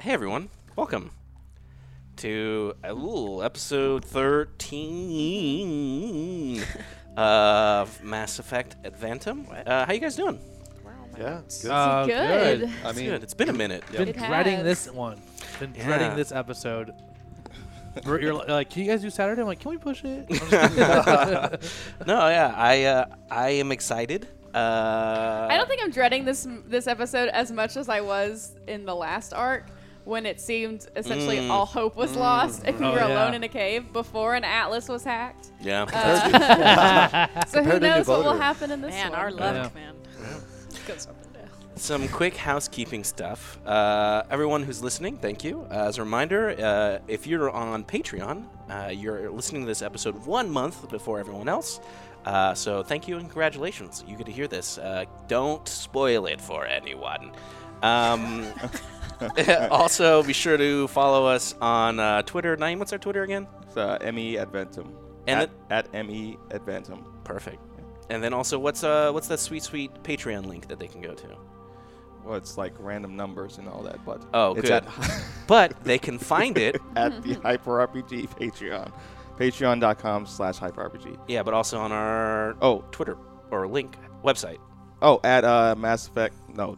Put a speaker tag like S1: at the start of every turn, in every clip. S1: hey everyone, welcome to Elul, episode 13 of Mass Effect Adventum. Uh, how you guys doing?
S2: Yeah, good.
S3: Uh,
S4: good.
S3: good.
S2: I
S1: It's
S2: mean,
S1: good. It's been a minute.
S3: Been
S4: It
S3: dreading
S4: has.
S3: this one. Been
S1: Yeah.
S3: dreading this episode. We're- You're li- like, can you guys do Saturday? I'm like, can we push it?
S1: No, yeah, I uh, I am excited. Uh,
S4: I don't think I'm dreading this this episode as much as I was in the last arc when it seemed essentially
S1: Mm.
S4: all hope was lost if we
S3: Oh,
S4: were
S3: yeah.
S4: alone in a cave before an atlas was hacked. Uh,
S1: Yeah.
S4: So who
S2: Compared to
S4: knows what will
S2: Devoter.
S4: happen in this
S5: Man,
S4: one.
S5: our
S3: Yeah.
S1: uh,
S5: luck, man. Goes up and down.
S1: Some quick housekeeping stuff. Uh, everyone who's listening, thank you. Uh, as a reminder, uh, if you're on Patreon, uh, you're listening to this episode one month before everyone else. Uh, so thank you and congratulations. You get to hear this. Uh, don't spoil it for anyone. Um, also, be sure to follow us on uh, Twitter. Naeem, what's our Twitter again?
S2: it's, uh, ME Adventum.
S1: And
S2: at, at ME Adventum.
S1: Perfect. And then also, what's uh, what's that sweet, sweet Patreon link that they can go to?
S2: Well, it's like random numbers and all that, but
S1: Oh,
S2: it's
S1: good.
S2: at,
S1: But they can find it
S2: at the Hyper RPG Patreon. Patreon.com slash Hyper RPG.
S1: Yeah, but also on our
S2: Oh,
S1: Twitter or link website.
S2: oh, at uh, Mass Effect. No,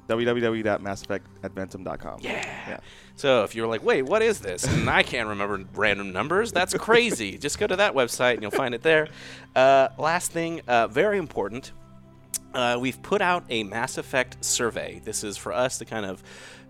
S2: www.masseffectadventum.com.
S1: Yeah.
S2: Yeah.
S1: So if you're like, wait, what is this? And I can't remember random numbers. That's crazy. Just go to that website and you'll find it there. Uh, last thing, uh, very important. Uh, we've put out a Mass Effect survey. This is for us to kind of,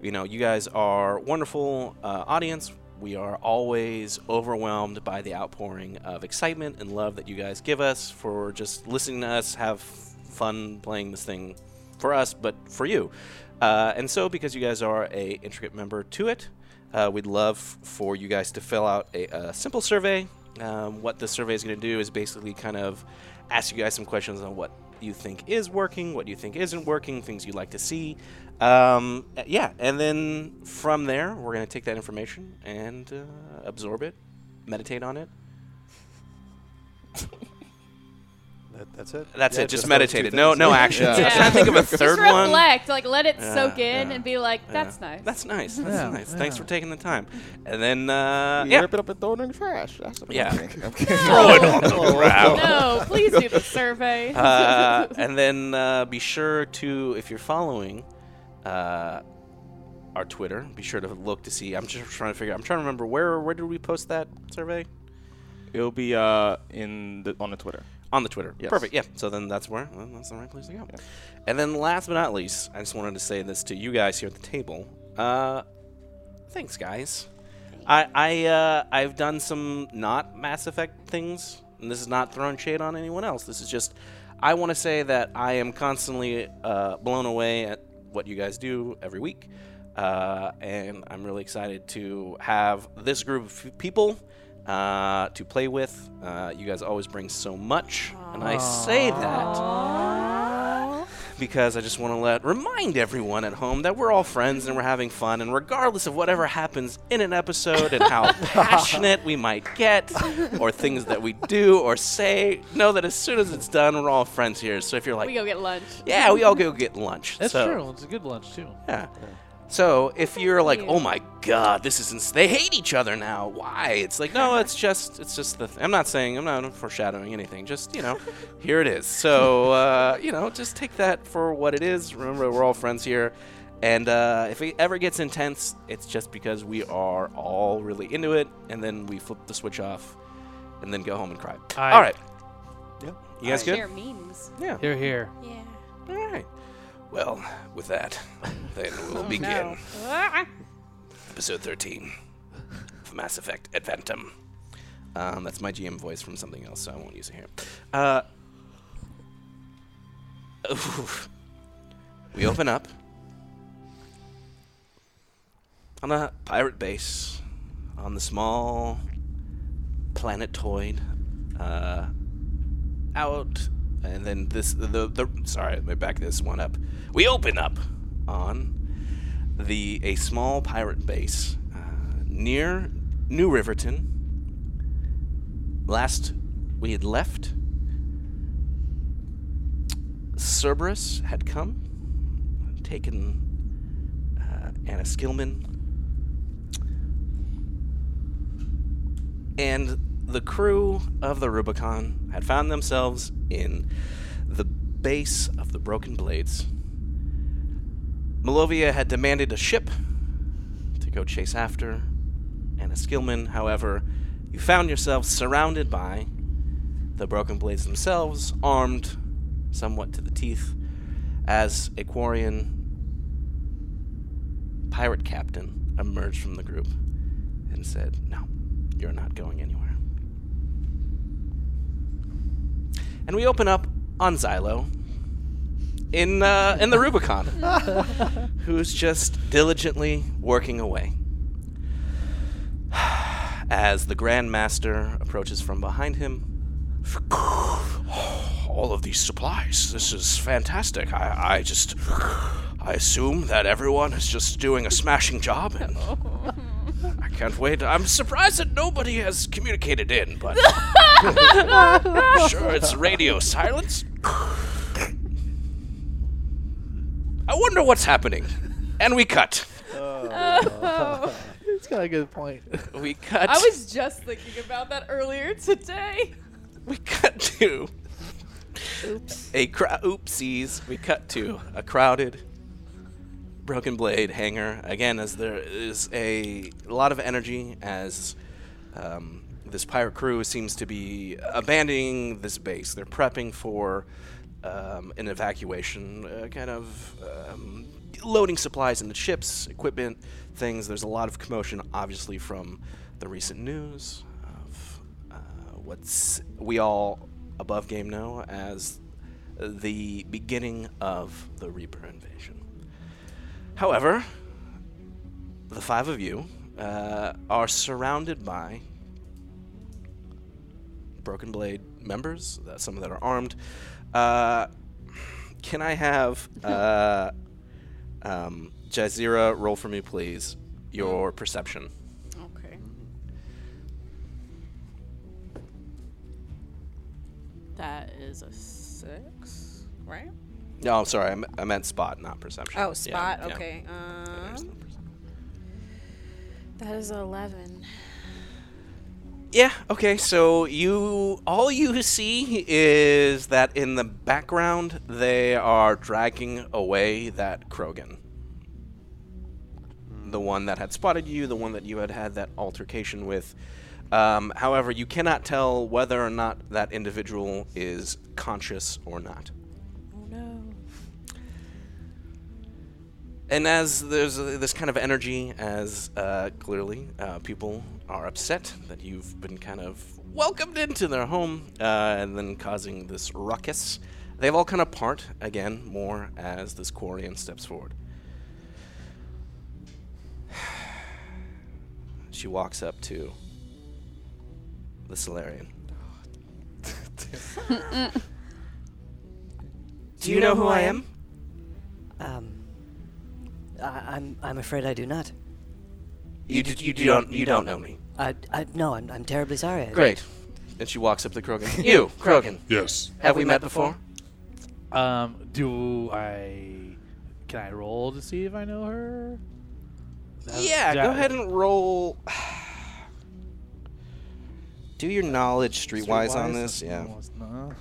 S1: you know, you guys are wonderful uh, audience. We are always overwhelmed by the outpouring of excitement and love that you guys give us for just listening to us have fun playing this thing for us, but for you. Uh, and so, because you guys are a intricate member to it, uh, we'd love for you guys to fill out a, a simple survey. Um, what the survey is going to do is basically kind of ask you guys some questions on what you think is working, what you think isn't working, things you'd like to see. Um, uh, yeah, and then from there, we're going to take that information and uh, absorb it, meditate on it.
S6: That, that's it.
S1: That's
S6: Yeah,
S1: it. Just,
S6: those
S1: meditate
S6: two
S1: it. No,
S6: things.
S1: no actions.
S4: Yeah.
S1: I'm trying to think of a third
S4: Just
S1: one.
S4: reflect, like let it soak
S1: Yeah,
S4: in
S1: yeah.
S4: and be like,
S1: Yeah.
S4: that's nice.
S1: That's nice. That's
S3: Yeah,
S1: nice. Thanks
S3: yeah.
S1: for taking the time. And then, uh,
S2: You
S1: yeah.
S2: rip it up and throw it in the trash. That's what
S1: Yeah.
S2: I'm thinking. I'm kidding.
S4: Throw it
S1: on the ground.
S4: no, please do the survey.
S1: uh, and then uh, be sure to, if you're following uh, our Twitter, be sure to look to see. I'm just trying to figure. I'm trying to remember where where did we post that survey
S2: It'll be uh, in the, on the Twitter.
S1: on the Twitter.
S2: Yes.
S1: Perfect. Yeah. So then that's where well, that's the right place to go. And then last but not least, I just wanted to say this to you guys here at the table. Uh, thanks, guys. I I uh, I've done some not Mass Effect things, and this is not throwing shade on anyone else. This is just I want to say that I am constantly uh, blown away at what you guys do every week, uh, and I'm really excited to have this group of people uh, to play with. Uh, you guys always bring so much, and I say that because I just want to let remind everyone at home that we're all friends and we're having fun and regardless of whatever happens in an episode and how passionate we might get or things that we do or say, know that as soon as it's done, we're all friends here. So if you're like,
S4: we go get lunch.
S1: yeah, we all go get lunch.
S3: That's
S1: so,
S3: true. It's a good lunch too.
S1: Yeah. So if you're like,
S4: you.
S1: oh my god, this is ins- they hate each other now. Why? It's like no, it's just it's just the. Th- I'm not saying I'm not foreshadowing anything. Just you know, here it is. So uh, you know, just take that for what it is. Remember, we're all friends here, and uh, if it ever gets intense, it's just because we are all really into it, and then we flip the switch off, and then go home and cry.
S3: I-
S1: all right.
S2: Yeah.
S1: You guys
S4: Share
S1: good?
S4: memes.
S1: Yeah.
S3: Here, here.
S5: Yeah.
S1: All right. Well, with that, then
S7: Oh,
S1: we'll begin. Episode 13 of Mass Effect Adventum. Um, that's my GM voice from something else, so I won't use it here. Uh, oof. we open up on a pirate base on the small planetoid uh, out and then this the, the sorry let me back this one up we open up on the a small pirate base uh, near New Riverton. Last we had left, Cerberus had come, taken uh, Anna Skillman, and the crew of the Rubicon had found themselves in the base of the Broken Blades. Malovia had demanded a ship to go chase after, and a skillman, however, you found yourself surrounded by the Broken Blades themselves, armed somewhat to the teeth, as a Quarian pirate captain emerged from the group and said, No, you're not going anywhere. And we open up on Xylo in, uh, in the Rubicon, who's just diligently working away. As the Grand Master approaches from behind him, all of these supplies. This is fantastic. I, I just, I assume that everyone is just doing a smashing job, and I can't wait. I'm surprised that nobody has communicated in, but sure, it's radio silence. I wonder what's happening, and we cut.
S4: Oh.
S3: It's got a good point.
S1: We cut.
S4: I was just thinking about that earlier today.
S1: we cut to a cra- oopsies. We cut to a crowded broken blade hangar again, as there is a lot of energy as um, this pirate crew seems to be abandoning this base. They're prepping for um, an evacuation, uh, kind of um, loading supplies into ships, equipment, things. There's a lot of commotion, obviously, from the recent news of uh, what's we all above game know as the beginning of the Reaper invasion. However, the five of you uh, are surrounded by Broken Blade members, uh, some that are armed. Uh, can I have uh, um, Jazeera roll for me, please, your perception?
S4: Okay.
S5: That is a six, right?
S1: No, I'm sorry, I, me- I meant spot, not perception.
S5: Oh,
S1: Yeah,
S5: spot.
S1: yeah.
S5: Okay.
S1: There's
S5: Um,
S1: no perception.
S5: that is eleven.
S1: Yeah, okay. So you all you see is that in the background they are dragging away that Krogan. The one that had spotted you, the one that you had had that altercation with. Um, however, you cannot tell whether or not that individual is conscious or not.
S5: Oh no.
S1: And as there's uh, this kind of energy, as uh, clearly uh, people are upset that you've been kind of welcomed into their home uh, and then causing this ruckus, they've all kind of part again more as this Quarian steps forward. She walks up to the Solarian. Do you know who I am?
S7: Um, I, I'm I'm afraid I do not.
S1: You, d- you, don't you don't know me.
S7: I, I no, I'm, I'm terribly sorry. I-
S1: Great. And she walks up to Krogan. you, Krogan.
S8: Yes.
S1: Have we met before?
S3: Um, do I? Can I roll to see if I know her? That-
S1: Yeah,
S3: that-
S1: go ahead and roll. Do your knowledge streetwise
S3: Streetwise?
S1: on this. Yeah.
S3: Almost, no.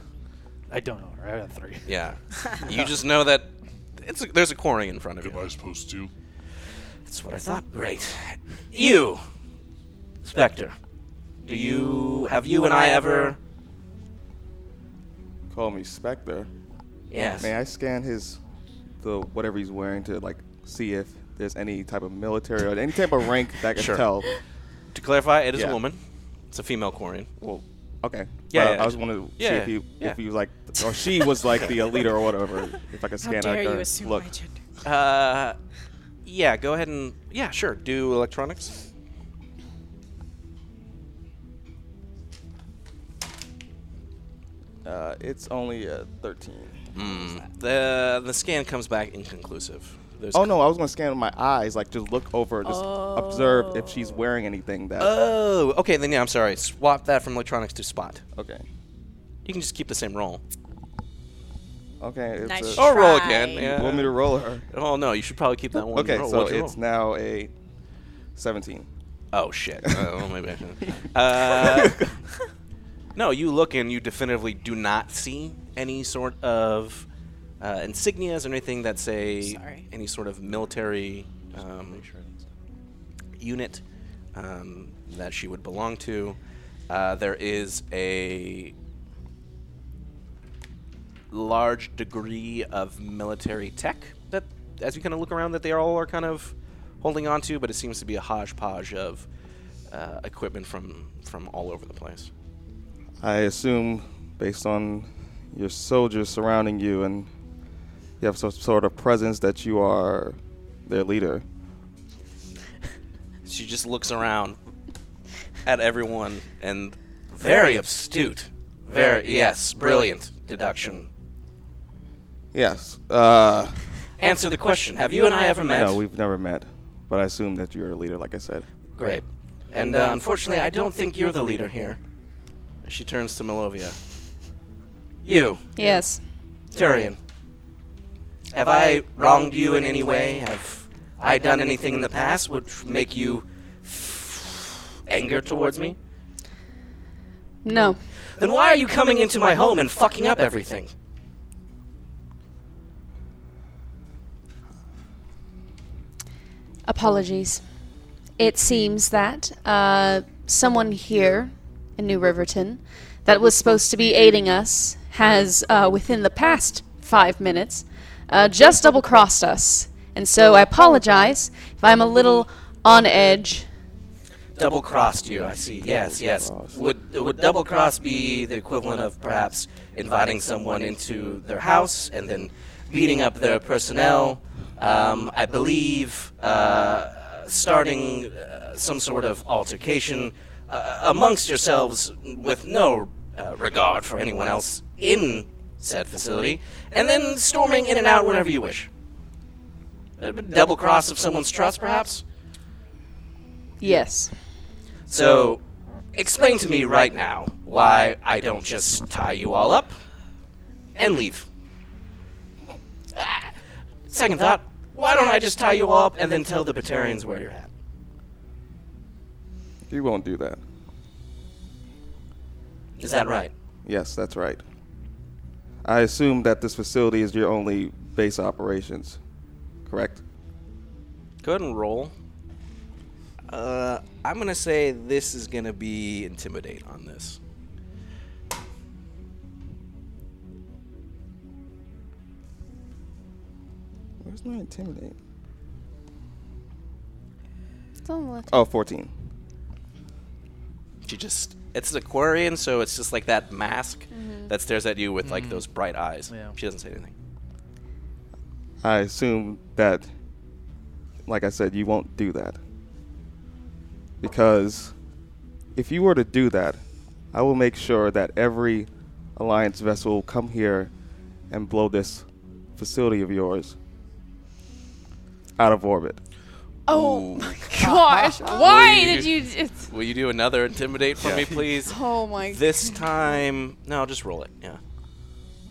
S3: I don't know her. I have three.
S1: Yeah. you just know that it's a, there's a quarry in front of
S8: Am
S1: you.
S8: I supposed to?
S1: That's what I thought. Great. You, Spectre. Do you have you and I ever?
S2: Call me Spectre.
S1: Yes.
S2: May I scan his, the whatever he's wearing to like see if there's any type of military or any type of rank that I can
S1: Sure.
S2: tell?
S1: To clarify, it is a
S2: Yeah.
S1: woman. It's a female quarian.
S2: Well, okay.
S1: Yeah,
S2: But
S1: yeah.
S2: I was wanted to
S1: Yeah,
S2: see if
S1: yeah,
S2: he
S1: yeah.
S2: if he was like or she was like the leader or whatever. If I could
S5: How
S2: scan
S5: dare
S2: like
S5: you
S2: her
S5: assume
S2: look.
S5: my gender?
S1: Uh, yeah. Go ahead and yeah, sure. Do electronics.
S2: Uh, it's only uh, 13.
S1: Mm. The the scan comes back inconclusive. There's
S2: Oh no, I was gonna scan with my eyes, like just look over, just observe if
S5: Oh.
S2: she's wearing anything that.
S1: Oh, okay. Then yeah, I'm sorry. Swap that from electronics to spot.
S2: okay.
S1: You can just keep the same roll.
S2: Okay. It's
S5: Nice
S2: a,
S1: Or roll
S5: Try.
S1: again. Yeah.
S2: you want me to roll her?
S1: Oh no, you should probably keep that one.
S2: Okay,
S1: roll.
S2: so
S1: What'd you
S2: it's
S1: roll?
S2: now a 17.
S1: Oh shit. Uh, well, maybe I can. Uh, no, you look and you definitively do not see any sort of uh, insignias or anything that say
S5: Sorry.
S1: any sort of military um, unit um, that she would belong to. Uh, there is a large degree of military tech that, as you kind of look around, that they all are kind of holding on to, but it seems to be a hodgepodge of uh, equipment from from all over the place.
S2: I assume, based on your soldiers surrounding you and you have some sort of presence, that you are their leader.
S1: She just looks around at everyone and very astute, very yes, brilliant deduction.
S2: Yes. Uh,
S1: Answer the question: Have you and I ever met?
S2: no, we've never met, but I assume that you're a leader, like I said.
S1: Great. And uh, unfortunately, I don't think you're the leader here. She turns to Melovia. You,
S4: Yes.
S1: Tyrion. Have I wronged you in any way? Have I done anything in the past which make you anger towards me?
S4: No.
S1: Then why are you coming into my home and fucking up everything?
S8: Apologies. It seems that uh, someone here in New Riverton that was supposed to be aiding us has, uh, within the past five minutes, uh, just double crossed us. And so I apologize if I'm a little on edge.
S1: Double crossed you, I see. Yes, yes. Would would double cross be the equivalent of perhaps inviting someone into their house and then beating up their personnel? Um, I believe uh, starting uh, some sort of altercation uh, amongst yourselves with no uh, regard for anyone else in said facility, and then storming in and out whenever you wish. A double cross of someone's trust, perhaps.
S8: Yes.
S1: So, explain to me right now why I don't just tie you all up and leave. Ah, Second thought, why don't I just tie you all up and then tell the Batarians where you're at?
S2: You won't do that.
S1: Is that right?
S2: Yes, that's right. I assume that this facility is your only base operations, correct?
S1: Go ahead and roll. Uh, I'm gonna say this is gonna be intimidate on this.
S2: Where's my intimidate?
S8: It's on the left.
S2: Oh, 14.
S1: She just. It's an Aquarian, so it's just like that mask
S4: Mm-hmm.
S1: that stares at you with like those bright eyes.
S3: Yeah.
S1: She doesn't say anything.
S2: I assume that, like I said, you won't do that. Because if you were to do that, I will make sure that every Alliance vessel will come here and blow this facility of yours out of orbit.
S4: Oh my gosh. Why did you? Just,
S1: Will you do another intimidate for me, please?
S4: oh my.
S1: This time, no, just roll it. Yeah.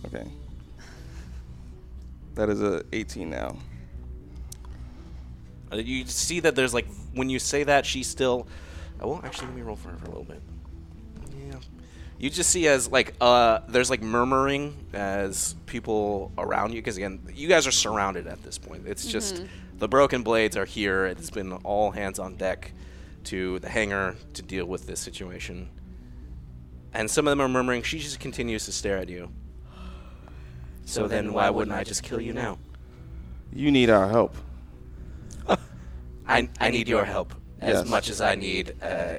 S2: Okay. That is a 18 now.
S1: Uh, You see that there's like when you say that she's still. Oh, well, actually, let me roll for her for a little bit. Yeah. You just see as like uh, there's like murmuring as people around you because again, you guys are surrounded at this point. It's just the broken blades are here. It's been all hands on deck to the hangar to deal with this situation. And some of them are murmuring. She just continues to stare at you. So then, why wouldn't I just kill you now?
S2: You need our help.
S1: I, I need your help as
S2: Yes.
S1: much as I need uh,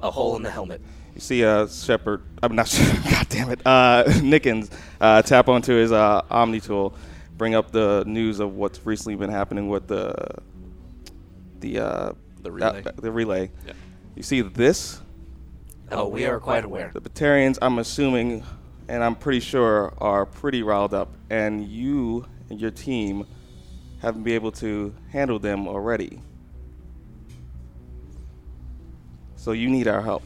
S1: a hole in the helmet.
S2: You see uh, Shepard, I'm not sure, God damn it, uh, Nickens uh, tap onto his uh, Omni tool, bring up the news of what's recently been happening with the the uh,
S1: The relay.
S2: uh, the relay.
S1: Yeah.
S2: You see this?
S1: Oh, we are quite aware.
S2: The Batarians, I'm assuming, and I'm pretty sure, are pretty riled up, and you and your team haven't been able to handle them already. So you need our help.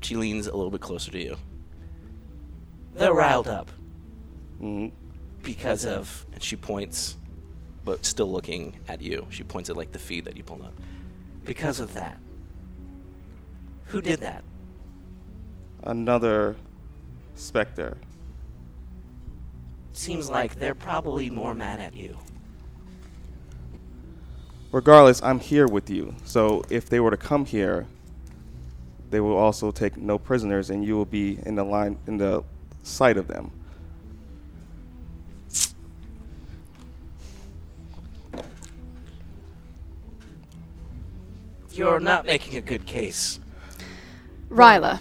S1: She leans a little bit closer to you. They're riled up
S7: Mm-hmm.
S2: Mhm.
S1: because of. And she points, but still looking at you. She points at like the feed that you pulled up. Because of that, Who did that?
S2: Another specter.
S1: Seems like they're probably more mad at you.
S2: Regardless, I'm here with you. So if they were to come here, they will also take no prisoners, and you will be in the line in the sight of them.
S1: You're not making a good case.
S9: Ryla.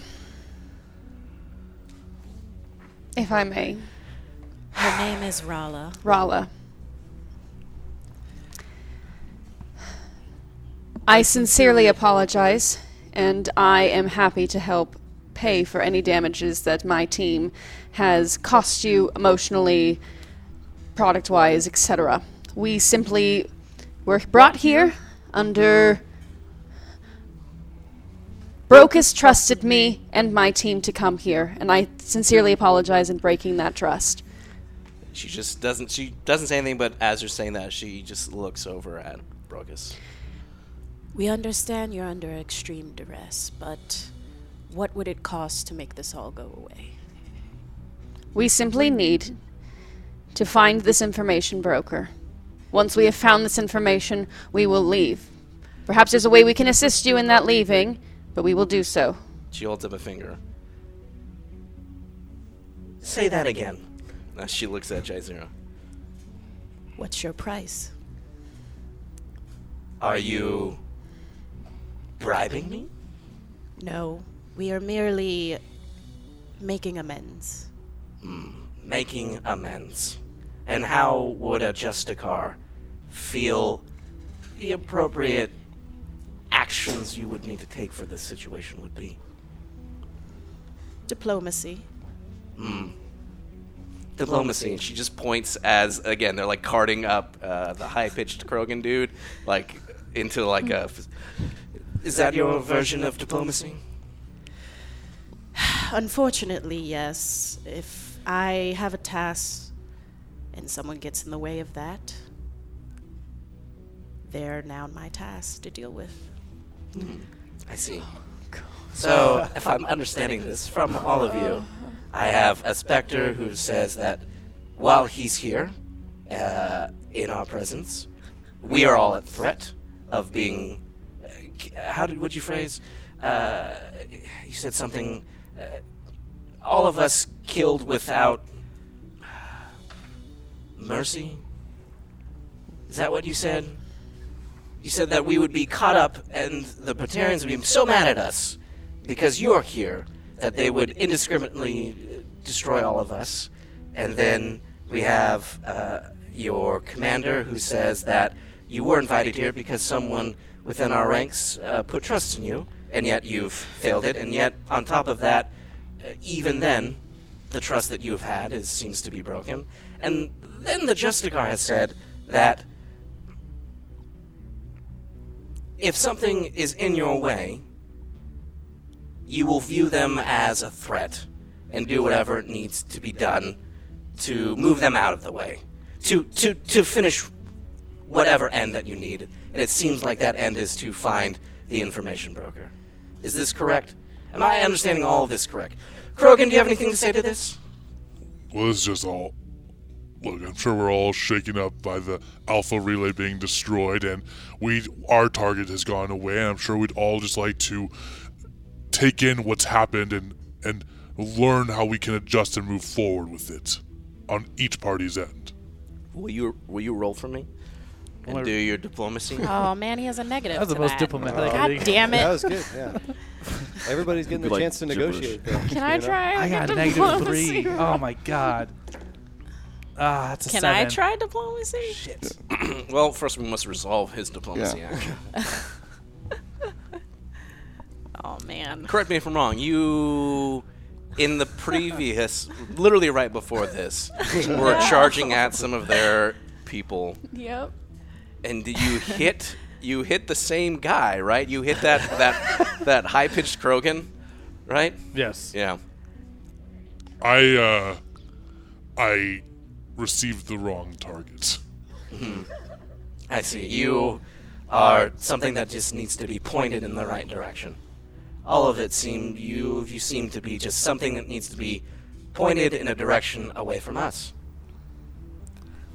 S9: If I may,
S5: Her name is Rala.
S9: Rala. I sincerely apologize, and I am happy to help pay for any damages that my team has cost you emotionally, product wise, etc. We simply were brought here under. Brocus trusted me and my team to come here, and I sincerely apologize in breaking that trust.
S7: She just doesn't. She doesn't say anything, but as you're saying that, she just looks over at Brogus.
S5: We understand you're under extreme duress, but what would it cost to make this all go away?
S9: We simply need to find this information broker. Once we have found this information, we will leave. Perhaps there's a way we can assist you in that leaving, but we will do so.
S7: She holds up a finger.
S1: Say that again.
S7: Uh, she looks at Jai Zero.
S5: What's your price?
S1: Are you bribing me?
S5: No, we are merely making amends.
S1: Making amends. And how would a Justicar feel the appropriate actions you would need to take for this situation would be?
S5: Diplomacy.
S1: Hmm.
S7: Diplomacy. And she just points as again they're like carting up uh, the high pitched Krogan dude like into like a.
S1: Is that your version of diplomacy?
S5: Unfortunately, yes. If I have a task and someone gets in the way of that, they're now my task to deal with.
S1: I see. So, if I'm understanding this from all of you, I have a specter who says that while he's here, uh, in our presence, we are all at threat of being. Uh, c- how did would you phrase? Uh, you said something. Uh, all of us killed without mercy. Is that what you said? You said that we would be caught up and the Batarians would be so mad at us because you're here that they would indiscriminately uh, destroy all of us. And then we have uh, your commander who says that you were invited here because someone within our ranks uh, put trust in you, and yet you've failed it. And yet, on top of that, uh, even then, the trust that you've had is, seems to be broken. And then the Justicar has said that if something is in your way, you will view them as a threat and do whatever needs to be done to move them out of the way, to, to, to finish whatever end that you need. And it seems like that end is to find the information broker. Is this correct? Am I understanding all of this correct? Krogan, do you have anything to say to this?
S10: Well, this is just all. Look, I'm sure we're all shaken up by the Alpha Relay being destroyed, and we our target has gone away. And I'm sure we'd all just like to take in what's happened and and learn how we can adjust and move forward with it on each party's end.
S7: Will you will you roll for me? And
S11: Why-
S7: do your diplomacy.
S5: Oh man, he has a negative.
S11: That's the
S5: to
S11: most
S5: that.
S11: diplomatic.
S5: God damn
S6: That
S5: it!
S6: was good. Yeah. Everybody's getting the
S2: Like
S6: chance to
S2: gibberish.
S6: negotiate. though,
S5: Can I
S6: you know?
S5: try?
S11: I
S5: and
S11: got
S5: get
S11: a negative
S5: diplomacy
S11: three.
S5: roll?
S11: Oh my god. Ah, that's a
S5: Can
S11: seven.
S5: I try diplomacy?
S7: well, first we must resolve his diplomacy
S2: Yeah.
S7: action.
S5: Oh man.
S7: Correct me if I'm wrong. You, in the previous, literally right before this, were charging at some of their people,
S12: Yep.
S7: and you hit you hit the same guy, right? You hit that that that high pitched Krogan, right?
S11: Yes.
S7: Yeah.
S10: I uh, I received the wrong target.
S7: Hmm.
S1: I see. You are something that just needs to be pointed in the right direction.
S7: all of it seemed you you seem to be just something that needs to be pointed in a direction away from us.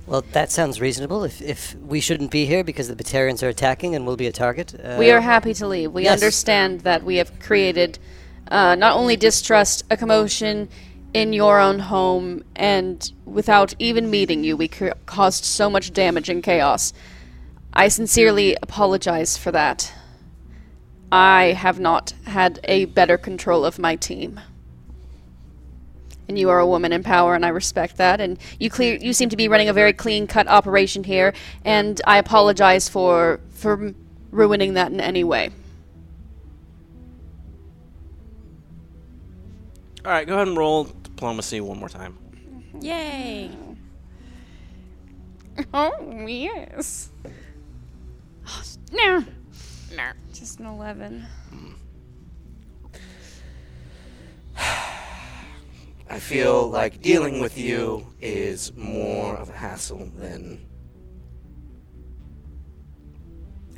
S13: Well, that sounds reasonable. If, if we shouldn't be here because the Batarians are attacking and we'll be a target. Uh,
S9: we are happy to leave. We
S13: yes.
S9: understand that we have created uh, not only distrust, a commotion in your own home, and without even meeting you, we cr- caused so much damage and chaos. I sincerely apologize for that. I have not had a better control of my team. And you are a woman in power, and I respect that. And you clear, you seem to be running a very clean-cut operation here, and I apologize for for ruining that in any way.
S1: All right, go ahead and roll diplomacy one more time.
S5: Yay!
S9: Oh yes. No, no, just an eleven.
S7: I feel like dealing with you is more of a hassle than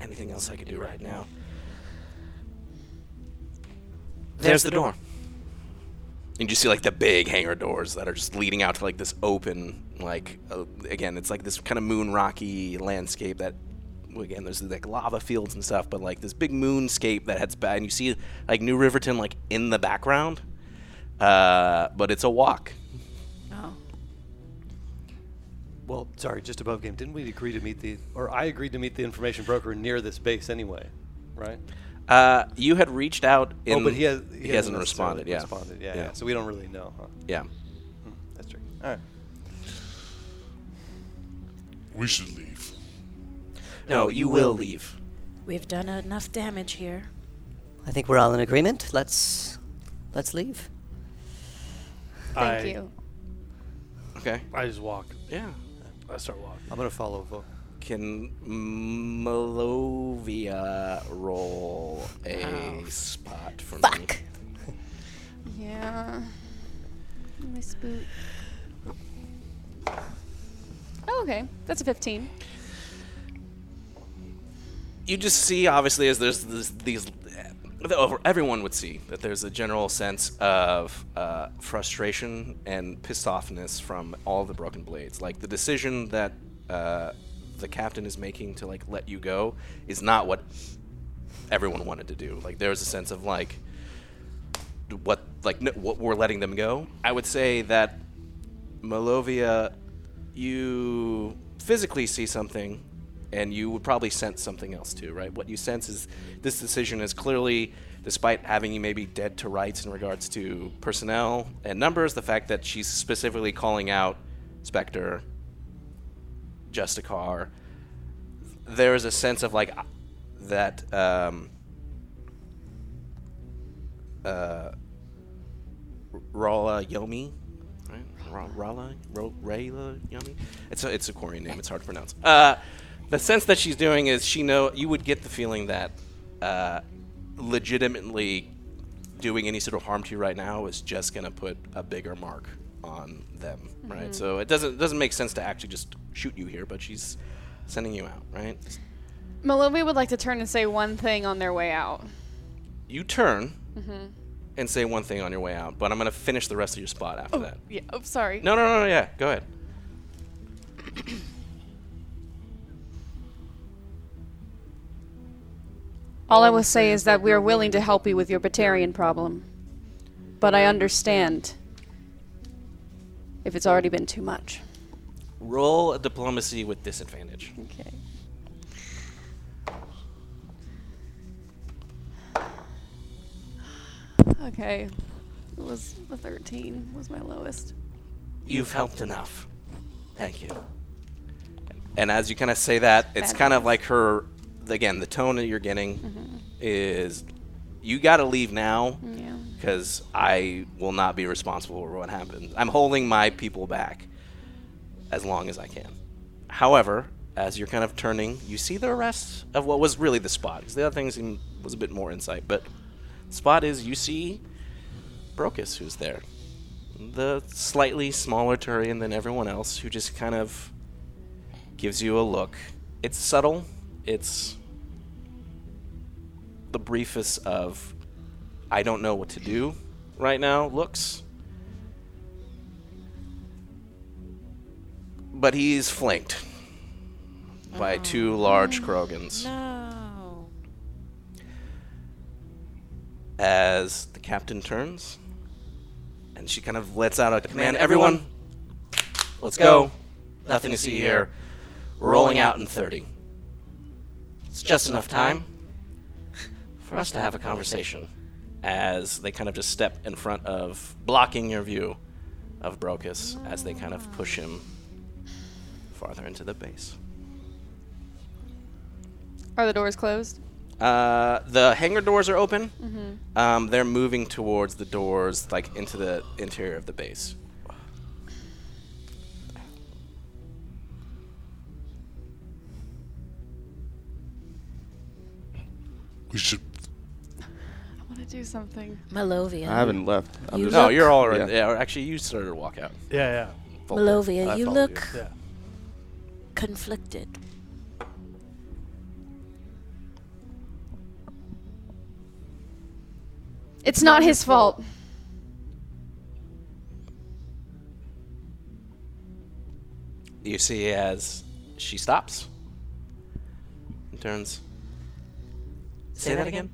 S7: anything else I could do right now. There's the door.
S1: And you see like the big hangar doors that are just leading out to like this open, like uh, again, it's like this kind of moon rocky landscape that, well, again, there's like lava fields and stuff, but like this big moonscape that heads back, and you see like New Riverton like in the background, uh, but it's a walk.
S5: Oh.
S6: Well, sorry, just above game. Didn't we agree to meet the, or I agreed to meet the information broker near this base anyway, right?
S1: Uh, you had reached out. In,
S6: oh, but he, has,
S1: he, hasn't responded.
S6: necessarily
S1: Yeah.
S6: responded. Yeah,
S1: Yeah.
S6: yeah. So we don't really know. Huh?
S1: Yeah.
S6: Hmm, That's true. All right.
S10: We should leave.
S7: No, you will leave.
S5: We've done enough damage here.
S13: I think we're all in agreement. Let's let's leave.
S14: I,
S11: Thank you.
S1: Okay.
S14: I just walk.
S1: Yeah.
S14: I start walking.
S6: I'm gonna follow. Vo-
S1: Can Malovia roll a spot for me?
S13: Fuck.
S9: Yeah. My spook. Oh, okay. That's a 15.
S1: you just see obviously as there's this, these the- everyone would see that there's a general sense of uh, frustration and pissed offness from all the broken blades like the decision that uh, the captain is making to like let you go is not what everyone wanted to do like there's a sense of like what like no, what we're letting them go i would say that Malovia, you physically see something, and you would probably sense something else too, right? What you sense is this decision is clearly, despite having you maybe dead to rights in regards to personnel and numbers, the fact that she's specifically calling out Spectre, Justicar, there is a sense of like uh, that. Um, uh, Rala Yomi, right? Ra- Rala, Ro- Rayla Yomi. It's a it's a Korean name. It's hard to pronounce. Uh, the sense that she's doing is she know you would get the feeling that uh, legitimately doing any sort of harm to you right now is just gonna put a bigger mark on them, right? So it doesn't doesn't make sense to actually just shoot you here, but she's sending you out, right?
S11: Malovia would like to turn and say one thing on their way out.
S1: You turn.
S9: Mm-hmm.
S1: And say one thing on your way out, but I'm gonna finish the rest of your spot after that.
S11: Yeah. Oh, sorry.
S1: No, no, no, no, yeah. Go ahead.
S9: All I will say is that we are willing to help you with your Batarian problem. But I understand if it's already been too much.
S1: Roll a diplomacy with disadvantage.
S9: Okay.
S11: Okay. It was a 13 was my lowest.
S7: You've helped enough. Thank you.
S1: And as you kind of say that, it's kind of like her, again, the tone that you're getting is you got to leave now
S11: Yeah.
S1: because I will not be responsible for what happens. I'm holding my people back as long as I can. However, as you're kind of turning, you see the rest of what was really the spot because the other thing seemed, was a bit more insight. But spot is you see Brocus who's there, the slightly smaller Turian than everyone else, who just kind of gives you a look. It's subtle. It's the briefest of I don't know what to do right now looks. But he's flanked by two large Krogans.
S5: No.
S1: As the captain turns, and she kind of lets out a command everyone, let's go. Nothing to see here. We're rolling out in 30. It's just enough time for us to have a conversation as they kind of just step in front of blocking your view of Brocus as they kind of push him farther into the base.
S15: Are the doors closed?
S1: Uh, the hangar doors are open.
S5: Mm-hmm.
S15: Mhm.
S1: Um, they're moving towards the doors, like into the interior of the base.
S10: We should.
S15: I want to do something.
S5: Malovia.
S2: I haven't left. I'm just-
S1: no, you're all right.
S2: Yeah.
S1: Yeah. or actually, you started to walk out.
S16: Yeah,
S1: Volker, I
S5: Malovia, you
S1: followed
S5: look
S16: Yeah.
S5: conflicted.
S9: It's not his fault.
S1: You see as she stops and turns. Say that again.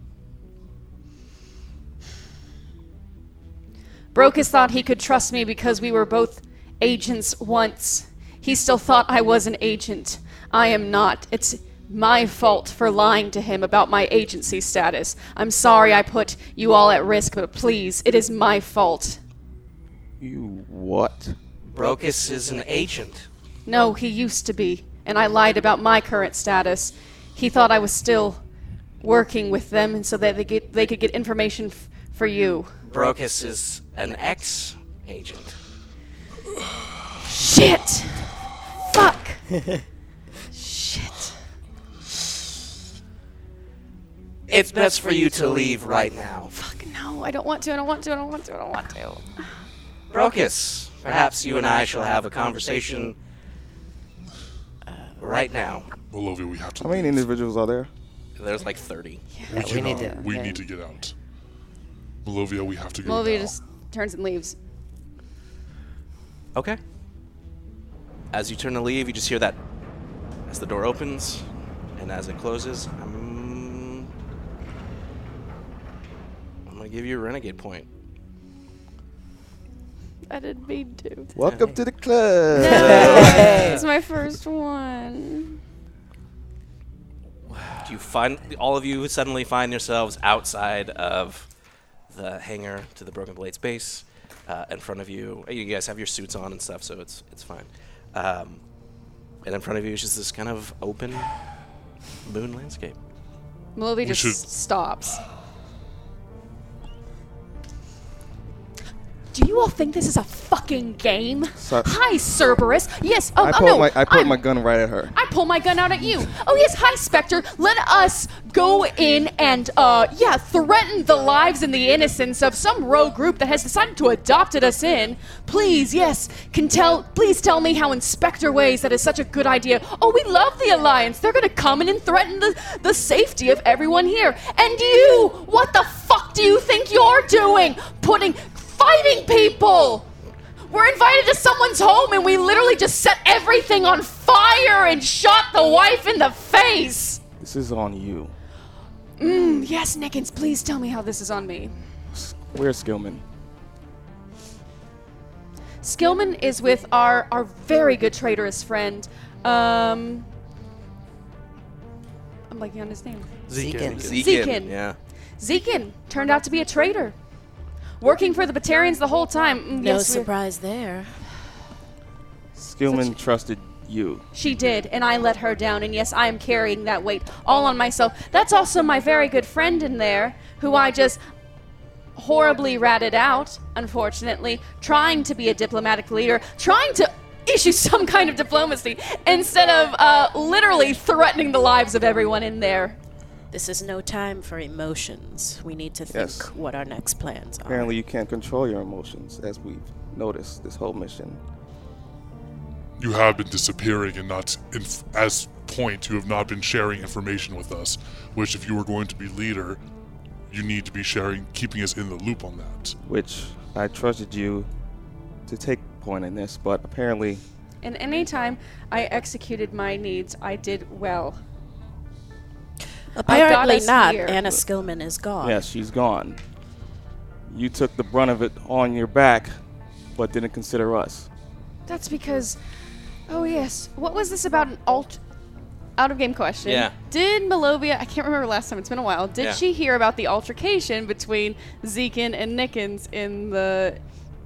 S9: Brocus thought he could trust me because we were both agents once. He still thought I was an agent. I am not. It's my fault for lying to him about my agency status. I'm sorry I put you all at risk, but please, it is my fault.
S2: You what?
S7: Brocus is an agent.
S9: No, he used to be, and I lied about my current status. He thought I was still working with them, and so that they, get, they could get information f- for you.
S7: Brocus is an ex agent.
S9: Shit! Fuck! Shit.
S7: It's best for you to leave right now.
S9: Fuck no, I don't want to, I don't want to, I don't want to, I don't want to.
S7: Brocus, perhaps you and I shall have a conversation uh, right now.
S10: Malovia, we have to.
S2: How many individuals are there?
S1: There's like 30.
S10: We,
S17: we need
S10: cannot.
S17: to-
S10: we
S17: yeah.
S10: need to get out. Malovia, we have to go.
S15: Mulvey
S10: now.
S15: just turns and leaves.
S1: Okay. As you turn to leave, you just hear that as the door opens and as it closes. I'm, I'm going to give you a renegade point.
S15: I didn't mean to.
S2: Welcome to the club.
S15: it's my first one.
S1: You find all of you suddenly find yourselves outside of the hangar to the Broken Blades base. Uh, in front of you, you guys have your suits on and stuff, so it's it's fine. Um, and in front of you is just this kind of open moon landscape.
S15: Mulvey
S10: We
S15: just
S10: should-
S15: stops.
S9: Do you all think this is a fucking game?
S2: Sir-
S9: Hi, Cerberus. Yes, oh,
S2: I
S9: oh
S2: put
S9: no.
S2: my I put
S9: I'm-
S2: my gun right at her.
S9: I pull my gun out at you. Oh yes, hi Spectre. Let us go in and uh yeah, threaten the lives and the innocence of some rogue group that has decided to adopted us in. Please, yes, can tell please tell me how Inspector weighs that is such a good idea. Oh, we love the Alliance. They're gonna come in and threaten the, the safety of everyone here. And you, what the fuck do you think you're doing? Putting fighting people! We're invited to someone's home and we literally just set everything on fire and shot the wife in the face.
S2: This is on you.
S9: Mm, yes, Nickens, please tell me how this is on me.
S2: Where's Skillman?
S9: Skillman is with our our very good traitorous friend. Um I'm blanking on his name.
S16: Zekin.
S9: Zekin. Zekin.
S1: Yeah.
S9: Zekin turned out to be a traitor. Working for the Batarians the whole time. Mm,
S5: No
S9: yes, we're-
S5: surprise there.
S2: Skillman trusted you.
S9: She did, and I let her down, and yes, I am carrying that weight all on myself. That's also my very good friend in there, who I just horribly ratted out, unfortunately, trying to be a diplomatic leader, trying to issue some kind of diplomacy, instead of uh, literally threatening the lives of everyone in there.
S5: This is no time for emotions. We need to think
S2: Yes.
S5: what our next plans are.
S2: Apparently, you can't control your emotions, as we've noticed this whole mission.
S10: You have been disappearing and not, inf- as point, you have not been sharing information with us, which, if you were going to be leader, you need to be sharing, keeping us in the loop on that.
S2: which I trusted you to take point in this, but apparently
S9: And any time I executed my needs, I did well.
S5: Apparently
S9: us
S5: not.
S9: here.
S5: Anna Skillman is gone.
S2: Yes, she's gone. You took the brunt of it on your back, but didn't consider us.
S9: That's because. Oh, yes. What was this about an alt. Out of game question.
S2: Yeah.
S9: Did Melovia, I can't remember last time, it's been a while, did
S1: Yeah.
S9: she hear about the altercation between Zekin and Nickens in the.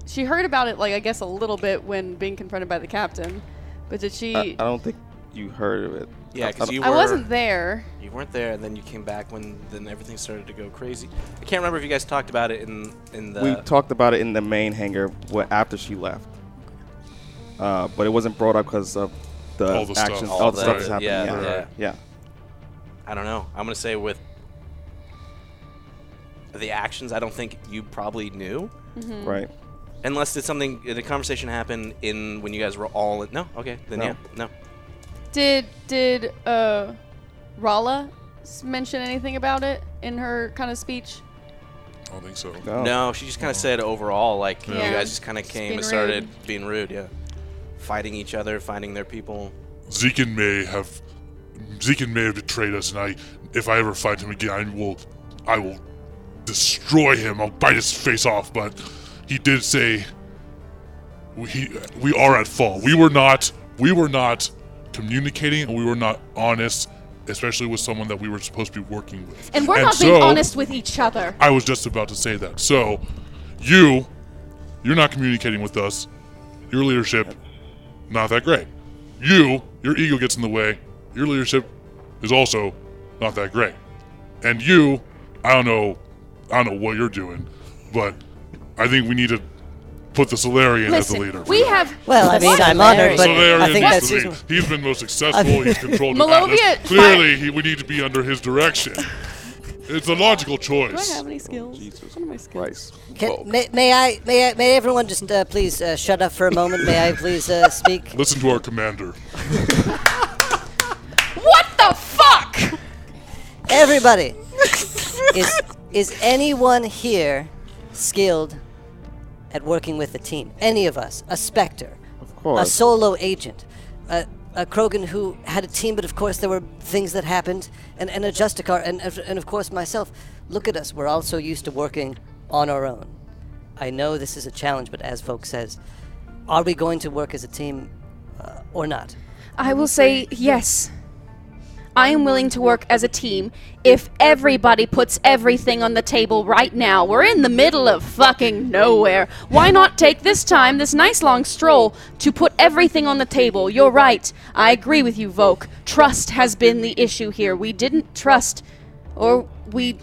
S9: She heard about it, like, I guess a little bit when being confronted by the captain. But did she.
S2: I, I don't think you heard of it. Uh,
S1: Yeah,
S2: I-
S1: because
S2: I-
S1: you
S9: I
S1: were.
S9: wasn't there.
S1: You weren't there, and then you came back when then everything started to go crazy. I can't remember if you guys talked about it in in the.
S2: uh, we talked about it in the main hangar wh- after she left, uh, but it wasn't brought up because of the
S1: All the stuff.
S2: actions,
S1: All
S2: all the
S1: the-
S2: stuff that's happening.
S1: yeah,
S2: Yeah,
S1: yeah.
S2: yeah.
S1: I don't know. I'm gonna say with the actions, I don't think you probably knew.
S9: Mhm.
S2: Right.
S1: Unless did something uh, the conversation happened in when you guys were all in, no okay then
S2: No.
S1: yeah no
S9: Did did uh, Rala s- mention anything about it in her kind of speech?
S10: I don't think so.
S1: no, she just kind of said overall like
S9: Yeah.
S1: you guys just kind of came
S9: being
S1: and started being rude yeah fighting each other fighting their people
S10: Zekin may have Zekin may have betrayed us, and I, if I ever find him again, I will, I will destroy him. I'll bite his face off. But he did say we he, we are at fault. We were not we were not communicating, and we were not honest, especially with someone that we were supposed to be working with.
S9: And we're not being
S10: so-
S9: honest with each other.
S10: I was just about to say that. So, you, you're not communicating with us. Your leadership, not that great. You, your ego gets in the way. Your leadership is also not that great. And you, I don't know, I don't know what you're doing, but I think we need to put the Solarian as the leader.
S9: we have.
S13: Well, I mean, I'm honored, but
S10: Solarian
S13: I think
S10: is
S13: that's
S10: the lead. he's been most successful. He's controlled the
S9: Malovia-
S10: Atlas. Clearly, he, we need to be under his direction. It's a logical choice.
S9: Do I have any skills? what are my skills?
S13: Can, may, may I? May I, May everyone just uh, please uh, shut up for a moment? May I please uh, speak?
S10: Listen to our commander.
S9: What the fuck?
S13: Everybody, is is anyone here skilled at working with a team? Any of us? A Spectre? Of A
S2: course.
S13: solo agent? A, a Krogan who had a team, but of course there were things that happened, and, and a Justicar, and, and of course myself. Look at us, we're all so used to working on our own. I know this is a challenge, but as Vogue says, are we going to work as a team uh, or not?
S9: I
S8: will say yes.
S9: I am willing to work
S8: as a team if everybody puts everything on the table right now. We're in the middle of fucking nowhere. Why not take this time, this nice long stroll, to put everything on the table? You're right. I agree with you, Volk. Trust has been the issue here. We didn't trust, or we.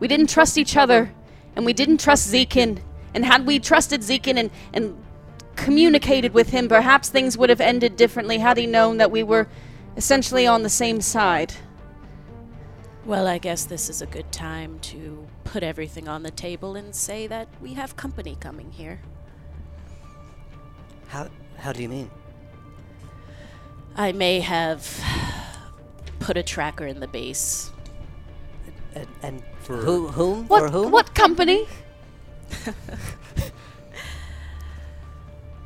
S8: We didn't trust each other, and we didn't trust Zekin. And had we trusted Zekin and, and communicated with him, perhaps things would have ended differently had he known that we were essentially on the same side.
S5: Well, I guess this is a good time to put everything on the table and say that we have company coming here.
S13: How, how do you mean?
S5: I may have put a tracker in the base.
S13: And, and who, whom?
S5: What-
S13: For whom?
S5: what
S9: company?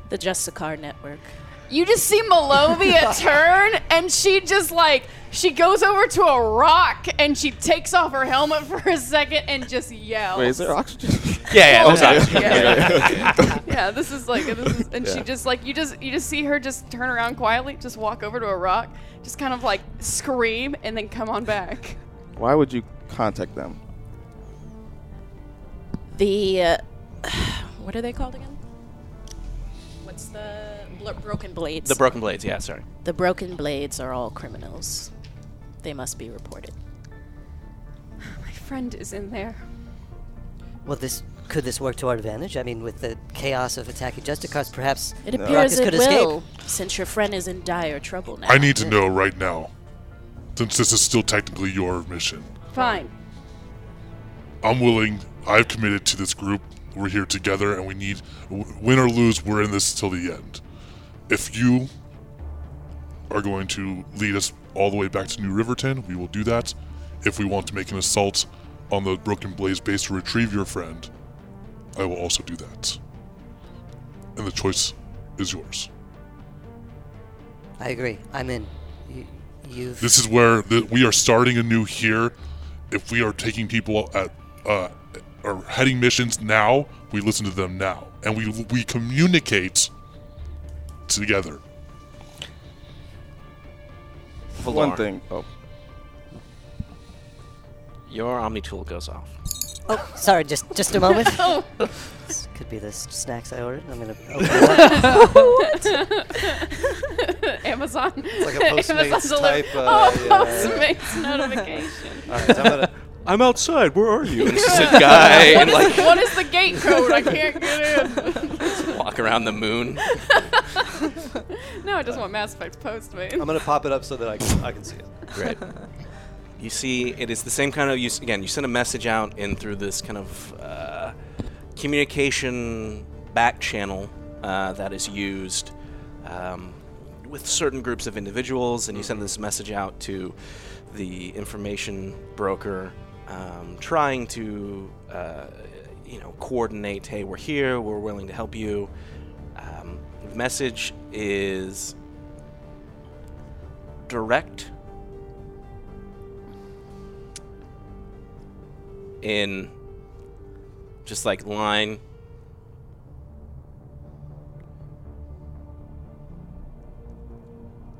S5: the Justicar Network.
S4: You just see Malovia turn, and she just like she goes over to a rock and she takes off her helmet for a second and just yells.
S2: Wait, is there oxygen?
S1: Yeah, yeah,
S2: Oh,
S1: there's oxygen.
S4: Yeah.
S9: yeah, this is like this is, and she
S2: Yeah.
S9: just like you just you just see her just turn around quietly, just walk over to a rock, just kind of like scream and then come on back.
S2: Why would you contact them?
S5: The uh, what are they called again? What's the bl- broken blades?
S1: the broken blades yeah sorry
S5: The broken blades are all criminals. They must be reported.
S9: My friend is in there.
S13: Well, this could this work to our advantage? I mean, with the chaos of attacking Justicars, perhaps
S5: It
S13: Marcus
S5: appears it
S13: could escape.
S5: will, since your friend is in dire trouble now.
S10: I need to know right now, since this is still technically your mission.
S9: Fine.
S10: I'm willing. I've committed to this group. We're here together, and we need w- win or lose. We're in this till the end. If you are going to lead us all the way back to New Riverton, we will do that. If we want to make an assault, on the Broken Blaze base to retrieve your friend, I will also do that. And the choice is yours.
S13: I agree. I'm in. You, you've.
S10: This is where the, we are starting anew here. If we are taking people at uh, or heading missions now, we listen to them now, and we we communicate together.
S2: One thing. Oh,
S1: Your Omni tool goes off.
S13: Oh, sorry. Just just a moment.
S4: Oh.
S13: This could be the s- snacks I ordered. I'm gonna. Open it up.
S4: Amazon.
S13: like a Postmates
S4: delivery-
S13: type, uh,
S4: oh,
S13: yeah.
S4: Postmates notification.
S1: I'm outside. Where are you? And it's just a guy
S4: What
S1: and
S4: is-
S1: like
S4: what is the gate code? I can't get in.
S1: walk around the moon.
S4: no, I just want Mass Effect Postmates.
S6: I'm gonna pop it up so that I can, I can see it.
S1: Great. You see, it is the same kind of use. Again, you send a message out in through this kind of uh, communication back channel uh, that is used um, with certain groups of individuals, and you send this message out to the information broker, um, trying to uh, you know coordinate. Hey, we're here. We're willing to help you. Um, the message is direct in just like line.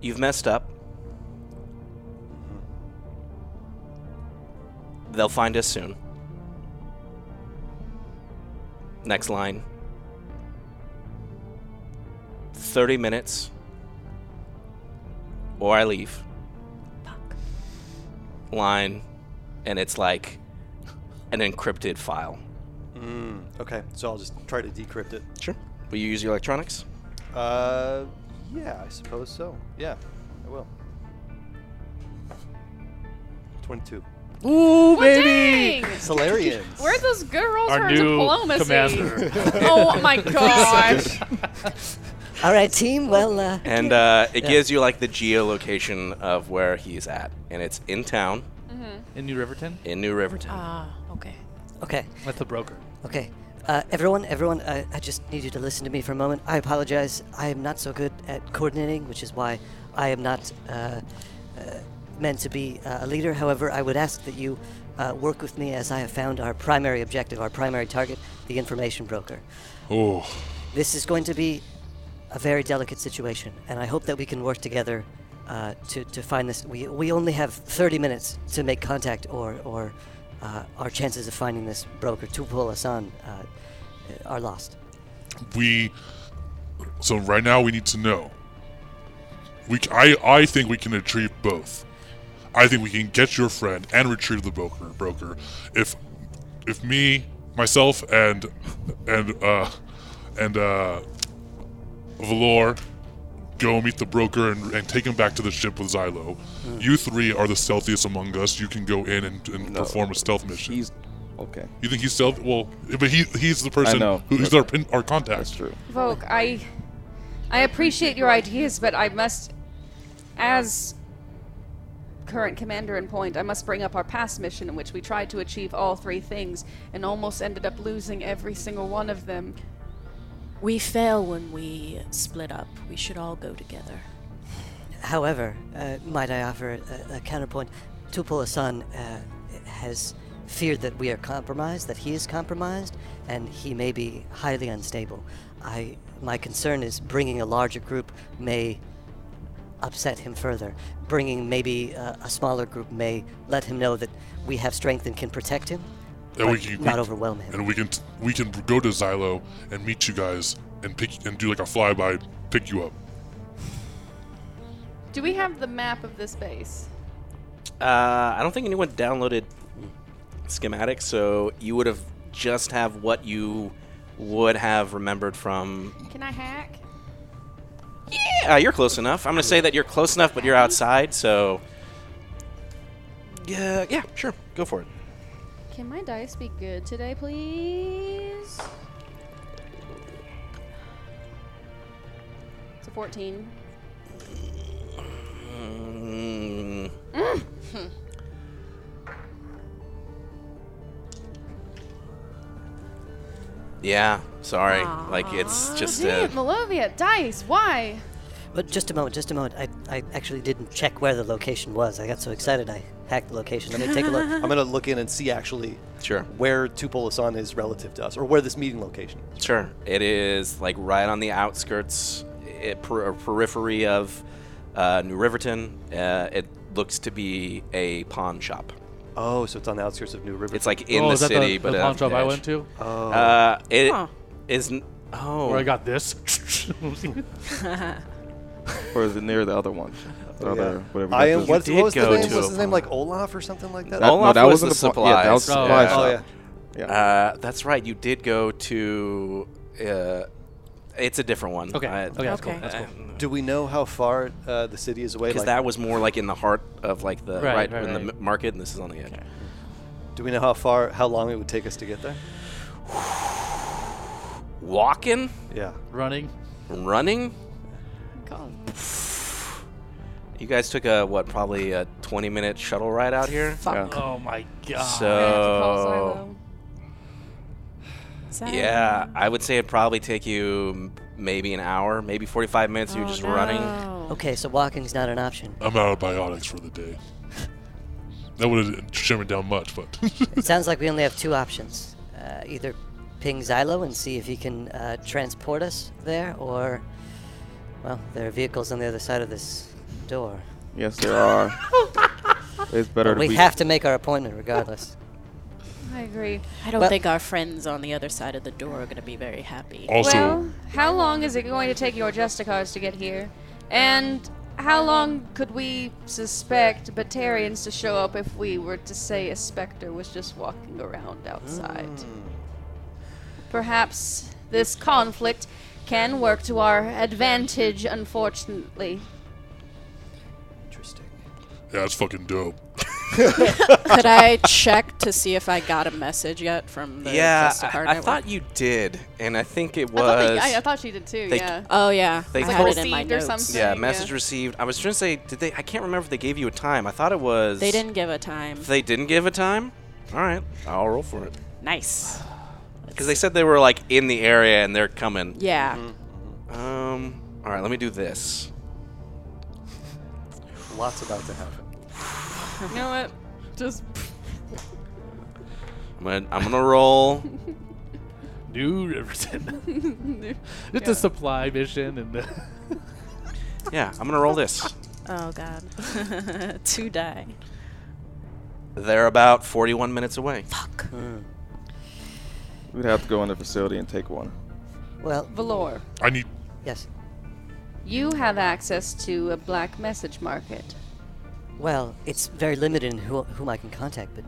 S1: You've messed up. They'll find us soon. Next line. 30 minutes. Or I leave. Line. And it's like an encrypted file.
S6: Mm, okay, so I'll just try to decrypt it.
S1: Sure. Will you use your electronics?
S6: Uh, yeah, I suppose so. Yeah, I will. Twenty-two.
S4: Ooh,
S6: baby!
S4: Dang!
S6: Solarians.
S4: Where are those good rolls
S3: Our
S4: for
S3: new
S4: diplomacy?
S3: commander.
S4: oh my gosh.
S13: All right, team. Well, uh,
S1: And uh, it
S13: Yeah.
S1: gives you like the geolocation of where he's at, and it's in town,
S5: Mm-hmm.
S3: In New Riverton?
S1: in New Riverton.
S5: Ah, okay.
S13: okay.
S3: With the broker.
S13: Okay. Uh, everyone, everyone, I, I just need you to listen to me for a moment. I apologize. I am not so good at coordinating, which is why I am not uh, uh, meant to be uh, a leader. However, I would ask that you uh, work with me as I have found our primary objective, our primary target, the information broker.
S10: Oh,
S13: This is going to be a very delicate situation, and I hope that we can work together uh, to, to find this. We, we only have 30 minutes to make contact, or, or uh, our chances of finding this broker to pull us on uh, are lost.
S10: we. So right now we need to know. We c- I I think we can achieve both. I think we can get your friend and retrieve the broker. Broker, if if me myself and and uh and uh Valor go meet the broker and, and take him back to the ship with Xylo.
S2: Hmm.
S10: You three are the stealthiest among us. You can go in and, and perform a stealth mission.
S2: He's okay.
S10: You think he's stealth? Well, but he he's the person
S2: know,
S10: who, he's
S2: but-
S10: our pin, our contact. That's
S2: true.
S18: Vogue, I I appreciate your ideas, but I must as current commander in point, I must bring up our past mission in which we tried to achieve all three things and almost ended up losing every single one of them.
S5: We fail when we split up. We should all go together.
S13: However, uh, might I offer a, a counterpoint? Tupul Hassan uh, has feared that we are compromised, that he is compromised, and he may be highly unstable. I, my concern is bringing a larger group may upset him further. Bringing maybe uh, a smaller group may let him know that we have strength and can protect him,
S10: And
S13: but
S10: we can
S13: not
S10: we-
S13: overwhelm him.
S10: And we can t- we can go to Xylo and meet you guys and pick and do like a flyby, pick you up.
S9: Do we have the map of this base?
S1: Uh, I don't think anyone downloaded schematics, so you would have just have what you would have remembered from.
S9: Can I hack?
S1: Yeah, you're close enough. I'm gonna say that you're close enough, but you're outside, so yeah, yeah, sure, go for it.
S18: Can my dice be good today, please? It's a 14.
S1: Mm. Yeah, sorry. Like it's just uh,
S9: Dude, Malovia, dice. Why?
S13: But just a moment, just a moment. I, I actually didn't check where the location was. I got so excited I hacked the location. Let me take a look.
S6: I'm going to look in and see actually
S1: Sure.
S6: where Tupolisson is relative to us or where this meeting location is.
S1: Sure. It is like right on the outskirts, eh, per- or periphery of uh, New Riverton. Uh, it looks to be a pawn shop.
S6: Oh, so it's on the outskirts of New River.
S1: It's like in
S3: Oh,
S1: the
S3: is that the-
S1: city,
S3: the
S1: but
S3: pawn
S1: uh,
S3: shop I
S1: yeah,
S3: went to?
S6: Oh.
S1: Uh, it is
S3: Huh.
S1: n- oh.
S3: Where I got this.
S2: or is it near the other one? The
S6: Oh, yeah.
S2: other, whatever
S6: I
S2: that
S6: am.
S2: is.
S6: What's, what was the name? What's his name? Like Olaf or something like that?
S2: That- no, Olaf that was was
S1: the
S2: the pl- yeah, that was
S1: supplies.
S2: the
S3: Oh,
S2: supply
S1: Yeah.
S2: shop.
S1: Uh, that's right. You did go to. Uh, it's a different one.
S6: Okay.
S1: I-
S6: Okay, that's cool, Okay. that's cool. Do we know how far uh, the city is away?
S1: Because
S6: like-
S1: that was more like in the heart of like the
S6: Right,
S1: right,
S6: right,
S1: in the
S6: right.
S1: m- market, and this is on the edge.
S6: Do we know how far, how long it would take us to get there?
S1: Walking,
S6: Yeah.
S3: Running.
S1: running.
S9: God.
S1: You guys took a what? Probably a 20 minute shuttle ride out here.
S3: Fuck. Oh my God.
S1: So yeah, I would say it'd probably take you m- maybe an hour, maybe 45 minutes.
S9: Oh,
S1: You're just running.
S13: Okay, so walking's not an option.
S10: I'm out of biotics for the day. That would have shimmered down much, but
S13: it sounds like we only have two options. Uh, either ping Xylo and see if he can uh, transport us there, or, well, there are vehicles on the other side of this door.
S2: Yes, there are. it's better.
S13: But we
S2: to be
S13: have to make our appointment regardless.
S18: I agree.
S5: I don't
S13: Well-
S5: think our friends on the other side of the door are going to be very happy.
S10: Also-
S18: well, how long is it going to take your Justicars to get here? And how long could we suspect Batarians to show up if we were to say a specter was just walking around outside?
S9: Hmm.
S18: Perhaps this conflict can work to our advantage, unfortunately.
S6: Interesting.
S10: yeah, it's fucking dope.
S5: Could I check to see if I got a message yet from the
S1: yeah,
S5: Justicar
S1: I, I
S5: Network?
S1: thought you did, and I think it was.
S9: I thought, they, I, I thought she did too.
S1: They-
S9: yeah.
S5: Oh yeah,
S1: They
S5: I
S1: Like
S5: had it in my
S9: received or
S5: notes.
S9: something.
S1: yeah,
S9: yeah.
S1: message received. I was trying to say, did they? I can't remember if they gave you a time. I thought it was.
S5: They didn't give a time.
S1: If they didn't give a time. All right, I'll roll for it.
S5: Nice.
S1: Because they said they were like in the area and they're coming.
S5: Yeah.
S6: Mm-hmm.
S1: Um. All right, let me do this.
S6: Lots about to happen.
S9: You know what? Just
S1: I'm gonna, I'm gonna roll.
S3: New Riverton. It's a supply mission, and
S1: Yeah, I'm gonna roll this.
S5: Oh god. Two die.
S1: They're about 41 minutes away.
S5: Fuck.
S6: Hmm.
S2: We'd have to go in the facility and take one.
S13: Well,
S18: Valor,
S10: I need.
S13: Yes.
S18: you have access to a black message market.
S13: Well, it's very limited in who, whom I can contact, but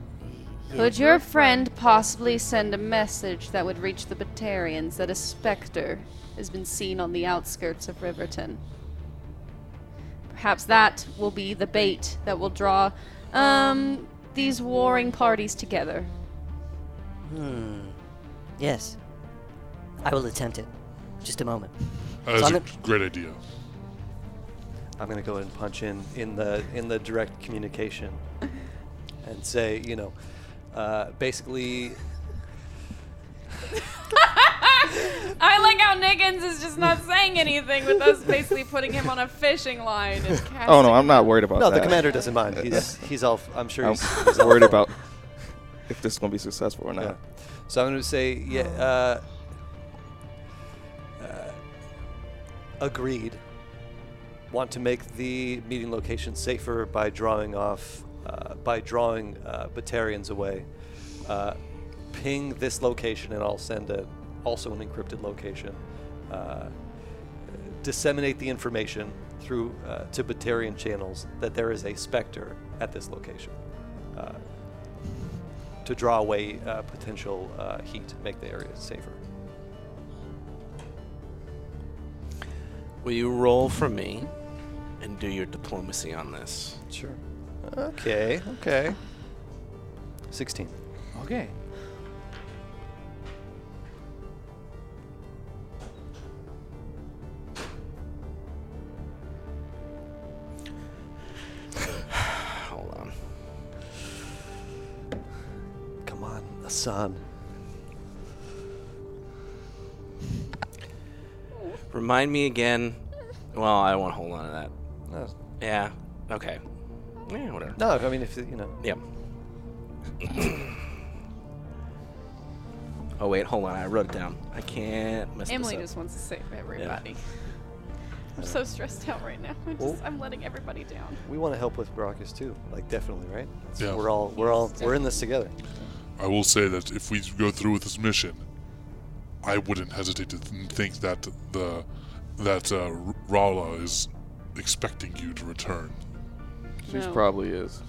S18: Could your friend possibly send a message that would reach the Batarians that a specter has been seen on the outskirts of Riverton? Perhaps that will be the bait that will draw um, these warring parties together.
S13: hmm. Yes. I will attempt it. Just a moment.
S10: That's
S13: So I'm
S10: a
S13: in-
S10: great idea.
S6: I'm gonna go ahead and punch in in the in the direct communication, and say, you know, uh, basically,
S9: I like how Niggins is just not saying anything with us basically putting him on a fishing line and casting.
S2: Oh no, I'm not worried about
S6: no,
S2: that.
S6: the commander doesn't mind. He's he's all. I'm sure
S2: I'm
S6: he's, he's all
S2: worried
S6: for it.
S2: about if this is gonna be successful or not.
S6: Yeah. So I'm going to say, yeah, uh, uh, agreed. Want to make the meeting location safer by drawing off, uh, by drawing uh, Batarians away. Uh, ping this location, and I'll send a, also an encrypted location. Uh, disseminate the information through uh, to Batarian channels that there is a specter at this location. Uh, to draw away uh, potential uh, heat, make the area safer.
S1: Will you roll for me and do your diplomacy on this?
S6: Sure. Okay, okay. 16.
S3: okay.
S1: Hold on.
S6: Come on, Hassan.
S1: Remind me again. Well, I won't hold on to that.
S6: No.
S1: Yeah. Okay. Yeah, whatever.
S6: Uh. No, I mean, if you know.
S1: Yeah. oh wait, hold on. I wrote it down. I can't mess
S9: Emily
S1: this
S9: just
S1: up.
S9: wants to save everybody. I'm so stressed out right now. I'm,
S6: Well-
S9: just, I'm letting everybody down.
S6: We want to help with Baracus too. Like definitely, right? It's-
S10: Yeah.
S6: We're all we're all we're in this together.
S10: I will say that if we go through with this mission, I wouldn't hesitate to th- think that the that uh, R- Rala is expecting you to return.
S2: She's
S9: No.
S2: probably is.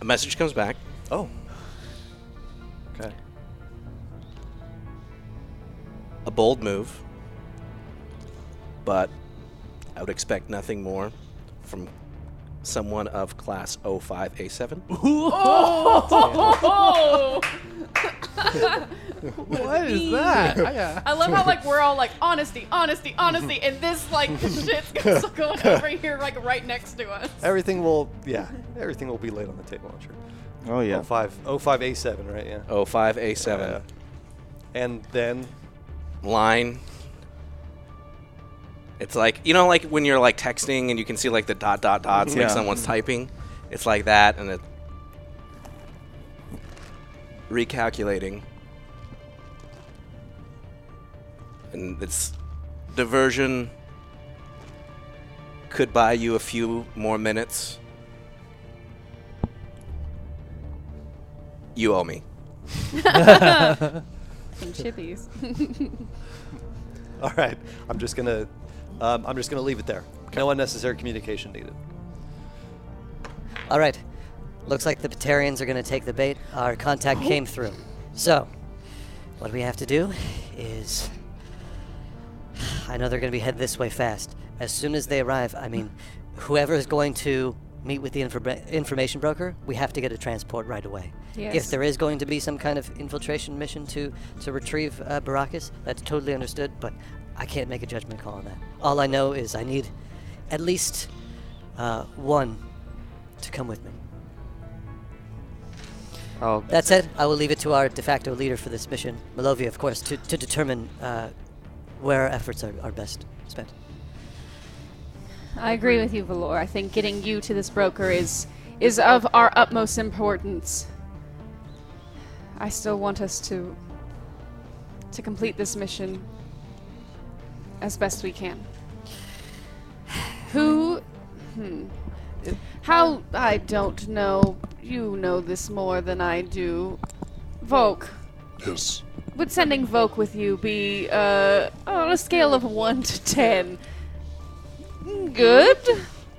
S1: A message comes back.
S6: Oh. Okay.
S1: A bold move, but I would expect nothing more from someone of class 05A7.
S4: Oh!
S3: What is that? I got-
S4: I love how like we're all like honesty, honesty, honesty, and this like shit's gonna- going over here like right next to us.
S6: Everything will yeah. Everything will be laid on the table. I'm sure.
S2: Oh yeah.
S6: 05 05A7, right? Yeah.
S1: Oh, 05A7.
S6: Yeah. And then
S1: line. It's like you know, like when you're like texting and you can see like the dot dot dots,
S2: Yeah.
S1: like someone's typing. It's like that, and it recalculating, and it's diversion could buy you a few more minutes. You owe me.
S9: Some chippies.
S6: all right. I'm just gonna um, I'm just gonna leave it there. No unnecessary communication needed.
S13: All right. Looks like the Batarians are going to take the bait. Our contact came through. So, what we have to do is. I know they're going to be headed this way fast. As soon as they arrive, I mean, whoever is going to meet with the infor- information broker, we have to get a transport right away. If
S18: Yes.
S13: there is going to be some kind of infiltration mission to, to retrieve uh, Baracus, that's totally understood, but I can't make a judgment call on that. All I know is I need at least uh, one to come with me.
S5: Oh.
S2: I'll
S13: That's it. I will leave it to our de facto leader for this mission, Malovia, of course, to, to determine uh, where our efforts are, are best spent.
S18: I agree with you, Valor. I think getting you to this broker is is of our utmost importance. I still want us to to complete this mission as best we can. Who hmm. How I don't know. You know this more than I do. Volk,
S10: Yes.
S18: would sending Vogue with you be uh, on a scale of 1 to 10? Good?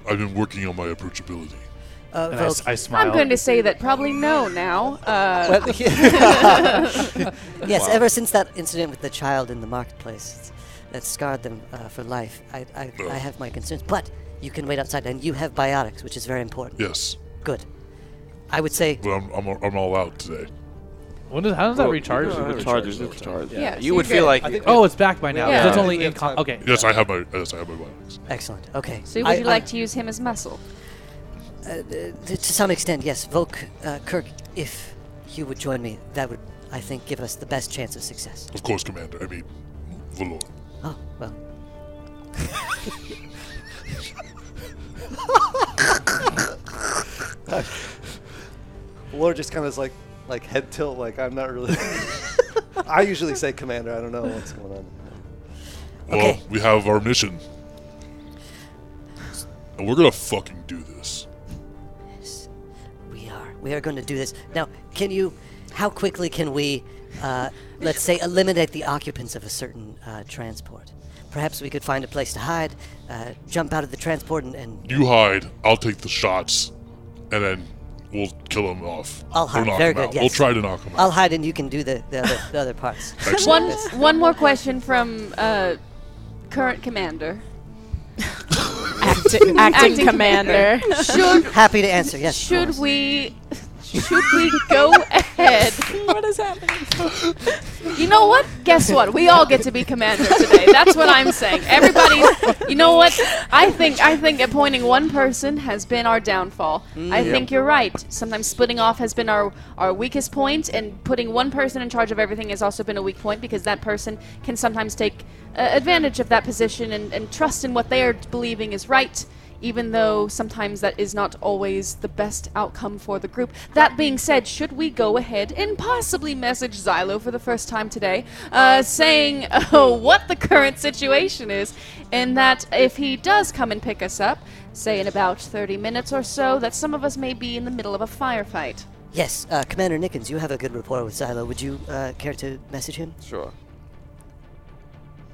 S10: I've been working on my approachability.
S13: Uh,
S3: And I, s- I smiled.
S18: I'm going to say that probably no now. Uh,
S13: Well, yeah. yes, ever since that incident with the child in the marketplace that scarred them uh, for life, I, I, I have my concerns. But you can wait outside, and you have biotics, which is very important.
S10: Yes.
S13: Good. I would say
S10: But I'm, I'm, I'm all out today.
S3: When does, how does that
S2: Well,
S3: recharge? It
S2: yeah, it recharges, it recharges.
S1: Yeah,
S18: Yeah,
S1: you
S18: so
S1: would
S18: you're
S1: feel
S18: good.
S1: like
S6: I think
S3: Oh, it's back by now.
S18: Yeah.
S3: That's only
S6: We
S3: in
S6: have
S3: con-
S6: time.
S3: okay.
S10: Yes, I have my yes, I have my biotics.
S13: excellent. Okay.
S18: so would
S13: I-
S18: you
S13: I- Uh,
S18: like to use him as muscle?
S13: to, to some extent, yes. Volk, uh, Kirk, if you would join me, that would, I think, give us the best chance of success.
S10: Of course, Commander. I mean, Valor.
S13: Oh, well.
S6: Laura just kind of is like like head tilt, like I'm not really. I usually say commander. I don't know what's going on.
S10: Well,
S13: Okay.
S10: we have our mission, and we're gonna fucking do this.
S13: We are. We are going to do this. Now, can you. How quickly can we, uh, let's say, eliminate the occupants of a certain uh, transport? Perhaps we could find a place to hide, uh, jump out of the transport, and, and
S10: You hide. I'll take the shots, and then we'll kill him off.
S13: I'll
S10: Or
S13: hide.
S10: knock
S13: Very
S10: him
S13: good,
S10: out.
S13: yes.
S10: We'll try to knock him
S13: I'll
S10: out.
S13: hide and you can do the, the, other, the other parts.
S10: Excellent.
S18: One, one more question from uh, current commander.
S4: Acting,
S18: Acting
S4: commander.
S18: Should
S13: Happy to answer, yes.
S18: should we
S4: should we go ahead? what is happening? you know what? Guess what? We all get to be commander today. That's what I'm saying. Everybody's. You know what?
S9: I think I think appointing one person has been our downfall.
S18: Mm,
S9: I
S18: yep.
S9: think you're right. Sometimes splitting off has been our our weakest point, and putting one person in charge of everything has also been a weak point because that person can sometimes take uh, advantage of that position and, and trust in what they are believing is right. Even though sometimes that is not always the best outcome for the group. That being said, should we go ahead and possibly message Xylo for the first time today, uh, saying uh, what the current situation is and that if he does come and pick us up, say in about 30 minutes or so, that some of us may be in the middle of a firefight.
S13: Yes, uh, Commander Nickens, you have a good rapport with Xylo. Would you uh, care to message him?
S2: Sure.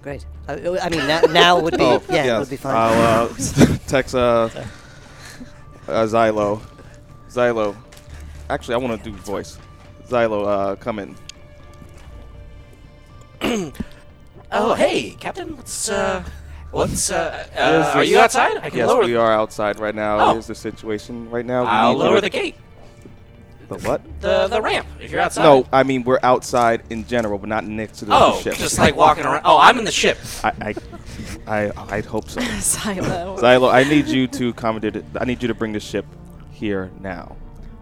S13: Great. I, I mean, now, now would be
S2: Oh,
S13: yeah,
S2: yes.
S13: would be fine.
S2: I'll uh, text uh, uh, Xylo. Xylo. Actually, I want to do voice. Xylo, uh, come in.
S7: Oh, hey, Captain. What's uh, what's uh,
S2: Here's
S7: uh
S2: the-
S7: are you outside? I can
S2: yes,
S7: lower.
S2: we are outside right now.
S7: Oh.
S2: Here's the situation right now. We
S7: I'll
S2: need
S7: lower
S2: to-
S7: the gate.
S2: The what?
S7: The the ramp. If you're outside.
S2: No, I mean we're outside in general, but not next to the
S7: Oh,
S2: ship.
S7: just like walking around. Oh, I'm in the ship.
S2: I, I, I, I'd hope so.
S5: Xylo.
S2: Xylo, I need you to accommodate. It. I need you to bring the ship here now.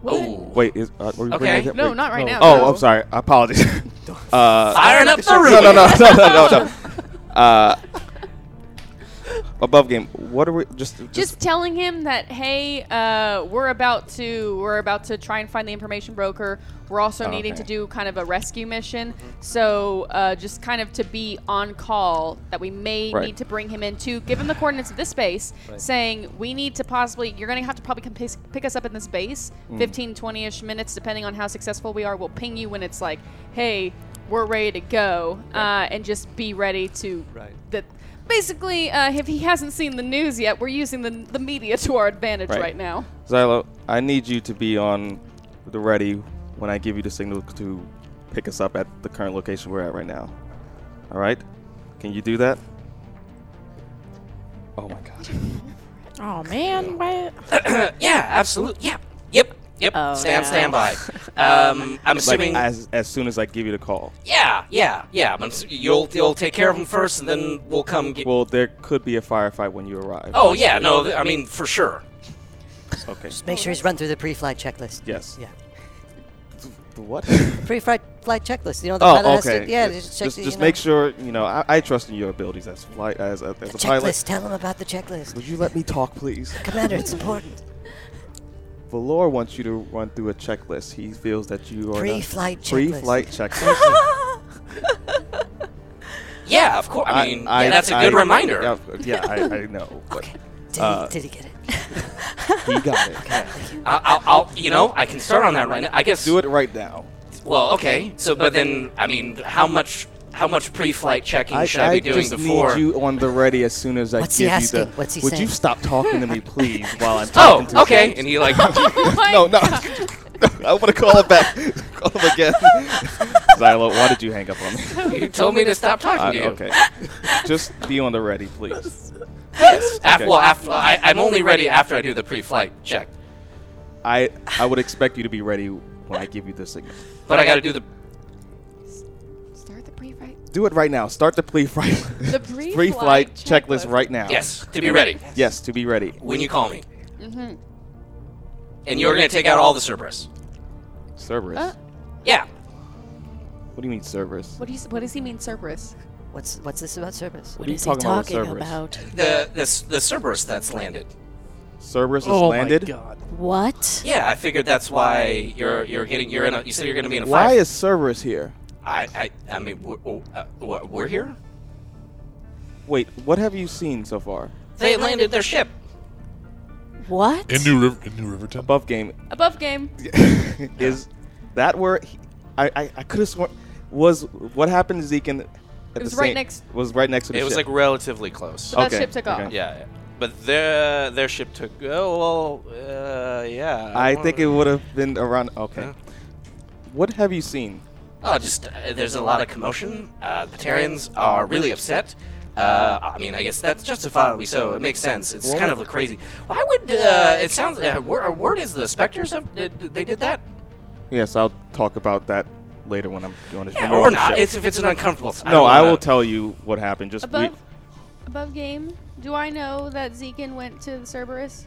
S7: Oh.
S2: Wait, is, uh, were you
S7: Okay.
S2: bringing the ship?
S4: No,
S2: Wait,
S4: not right now,
S2: Oh,
S4: no.
S2: I'm sorry. I apologize. uh,
S7: Firing up the
S2: no,
S7: room.
S2: No, no, no, no, no, no. Uh, above game. What are we? Just, just,
S9: Just telling him that, hey, uh, we're about to we're about to try and find the information broker. We're also needing
S2: Oh, Okay.
S9: to do kind of a rescue mission, so uh, just kind of to be on call that we may
S2: Right.
S9: need to bring him in to give him the coordinates of this base,
S2: Right.
S9: saying we need to possibly you're going to have to probably come pick, pick us up in this base,
S2: Mm.
S9: fifteen twenty 15, 20ish minutes depending on how successful we are. We'll ping you when it's like, hey, we're ready to go, uh, and just be ready to
S6: Right.
S9: that basically, uh, if he hasn't seen the news yet, we're using the, the media to our advantage right, now.
S2: Xylo, I need you to be on the ready when I give you the signal to pick us up at the current location we're at right now. All right? Can you do that? Oh my god.
S5: Oh man, what?
S7: yeah, absolutely. Yeah. Yep. Yep.
S5: Oh,
S7: Stand
S5: no.
S7: standby. Um, I'm
S2: Like,
S7: assuming.
S2: as, as soon as I give you the call.
S7: yeah. Yeah. Yeah. I'm, ass- you'll you'll take care of him first, and then we'll come get.
S2: Well, there could be a firefight when you arrive.
S7: Oh yeah. No. th- I mean for sure.
S2: Okay.
S13: Just make sure he's run through the pre-flight checklist.
S2: Yes.
S13: Yeah.
S2: The what?
S13: Pre-flight flight checklist. You know the
S2: Oh,
S13: pilot has
S2: okay.
S13: to. Yeah,
S2: just
S13: just check.
S2: just,
S13: the, you
S2: just
S13: know,
S2: make sure you know. I, I trust in your abilities as flight as a, as a
S13: Checklist.
S2: pilot.
S13: Tell him about the checklist,
S2: Would you let me talk, please?
S13: Commander. It's important.
S2: Valor wants you to run through a checklist. He feels that you are
S13: Pre-flight
S2: not,
S13: checklist.
S2: Pre-flight checklist.
S7: Yeah. Of course. I mean, yeah, that's a good
S2: I-
S7: reminder.
S2: Yeah, yeah, I, I know. But,
S13: Did,
S2: uh,
S13: he, did he get it?
S2: he got it.
S7: I- I'll, I'll. You know, I can start on that right now. I guess.
S2: Do it right now.
S7: Well, okay. So, but then, I mean, how much how much pre-flight checking
S2: I,
S7: should I, be
S2: I
S7: doing
S2: just
S7: before?
S2: need you on the ready as soon as I
S13: What's he
S2: give you the.
S13: asking? What's he
S2: would you
S13: saying?
S2: stop talking to me, please, while I'm
S7: oh,
S2: talking to
S7: okay.
S2: you?
S7: And he like,
S13: Oh
S2: no, no. I want to call him back. call him again. Xylo, why did you hang up on me?
S7: you told me to stop talking
S2: Uh,
S7: to you.
S2: okay. Just be on the ready, please.
S7: Yes. Af-
S2: Okay.
S7: Well, af- I, I'm only ready after I do the pre-flight check,
S2: I I would expect you to be ready when I give you the signal.
S7: but I got to do the.
S9: Start the pre-fight.
S2: Do it right now. Start the pre-flight
S9: The pre-flight
S2: pre-flight checklist right now.
S7: Yes, to be ready
S2: Yes, to be ready.
S7: when you call me,
S9: Mm-hmm.
S7: and you're gonna take out all the Cerberus.
S2: Cerberus.
S9: Uh.
S7: Yeah.
S2: What do you mean Cerberus?
S9: What, do you, s- what does he mean, Cerberus?
S13: What's what's this about service?
S2: What are you talking about with Cerberus?
S7: The the s- the Cerberus that's landed.
S2: Cerberus
S3: Oh my
S2: has landed.
S3: God.
S5: What?
S7: Yeah, I figured that's why you're you're getting you're in a you said you're gonna be in a
S2: Why
S7: fire.
S2: is Cerberus here?
S7: I I I mean we're, oh, uh, we're we're here.
S2: Wait, what have you seen so far?
S7: They landed their ship.
S5: What?
S10: In New River, in New Riverton.
S2: Above game
S9: Above game.
S2: is that where he, I I, I could have sworn was what happened to Zeke in at the
S9: was right
S2: same-
S9: next-
S2: was right next to the
S1: It was
S2: ship.
S1: like relatively close.
S9: So that
S2: Okay,
S9: ship took
S2: okay.
S9: off.
S1: Yeah, yeah. but their their ship took. Oh well, uh, yeah.
S2: I
S1: don't
S2: think it
S1: wanna-
S2: would have been around. Okay. What have you seen?
S7: Oh, just uh, there's a lot of commotion. Uh, the Terrans are really upset. Uh, I mean, I guess that's justifiably so. It makes sense. It's kind of crazy. Why would uh, it sounds? Uh, wor- uh, word is the specters of did, did they did that?
S2: Yes, I'll talk about that later when I'm doing it.
S7: Yeah, or not. It's- if it's an uncomfortable- I
S2: No,
S7: don't
S2: I
S7: wanna-
S2: will tell you what happened. Just we-
S9: Above, above game, do I know that Zekin went to the Cerberus?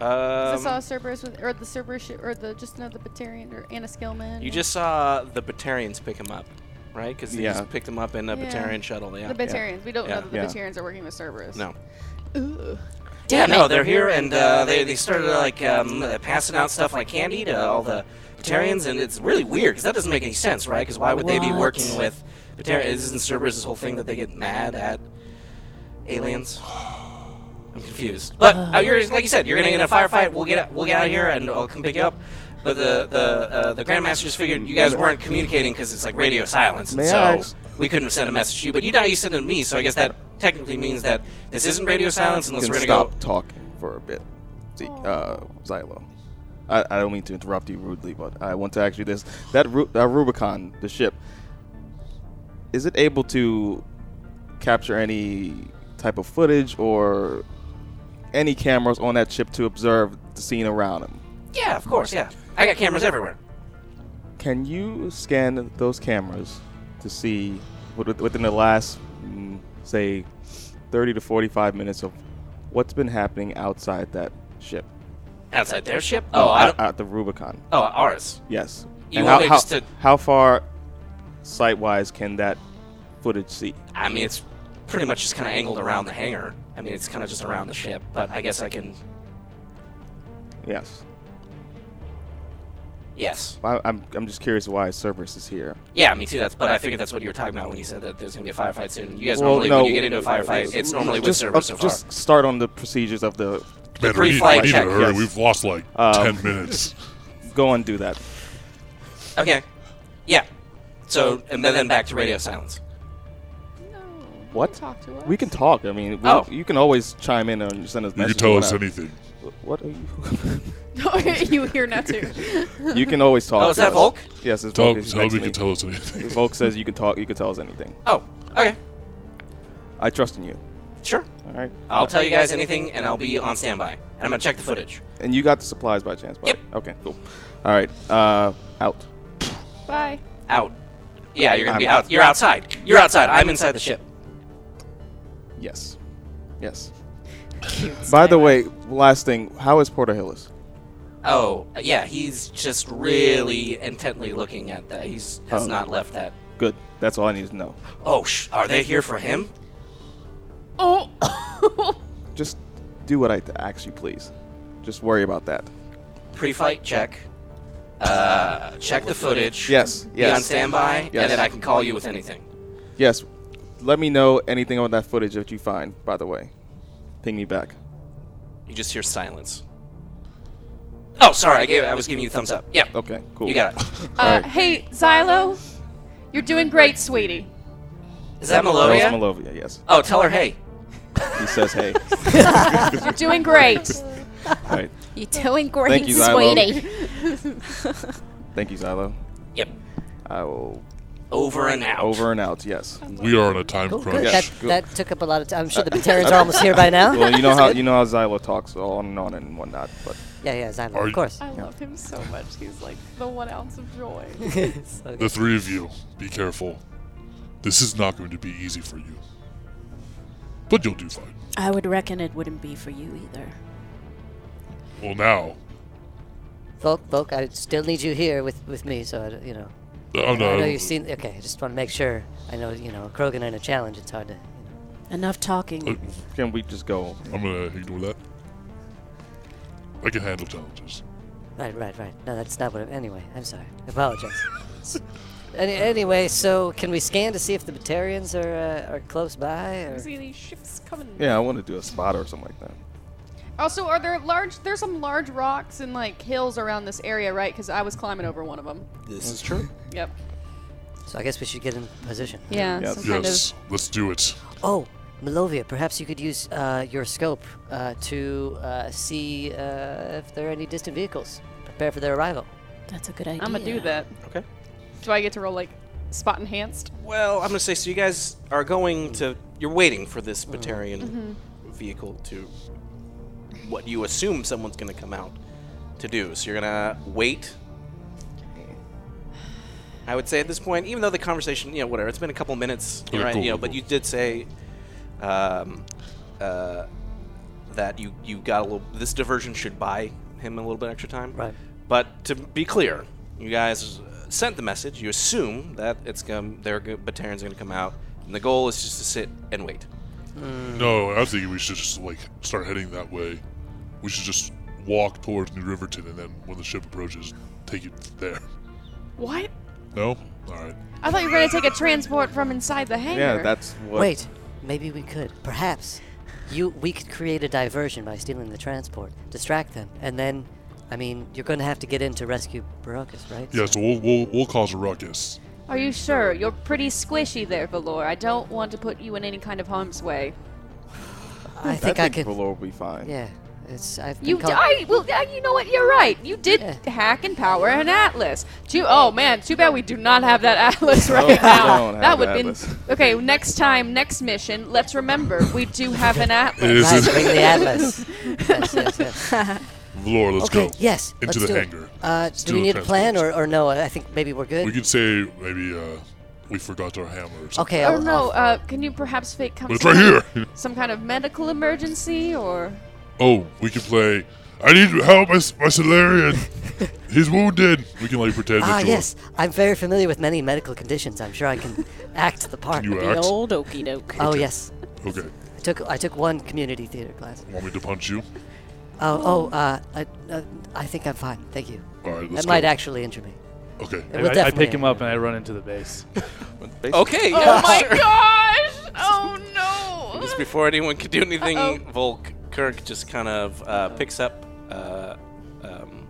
S9: 'Cause
S1: Um,
S9: I saw a Cerberus with, or the Cerberus, sh- or the just another Batarian or Anna Skillman.
S1: You just saw the Batarians pick him up, right? Because they
S2: Yeah.
S1: just picked him up in a
S9: Yeah.
S1: Batarian shuttle. Yeah.
S9: The Batarians. We don't
S1: Yeah.
S9: know that the
S1: Yeah.
S9: Batarians are working with Cerberus.
S1: No.
S9: Ooh.
S7: Yeah, no, they're here, and uh, they, they started like um, uh, passing out stuff like candy to all the Batarians, and it's really weird because that doesn't make any sense, right? Because why would they be
S1: What?
S7: working with Batarians? Isn't Cerberus' whole thing that they get mad at aliens? I'm confused. But uh, you're like you said, you're gonna get in a firefight. We'll get we'll get out of here, and I'll come pick you up. But the the uh, the Grandmaster just figured you guys weren't communicating because it's like radio silence, and
S2: May I
S7: so
S2: ask-
S7: we couldn't have sent a message to you. But you now you sent it to me, so I guess that technically means that this isn't radio silence unless
S2: can
S7: we're gonna go
S2: stop talking for a bit, Ze- uh, Xylo. I, I don't mean to interrupt you rudely, but I want to ask you this: that Ru- uh, Rubicon, the ship, is it able to capture any type of footage or any cameras on that ship to observe the scene around them?
S7: Yeah, of course, yeah. I got cameras everywhere.
S2: Can you scan those cameras to see what- within the last, mm, say, 30 to 45 minutes of what's been happening outside that ship?
S7: Outside their ship? Oh, I
S2: at,
S7: don't.
S2: at the Rubicon.
S7: Oh, ours.
S2: Yes.
S7: You
S2: And
S7: want
S2: how,
S7: me
S2: how,
S7: just to-
S2: how far sight wise can that footage see?
S7: I mean, it's pretty much just kind of angled around the hangar. I mean, it's kind of just around the ship, but I guess I can.
S2: Yes.
S7: Yes.
S2: I, I'm, I'm just curious why Cerberus is here.
S7: Yeah, me too. That's. But I figured that's what you were talking about when you said that there's gonna be a firefight soon. You guys
S2: Well,
S7: normally,
S2: no,
S7: when you get into a firefight, it's normally with
S2: just,
S7: server
S2: uh,
S7: so far.
S2: Just start on the procedures of the, Um,
S10: Better The pre-flight we need to check. hurry. We've lost, like, 10 minutes.
S2: Go and do that.
S7: Okay. Yeah. So and then, then back to radio silence.
S2: What?
S9: talk to
S2: We can talk. I mean, we,
S7: Oh.
S2: you can always chime in and send us
S10: You can
S2: messages.
S10: tell
S2: or
S10: us
S2: whatever.
S10: anything.
S2: What are you?
S9: you here now too.
S2: you can always talk.
S7: Oh, is
S2: to
S7: that
S2: us.
S7: Volk?
S2: Yes, it's
S1: Uh,
S10: Tell-
S2: Volk. He's
S10: tell him
S2: next
S10: he
S2: to
S10: can
S2: me.
S10: tell us anything.
S2: Volk says you can talk. You can tell us anything.
S7: Oh, okay.
S2: I trust in you.
S7: Sure.
S2: All right.
S7: I'll tell you guys anything, and I'll be on standby. And I'm gonna check the footage.
S2: And you got the supplies by chance, buddy? Okay, cool. All right. Uh, out.
S9: Bye.
S7: Out. Yeah, you're gonna be
S2: I'm-
S7: out. You're outside. You're outside. I'm inside the ship.
S2: Yes. Yes. By the way, last thing. How is Porter Hillis?
S7: Oh, yeah, he's just really intently looking at that. He's has
S2: Oh.
S7: not left that.
S2: Good. That's all I need to know.
S7: Oh, sh- are they here for him?
S4: Oh.
S2: Just do what I ask you, please. Just worry about that.
S7: Pre-flight check. Uh, check the footage.
S2: Yes,
S7: Be
S2: yes.
S7: on standby,
S2: Yes.
S7: and then I can call you with anything.
S2: Yes. Let me know anything on that footage that you find. By the way, ping me back.
S7: You just hear silence. Oh, sorry, I gave I was giving you a thumbs up. Yeah.
S2: Okay. Cool.
S7: You got it.
S9: Uh, Hey, Xylo, you're doing great, sweetie.
S7: Is that
S2: Rose
S7: Melovia?
S2: Malovia, yes.
S7: Oh, tell her hey.
S2: He says, hey.
S9: You're doing great.
S2: All right.
S5: You're doing
S2: Thank
S5: great,
S2: you, Xylo.
S5: sweetie.
S2: Thank you, Xylo.
S7: Yep.
S2: I will.
S7: Over and out.
S2: Over and out, yes.
S10: We are on a time
S13: Cool,
S10: crunch.
S13: good.
S2: Yes.
S13: That,
S2: Go-
S13: that took up a lot of time. I'm sure the Batarians are almost here by now.
S2: Well, you know
S13: That's
S2: how
S13: good.
S2: you know how Xylo talks on and on and whatnot, but
S13: Yeah, yeah, Xylo,
S10: Are
S13: of
S10: you-
S13: course.
S4: I love him so much. He's like the one ounce of joy.
S10: The three of you, be careful. This is not going to be easy for you. But you'll do fine.
S5: I would reckon it wouldn't be for you either.
S10: Well, now.
S13: Volk, Volk, I still need you here with, with me, so I, don't- you know.
S10: Oh, no.
S13: I know you've seen. Okay, I just want to make sure. I know, you know, Krogan and a challenge. It's hard to.
S10: Uh,
S5: Enough talking.
S2: can we just go?
S10: I'm going to ignore that. I can handle challenges.
S13: Right, right, right. No, that's not what. I, anyway, I'm sorry. I apologize. S- Any, anyway, so can we scan to see if the Batarians are uh, are close by? Or?
S4: Is any ships coming?
S2: Yeah, I want to do a spot or something like that.
S9: Also, are there large? There's some large rocks and like hills around this area, right? Because I was climbing over one of them.
S7: This is true.
S9: Yep.
S13: So I guess we should get in position.
S9: Yeah.
S2: Yes.
S9: Some kind of
S10: Yes, let's do it.
S13: Oh, Melovia, perhaps you could use uh, your scope uh, to uh, see uh, if there are any distant vehicles. Prepare for their arrival.
S5: That's a good idea.
S9: I'm gonna do that.
S1: Okay.
S9: Do I get to roll like spot enhanced?
S1: Well, I'm gonna say so. You guys are going to. You're waiting for this Batarian vehicle to. What you assume someone's gonna come out to do. So you're gonna wait I would say at this point, even though the conversation, you know, whatever, it's been a couple minutes,
S7: Okay,
S1: right?
S7: cool,
S1: you know,
S7: cool,
S1: but
S7: cool.
S1: you did say um, uh, that you you got a little. This diversion should buy him a little bit extra time, right? But to be clear, you guys sent the message. You assume that it's going their go- Batarians are going to come out, and the goal is just to sit and wait.
S10: No, I'm thinking we should just like start heading that way. We should just walk towards New Riverton, and then when the ship approaches, take it there.
S9: What?
S10: No, all right.
S9: I thought you were going to take a transport from inside the hangar.
S13: Wait, maybe we could. Perhaps you we could create a diversion by stealing the transport, distract them, and then, I mean, you're going to have to get in to rescue Barocus, right?
S10: Yeah, so we'll we'll, we'll cause a ruckus.
S9: Are you sure? You're pretty squishy there, Valor. I don't want to put you in any kind of harm's way.
S13: I think I, could.
S2: Valor will be fine.
S13: Yeah, it's I've been
S9: You,
S13: called-
S9: I, well, uh, you know what? You're right. You did hack and power an atlas. Too, oh man, too bad we do not have that atlas
S2: No,
S9: right
S2: we
S9: now.
S2: don't have
S9: that would
S2: the
S9: be
S2: atlas.
S9: okay. Next time, next mission, let's remember we do have an atlas.
S10: It is Right, in-
S13: bring the atlas.
S10: Valor, let's
S13: okay,
S10: go.
S13: yes.
S10: into
S13: let's
S10: the
S13: do it.
S10: hangar.
S13: Uh,
S10: Let's
S13: do we
S10: a
S13: need a
S10: transport.
S13: plan or, or no? I think maybe we're good.
S10: We could say maybe uh, we forgot our hammer. Or something.
S13: Okay,
S9: Or no, uh, can you perhaps fake come
S10: It's
S9: some
S10: right
S9: kind-
S10: here.
S9: some kind of medical emergency or
S10: Oh, we could play. I need help, my, my Solarian. He's wounded. We can like pretend.
S13: Ah,
S10: it's
S13: yes. I'm very familiar with many medical conditions. I'm sure I can act the part.
S10: Can you The act? old
S13: okey doke. Oh,
S10: Okay.
S13: yes.
S10: Okay.
S13: I took, I took one community theater class.
S10: Want me to punch you?
S13: Oh, oh, uh, I, uh, I think I'm fine. Thank you.
S10: All right,
S13: that
S10: let's
S13: might
S10: go.
S13: actually injure me.
S10: Okay.
S13: It
S3: I,
S13: will
S3: I- I
S13: definitely
S3: pick him up and I run into the base.
S1: Okay,
S4: Oh
S1: yeah,
S4: my
S1: sure.
S4: gosh! Oh no!
S1: Just before anyone could do anything,
S4: Uh-oh.
S1: Volk Kirk just kind of uh, picks up. Uh, um,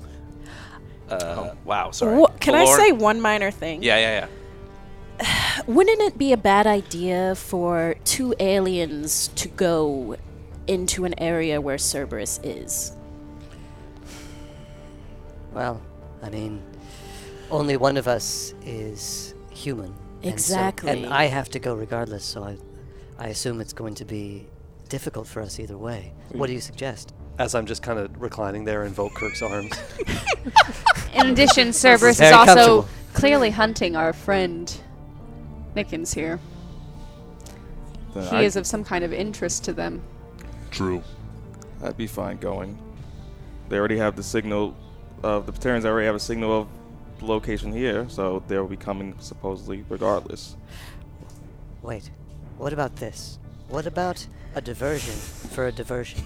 S1: uh,
S2: Oh.
S1: Wow, sorry.
S19: Wha- can I
S1: Valor-
S19: say one minor thing?
S1: Yeah, yeah, yeah.
S5: Wouldn't it be a bad idea for two aliens to go into an area where Cerberus is?
S13: Well, I mean, only one of us is human. and so-
S5: Exactly.
S13: and I have to go regardless, so I, I assume it's going to be difficult for us either way.
S10: Hmm.
S13: What do you suggest?
S6: As I'm just kind of reclining there in Volkirk's arms.
S9: In addition, Cerberus is
S6: Very
S9: also
S6: comfortable.
S9: clearly hunting our friend Nickens here.
S2: Then
S9: He
S2: I'd-
S9: is of some kind of interest to them.
S10: True.
S2: I'd be fine going. They already have the signal of the Batarians already have a signal of the location here, so they'll be coming supposedly regardless.
S13: Wait, what about this? What about a diversion for a diversion?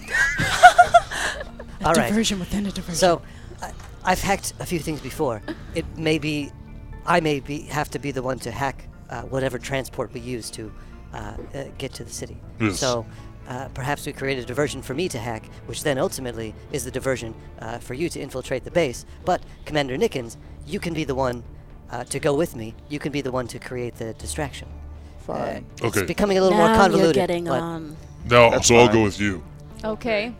S13: All right.
S5: diversion within a diversion.
S13: So, I, I've hacked a few things before. It may be, I may be have to be the one to hack uh, whatever transport we use to uh, uh, get to the city.
S10: Yes.
S13: So. Uh, perhaps we create a diversion for me to hack, which then ultimately is the diversion uh, for you to infiltrate the base. But Commander Nickens, you can be the one uh, to go with me. You can be the one to create the distraction. Fine.
S10: Okay.
S13: It's becoming a little more
S5: Now you're
S13: convoluted.
S5: getting um,
S13: but-
S5: on.
S10: Now,
S13: That's
S10: so I'll
S13: fine.
S10: go with you,
S9: Okay.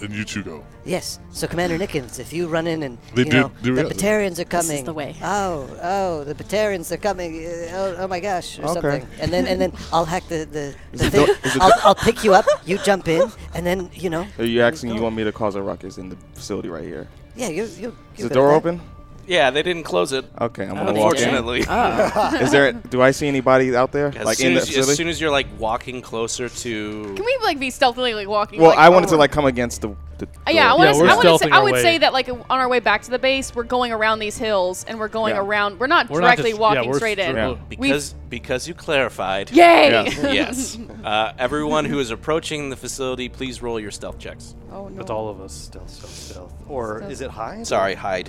S10: and you two go.
S13: Yes. So Commander Nickens, if you run in and
S10: They
S13: you
S10: do-
S13: know
S10: they
S13: the
S10: really-
S13: Batarians are
S5: This is
S13: coming.
S5: the way.
S13: Oh, oh, the Batarians are coming. Uh, oh, oh my gosh, or
S2: Okay.
S13: something. And then and then I'll hack the the, the
S2: it do-
S13: thing.
S2: is it
S13: I'll,
S2: do-
S13: I'll pick you up. You jump in, and then you know.
S2: Are you asking you want me to cause a ruckus in the facility right here?
S13: Yeah, you you.
S2: Is the door open?
S1: Yeah, they didn't close it.
S2: Okay, I'm gonna walk in.
S1: Unfortunately.
S13: Oh.
S2: Is there? Do I see anybody out there?
S1: As,
S2: like in
S1: soon
S2: the
S1: as, as
S2: facility?
S1: soon as you're like walking closer to,
S4: Can we like be stealthily like walking?
S2: well,
S4: like,
S2: I wanted to
S4: over?
S2: like come against the. the
S4: Uh, yeah, I
S2: door.
S4: want to. I, wanna say, I would say that like uh, on our way back to the base, we're going around these hills and we're going
S2: Yeah.
S4: around. We're not
S3: We're not
S4: directly
S3: just- yeah,
S4: walking
S3: we're
S4: straight in.
S3: through-
S4: We've-
S1: because because you clarified.
S4: Yay! Yeah.
S1: yes. Uh, everyone who is approaching the facility, please roll your stealth checks.
S9: Oh no.
S3: With all of us, stealth, stealth, stealth.
S6: Or is it high?
S1: Sorry, hide.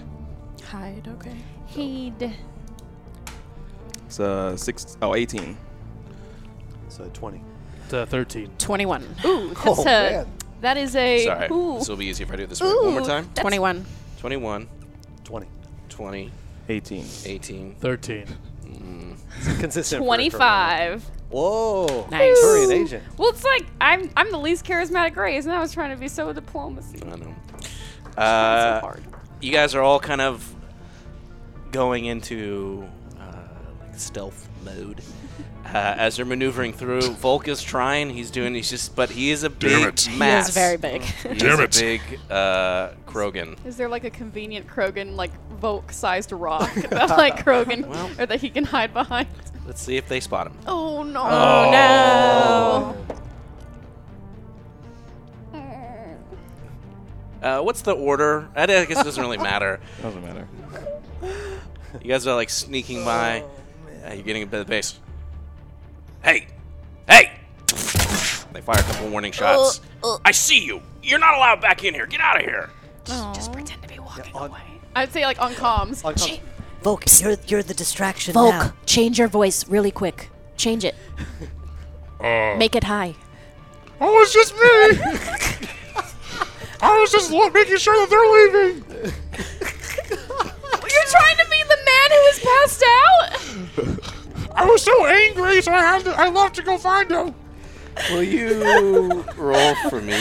S9: Hide, okay. Hide.
S2: It's uh six. Oh, 18.
S6: So 20.
S3: It's, uh, 13.
S5: 21.
S4: Ooh, that's
S3: Oh,
S4: a,
S3: man.
S4: that is a.
S1: Sorry.
S4: ooh.
S1: This will be easy if I do it this way. One more
S4: Ooh,
S1: time.
S4: that's- 21.
S1: 21.
S6: 20.
S1: 20.
S2: 18.
S1: 18.
S3: 13.
S1: Mm.
S6: Consistent. for- for-
S4: Twenty-five.
S6: Whoa.
S5: Nice.
S6: Korean agent.
S4: Well, it's like I'm I'm the least charismatic race, and I was trying to be so diplomacy.
S1: I know. Uh, You guys are all kind of going into uh, like stealth mode. Uh, as they're maneuvering through, Volk is trying. He's doing. He's just, but he is a big
S10: Damn it. He is
S1: mass. Mm.
S5: very big.
S1: He
S10: Damn
S1: is
S10: it.
S1: a big uh, Krogan.
S9: Is there like a convenient Krogan, like Volk-sized rock that like Krogan, or that he can hide behind?
S1: Let's see if they spot him.
S9: Oh no!
S1: Oh, no. Uh, what's the order? I d- I guess it doesn't really matter.
S2: Doesn't matter.
S1: You guys are like sneaking by. Uh, you're getting a bit of base. Hey! Hey! They fire a couple warning shots. I see you! You're not allowed back in here! Get out of here!
S9: Just pretend to be walking away. I'd say like on comms.
S5: comms.
S13: Volk, you're, you're the distraction
S5: Volk,
S13: now.
S5: change your voice really quick. Change it.
S10: Uh,
S5: Make it high.
S10: Oh, it's just me. I was just lo- making sure that they're leaving.
S9: You're trying to be the man who is passed out.
S10: I was so angry, so I had to. I left to go find them.
S1: Will you roll for me?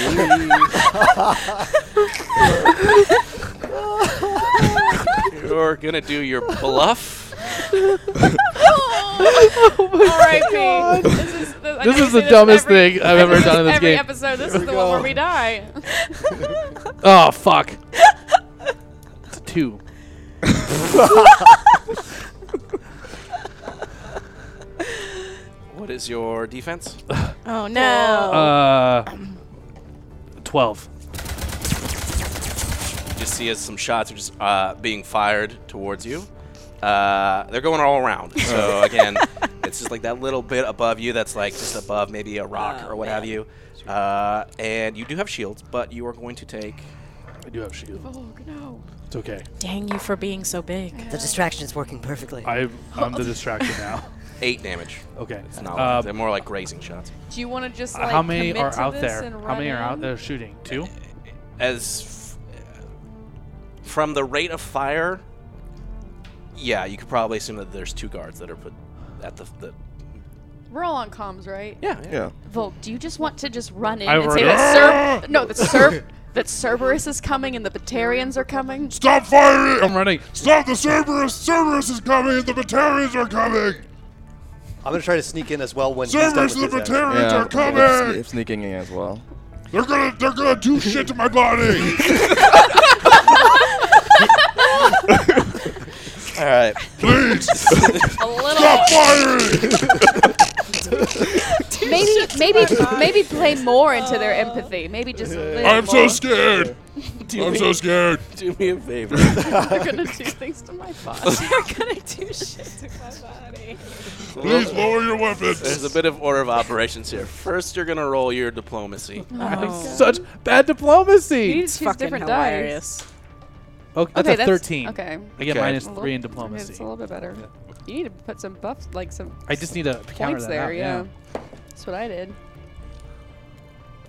S1: You're gonna do your bluff.
S9: R.I.P. This is the, I
S11: Oh This
S9: know
S11: is
S9: we
S11: the
S9: do
S11: dumbest
S9: every-
S11: thing I've ever
S9: I do
S11: done in this
S9: every
S11: game.
S9: episode, this is the one where we die.
S11: Oh fuck. it's a two.
S1: What is your defense?
S5: Oh no.
S11: Uh, twelve.
S1: You just see as some shots are just uh, being fired towards you. Uh, they're going all around. So again, it's just like that little bit above you that's like just above maybe a
S11: Ah,
S1: rock or what have you. Uh, and you do have shields, but you are going to take.
S11: I do have shield.
S9: Oh no!
S11: It's okay.
S5: Dang you for being so big.
S13: The distraction is working perfectly.
S11: I
S1: um,
S5: Oh,
S11: I'm the distraction now.
S1: Eight damage.
S11: Okay.
S1: It's not.
S11: Uh,
S1: they're more like grazing shots.
S9: Do you want to just
S11: Uh,
S9: like
S11: how many
S9: commit
S11: are
S9: to
S11: out
S9: this
S11: there?
S9: and
S11: How many
S9: run
S11: are out
S9: in?
S11: there shooting? Two.
S1: As f- from the rate of fire, yeah, you could probably assume that there's two guards that are put at the. the
S9: We're all on comms, right?
S1: yeah,
S2: Yeah.
S7: Volk, do you just want to just run in
S11: I've
S7: and say
S11: already-
S7: that Cer- no, that Cer- that Cerberus is coming and the Batarians are coming?
S10: Stop firing!
S11: I'm running.
S10: Stop the Cerberus! Cerberus is coming! The Batarians are coming!
S6: I'm gonna try to sneak in as well when he's done
S10: Cerberus
S6: with
S10: and the
S6: his action.
S10: Batarians
S2: yeah,
S10: are coming!
S2: I'm sne- sneaking in as well.
S10: They're gonna they're gonna do shit to my body!
S1: All right.
S10: Please!
S9: A little.
S10: Stop firing!
S7: Maybe maybe maybe play more into their empathy. Maybe
S11: Uh,
S7: just live
S10: I'm so
S7: more.
S10: scared! I'm so scared!
S1: Do me a favor.
S9: They're gonna do things to my body. They're gonna do shit to my body.
S10: Please lower your
S1: There's
S10: weapons!
S1: a bit of order of operations here. First, you're gonna roll your diplomacy.
S9: Oh
S11: Such bad diplomacy.
S9: You choose different dice.
S11: Okay, that's
S9: okay,
S11: a thirteen.
S9: Okay.
S11: I get
S1: Okay.
S11: minus
S9: Well,
S11: three in
S9: Okay, it's a
S11: diplomacy.
S9: little bit better. You need to put some buffs, like some
S11: I just need to counter
S9: points
S11: that
S9: there.
S11: out,
S9: yeah. That's what I did.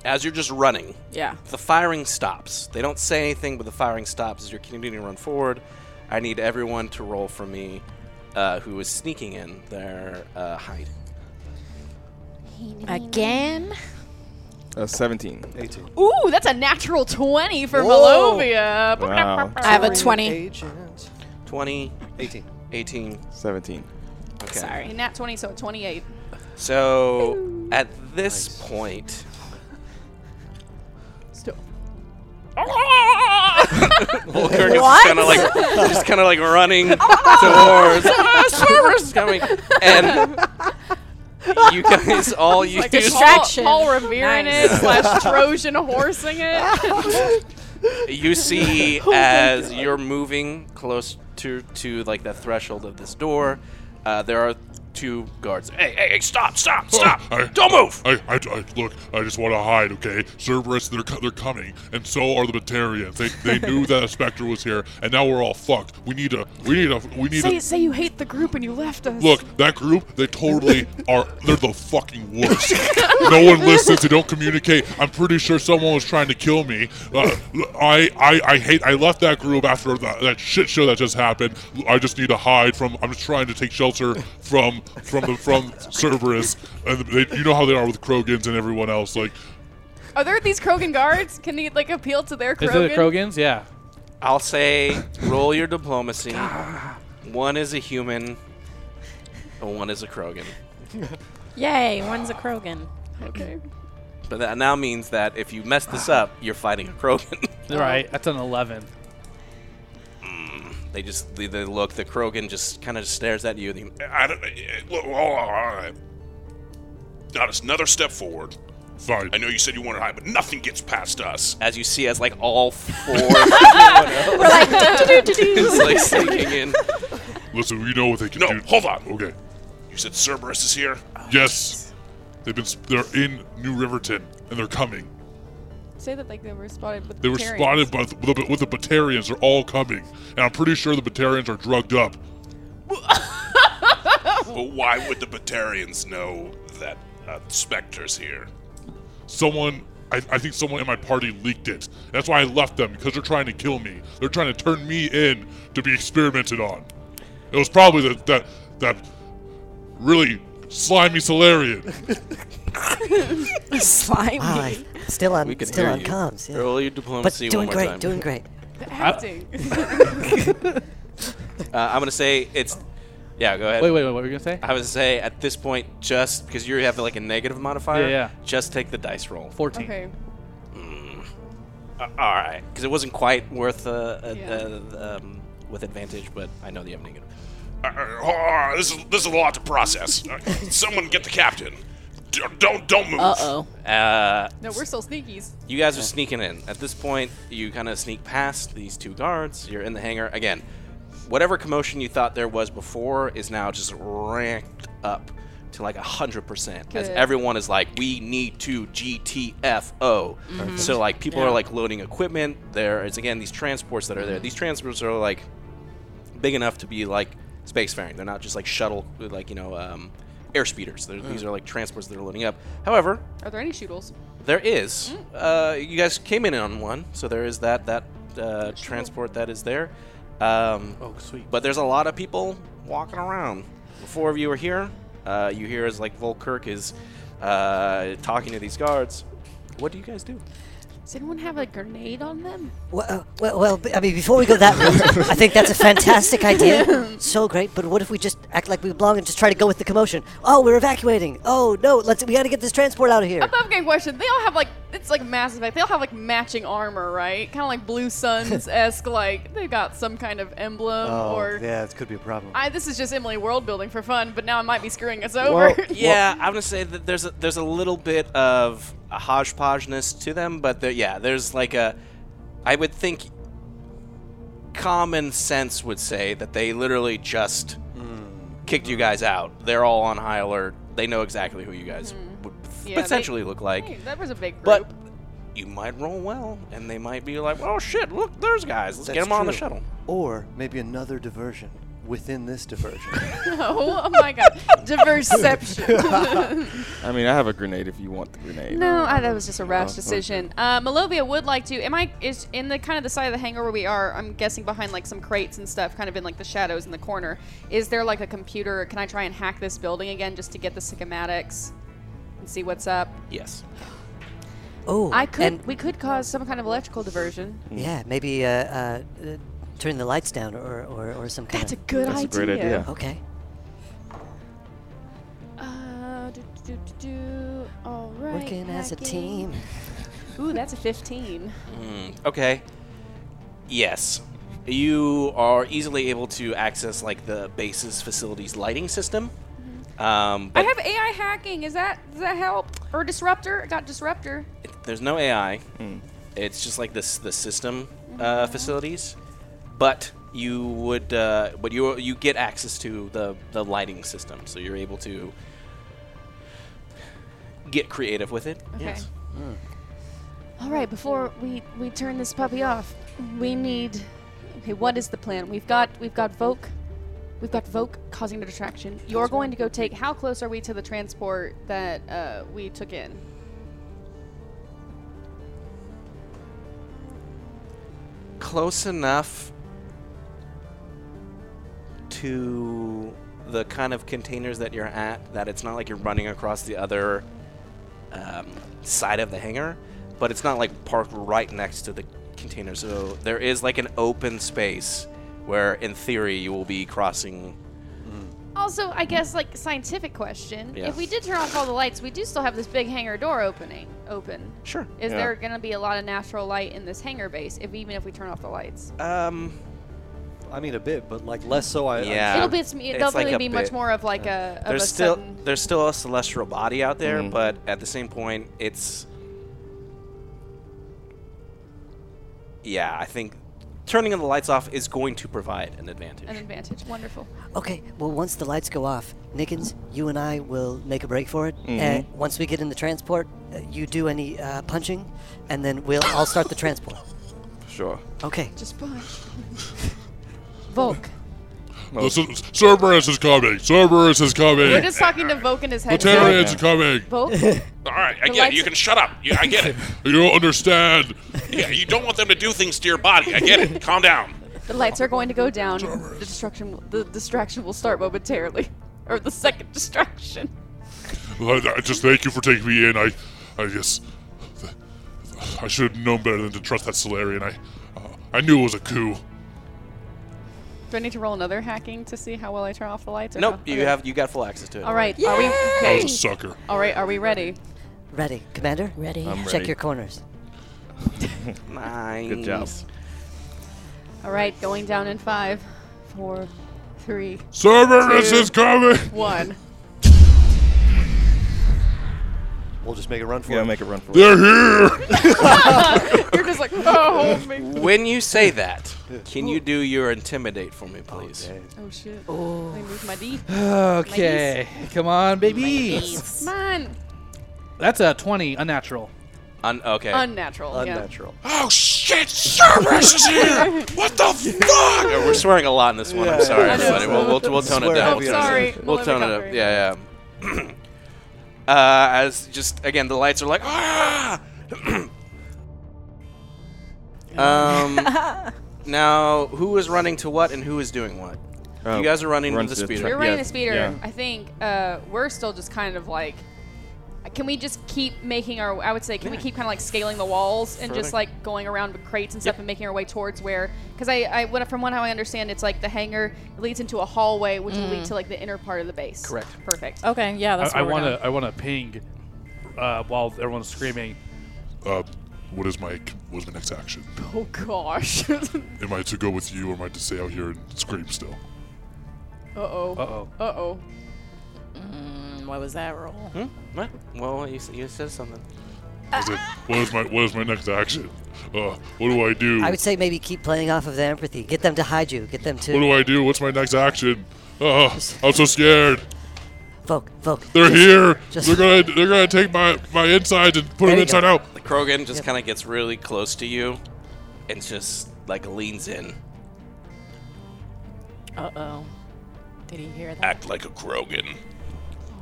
S1: As you're just running,
S9: Yeah.
S1: the firing stops. They don't say anything, but the firing stops as you're continuing to run forward. I need everyone to roll for me uh, who is sneaking in their uh, hide.
S5: Again?
S2: Uh, 17.
S6: 18.
S9: Ooh, that's a natural 20 for
S6: Whoa.
S9: Malovia.
S2: Wow.
S5: I have a 20.
S6: Agent.
S1: 20,
S6: 18.
S1: 18.
S2: 17.
S1: Okay.
S5: Sorry.
S9: A nat 20, so a 28.
S1: So at this point,
S9: Still.
S1: Well, Kirk is just kind of like just kind of like running towards Cerberus is coming, and you guys all use
S9: Like a
S5: Distraction.
S9: Paul, Paul revering it
S1: Nice.
S9: slash Trojan horsing it.
S1: you see as you're moving close to to like the threshold of this door. Uh, there are two guards. Hey, hey, hey! Stop! Stop! Stop!
S10: I-
S1: Don't move!
S10: I, I, I look. I just want to hide. Okay, Cerberus, they're co- they're coming, and so are the Batarians. They they knew that a Spectre was here, and now we're all fucked. We need a we need a we need
S9: say,
S10: a
S9: say you hate the group and you left us.
S10: Look, that group, they totally are. They're the fucking worst. no one listens. They don't communicate. I'm pretty sure someone was trying to kill me. Uh, I, I, I hate. I left that group after that, that shit show that just happened. I just need to hide from. I'm just trying to take shelter from from the from Cerberus. And they, you know how they are with Krogans and everyone else. Like,
S9: Are there these Krogan guards? Can they like appeal to their
S11: yeah.
S9: Krogan?
S11: Is it the Krogans? Yeah.
S1: I'll say, roll your diplomacy. One is a human. One is a Krogan.
S5: Yay, one's a Krogan.
S9: Okay.
S1: But that now means that if you mess this up, you're fighting a Krogan.
S5: Uh-huh.
S3: Right, that's an 11.
S1: Mm. They just they, they look. The Krogan just kind of stares at you. and he-
S10: I don't. eh, Look, all right. Not us- another step forward. Fine. I know you said you wanted high, but nothing gets past us.
S1: As you see, as like all four, We're
S5: like, do-do-do-do-do.
S1: it's like sinking in.
S10: Listen, we know what they can
S1: No,
S10: do.
S1: hold on.
S10: Okay.
S1: You said Cerberus is here.
S10: Yes. They've been. s- They're in New Riverton, and they're coming.
S9: Say that like they were spotted with
S10: They were
S9: Batarians.
S10: spotted by the, with the, with the Batarians. They're all coming, and I'm pretty sure the Batarians are drugged up.
S19: But why would the Batarians know that uh, Spectre's here?
S10: Someone, I, I think someone in my party leaked it. That's why I left them because they're trying to kill me. They're trying to turn me in to be experimented on. It was probably that that that really slimy Solarian.
S5: Slimy.
S13: Wow, Oh, I- still on,
S1: We can
S13: still
S1: hear
S13: on
S1: you.
S13: comms. Yeah.
S1: Roll your diplomacy
S13: But doing
S1: one more
S13: great,
S1: time.
S13: doing great.
S4: Acting.
S1: Uh, I'm gonna say it's. Yeah, go ahead.
S3: Wait, wait, wait, what were you gonna say?
S1: I was say at this point, just because you have like a negative modifier,
S3: Yeah, yeah.
S1: just take the dice roll.
S3: 14.
S4: Okay.
S1: Uh, all right, because it wasn't quite worth uh, uh,
S4: Yeah.
S1: uh, um, with advantage, but I know that you have negative.
S19: Uh, uh, oh, this is this is a lot to process. Uh, someone get the captain. D- don't don't move.
S5: Uh-oh.
S1: Uh,
S4: No, we're still sneakies.
S1: you guys are sneaking in. At this point, you kind of sneak past these two guards. You're in the hangar again. Whatever commotion you thought there was before is now just ranked up to like hundred percent. As
S7: Good.
S1: everyone is like, we need to GTFO.
S4: Mm-hmm.
S7: Mhm.
S1: So like people
S7: Yeah.
S1: are like loading equipment. There is again these transports that are
S4: Mm-hmm.
S1: there. These transports are like big enough to be like spacefaring. They're not just like shuttle, like you know, um, air speeders. They're, These
S4: Mm.
S1: are like transports that are loading up. However,
S4: Are there any shootles?
S1: there is. Uh, you guys came in on one, so there is that that uh, transport that is there. Um,
S3: oh, sweet.
S1: But there's a lot of people walking around. The four of you are here. Uh, you hear as like Volkirk is uh, talking to these guards. What do you guys do?
S9: Does anyone have a grenade on them?
S13: Well, uh, well, well, b- I mean, before we go that route, I think that's a fantastic idea. So great, but what if we just act like we belong and just try to go with the commotion? Oh, we're evacuating. Oh no, let's we got to get this transport out of here.
S4: Above game question. They all have like it's like massive. Like, they all have like matching armor, right? Kind of like Blue Suns esque. like they got some kind of emblem
S6: oh,
S4: or.
S6: yeah, it could be a problem.
S4: I, this is just Emily world building for fun, but now I might be screwing us over.
S1: Well, yeah, I'm gonna say that there's a, there's a little bit of a hodgepodgeness to them, but there, yeah, there's like a, I would think, common sense would say that they literally just
S6: Mm.
S1: kicked you guys out. They're all on high alert. They know exactly who you guys would
S4: Yeah, they-
S1: potentially look like.
S4: Hey, that was a big group.
S1: But you might roll well, and they might be like, "Oh shit, look, there's guys. Let's get 'em get
S6: That's
S1: them on the
S6: true.
S1: shuttle."
S6: Or maybe another diversion within this diversion.
S4: oh, oh my god, diverseception.
S2: I mean, I have a grenade if you want the grenade.
S9: No, I, that was just a rash
S2: Oh,
S9: decision. Uh, Malovia would like to. Am I is in the kind of the side of the hangar where we are? I'm guessing behind like some crates and stuff, kind of in like the shadows in the corner. Is there like a computer? Can I try and hack this building again just to get the schematics and see what's up?
S1: Yes.
S13: Oh,
S9: I could.
S13: and-
S9: We could cause some kind of electrical diversion.
S13: yeah, maybe uh, uh, uh, turn the lights down or or, or some kind. That's of,
S9: Good
S2: That's a
S9: idea.
S2: great idea.
S13: Okay.
S9: Uh, do, do, do, do. All right.
S13: Working as a
S9: hacking.
S13: team.
S9: Ooh, that's a 15.
S1: Mm, okay. Yes. You are easily able to access like the base's facilities lighting system. Um,
S9: I
S1: but
S9: have AI hacking. Is that does that help or disruptor? I got disruptor.
S1: there's no AI. It's just like this the system uh, facilities. But you would uh, but you you get access to the the lighting system, so you're able to get creative with it.
S9: Okay.
S1: Yes.
S9: All right, before we we turn this puppy off, we need. Okay, what is the plan? We've got we've got Voke, we've got Voke causing the distraction. You're going to go take. How close are we to the transport that uh, we took in?
S1: close enough to the kind of containers that you're at that it's not like you're running across the other um, side of the hangar, but it's not like parked right next to the container. So there is like an open space where, in theory, you will be crossing
S9: Also, I guess like scientific question:
S18: Yeah.
S9: If we did turn off all the lights, we do still have this big hangar door opening open.
S1: Sure.
S9: Is
S1: Yeah.
S9: there going to be a lot of natural light in this hangar base? If even if we turn off the lights,
S1: Um,
S6: I mean a bit, but like less so. I I-
S1: Yeah.
S9: it'll be it's,
S1: It's
S9: will
S1: like
S9: really
S1: a
S9: be much
S1: bit.
S9: more of like a of
S1: there's
S9: a
S1: still
S9: sudden-
S1: there's still a celestial body out there,
S9: Mhm.
S1: but at the same point, it's yeah. I think turning the lights off is going to provide an advantage.
S9: an advantage. Wonderful.
S13: Okay, well, once the lights go off, Nickens, you and I will make a break for it.
S2: Mhm.
S13: Uh, once we get in the transport, uh, you do any uh, punching, and then we'll I'll start the transport.
S2: Sure.
S13: Okay.
S9: Just punch. Volk.
S10: The Cer- Cerberus is coming. Cerberus is coming.
S9: We're just talking to Volk in his
S10: The
S9: head.
S10: Terrians are coming.
S9: Volk.
S19: All right, I
S9: The
S19: get it.
S9: lights-
S19: You can shut up. You, I get it.
S10: You don't understand.
S19: Yeah, you don't want them to do things to your body. I get it. Calm down.
S9: The lights are going to go down. The destruction, will- the distraction will start momentarily, or the second distraction.
S10: I I just thank you for taking me in. I, I guess, I should have known better than to trust that Solarian. I, uh, I knew it was a coup.
S9: Do I need to roll another hacking to see how well I turn off the lights? Or
S1: Nope,
S9: no?
S1: you
S9: Okay.
S1: have you got full access to it.
S9: All right. Are we?
S13: I
S9: Okay.
S13: was a sucker.
S9: All right. Are we ready?
S13: Ready, Commander?
S5: Ready.
S1: I'm
S13: Check
S1: ready.
S13: your corners.
S1: nice.
S2: Good job.
S9: All right. Going down in five, four, three.
S10: Cerberus
S9: two,
S10: is coming.
S9: One.
S6: We'll just make a run for
S2: Yeah,
S6: it.
S2: make a run for
S10: They're here.
S9: You're just like, oh, hold me.
S1: When you say that, can you do your intimidate for me, please?
S9: Oh shit.
S3: Oh.
S9: Let me move my D.
S3: Okay, come on, baby.
S9: Come on.
S3: That's a 20, unnatural.
S1: Un- okay.
S9: Unnatural. Unnatural.
S19: Oh shit! Cerberus is here. What the fuck?
S1: Yeah, we're swearing a lot in this one. I'm
S19: Yeah.
S1: sorry,
S19: I know.
S1: everybody. We'll, we'll, we'll tone it
S19: Swear
S1: down.
S19: up,
S1: We'll
S19: yeah.
S1: tone
S19: Sorry.
S1: it down. We'll
S19: We'll
S1: tone it up. Yeah, yeah. uh, as just again, the lights are like ah. um. now, who is running to what, and who is doing what?
S2: Uh,
S1: you guys are running
S2: run
S1: to the
S2: to the
S1: speeder.
S2: truck.
S9: We're running
S2: Yeah,
S9: the speeder.
S2: yeah.
S9: I think uh, we're still just kind of like. Can we just keep making our? I would say, can we keep kind of like scaling the walls and just
S1: Further.
S9: like going around with crates and stuff and making our way towards where? Because I, I what- from what I understand, it's like the hangar leads into a hallway, which will lead
S5: Mm.
S9: to like the inner part of the base.
S1: Correct.
S9: Perfect.
S5: Okay, yeah, that's
S3: I, I
S5: what we're
S3: want
S5: doing.
S3: to. I want to ping uh, while everyone's screaming.
S10: Uh, what is my what's my next action?
S9: Oh gosh. uh
S10: Am I to go with you, or am I to stay out here and scream still?
S9: oh.
S3: Uh-oh.
S9: Uh oh.
S5: Mm, what was that roll?
S1: Hmm? What? Well, you, s- you said something.
S10: Is it, what is my what is my next action? Uh, what do I do?
S13: I would say maybe keep playing off of the empathy. Get them to hide you. Get them
S10: What do
S13: to.
S10: I do? What's my next action? Uh, I'm so scared.
S13: Folk, folk.
S10: They're
S13: just-
S10: here.
S13: Just
S10: they're gonna they're gonna take my my insides and put
S13: There
S10: them
S13: you
S10: inside
S13: go.
S10: out.
S1: The Krogan just kind of gets really close to you, and just like leans in.
S5: Uh oh. Did he hear that?
S19: Act like a Krogan.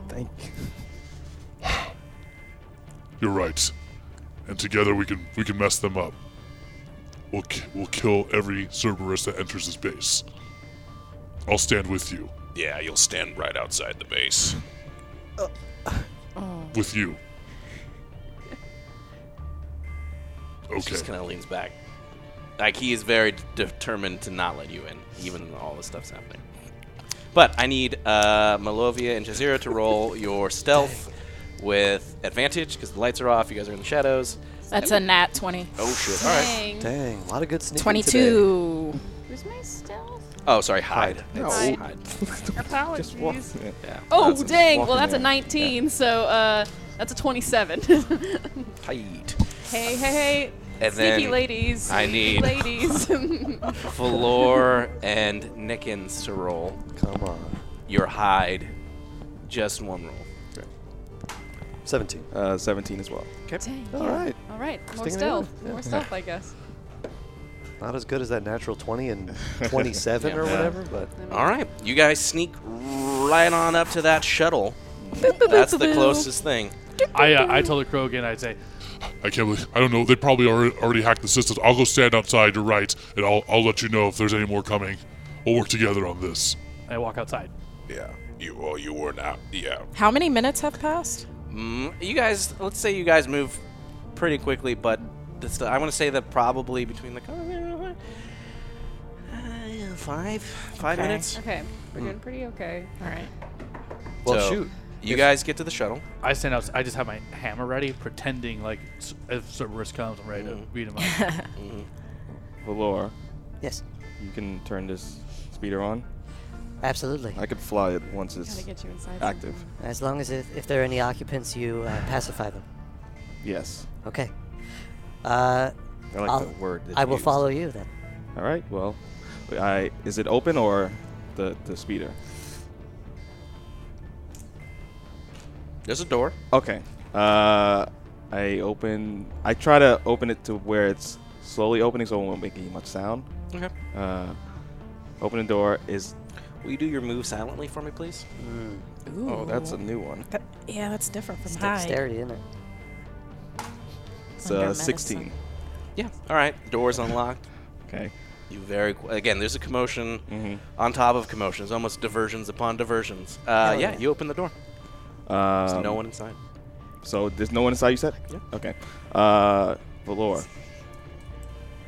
S2: Thank you.
S10: You're right. And together we can we can mess them up. We'll ki- we'll kill every Cerberus that enters this base. I'll stand with you.
S19: Yeah, you'll stand right outside the base.
S3: Uh.
S10: With you.
S1: He
S10: Okay.
S1: Just kind of leans back. Like he is very d- determined to not let you in, even though all this stuff's happening. But I need uh, Malovia and Jazira to roll your stealth with advantage because the lights are off. You guys are in the shadows.
S5: That's a nat 20.
S1: Oh shit! All right.
S9: Dang.
S6: Dang, a lot of good sneaking
S5: 22.
S9: Who's my stealth?
S1: Oh, sorry. Hide. It's
S2: No.
S1: hide.
S2: Just walk.
S9: Apologies.
S2: Yeah.
S1: Yeah.
S9: Oh
S2: That's a-
S9: dang!
S2: walk
S9: Well,
S2: in
S9: that's a
S2: there.
S9: 19, so uh, that's a 27. hey,
S1: Hide.
S9: hey, hey!
S1: And
S9: Sneaky
S1: then
S9: ladies.
S1: I
S9: sneaky
S1: need-
S9: ladies.
S1: Valor and Nickens to roll
S6: Come on.
S1: your hide. Just one roll.
S6: 17.
S2: Uh, 17 as well.
S9: Dang,
S6: All
S9: yeah.
S6: right.
S9: All right. More
S6: Sticking
S9: stealth.
S6: together. Yeah.
S9: More stealth, I guess.
S6: Not as good as that natural 20 and 27 or
S1: Yeah.
S6: whatever, but
S1: All right, you guys sneak right on up to that shuttle. That's the closest thing.
S3: I uh, I told the Krogan. I'd say,
S10: I can't believe I don't know. They probably already, already hacked the systems. I'll go stand outside. You're right, and I'll I'll let you know if there's any more coming. We'll work together on this.
S3: I walk outside.
S19: Yeah. You well, you were not. Yeah.
S5: How many minutes have passed?
S1: Mm, you guys, let's say you guys move pretty quickly, but this, I want to say that probably between the uh, five, five
S4: Okay.
S1: minutes.
S18: Okay, we're
S1: Mm.
S18: doing pretty okay.
S4: All right.
S1: So, You guys get to the shuttle.
S3: I stand out. I just have my hammer ready, pretending like s- if Cerberus comes, I'm ready
S1: Mm.
S3: to beat him up.
S2: Valor.
S13: Mm-hmm. Yes.
S2: You can turn this speeder on.
S13: Absolutely.
S2: I could fly it once it's
S4: Gotta get you inside
S2: active.
S13: As long as if, if there are any occupants, you uh, pacify them.
S2: Yes.
S13: Okay. Uh,
S2: I like
S13: I'll-
S2: that word that
S13: I
S2: you
S13: will
S2: used.
S13: follow you then.
S2: All right. Well, I is it open or the the speeder?
S1: There's a door.
S2: Okay. Uh, I open. I try to open it to where it's slowly opening, so it won't make any much sound.
S1: Okay.
S2: Uh, open the door is.
S1: Will you do your move silently for me, please?
S2: Oh, that's a new one.
S1: That-
S11: yeah, that's different from
S13: It's
S11: high.
S13: dexterity, isn't it?
S2: It's uh, 16.
S1: Yeah. All right. The door's unlocked.
S2: Okay.
S1: You very qu- again. There's a commotion
S3: Mm-hmm.
S1: on top of commotions, almost diversions upon diversions. Uh,
S2: Hell
S1: yeah,
S2: yeah.
S1: You open the door.
S2: Um,
S1: no one inside.
S2: So there's no one inside. You said.
S1: Yeah.
S2: Okay. Uh, Valor.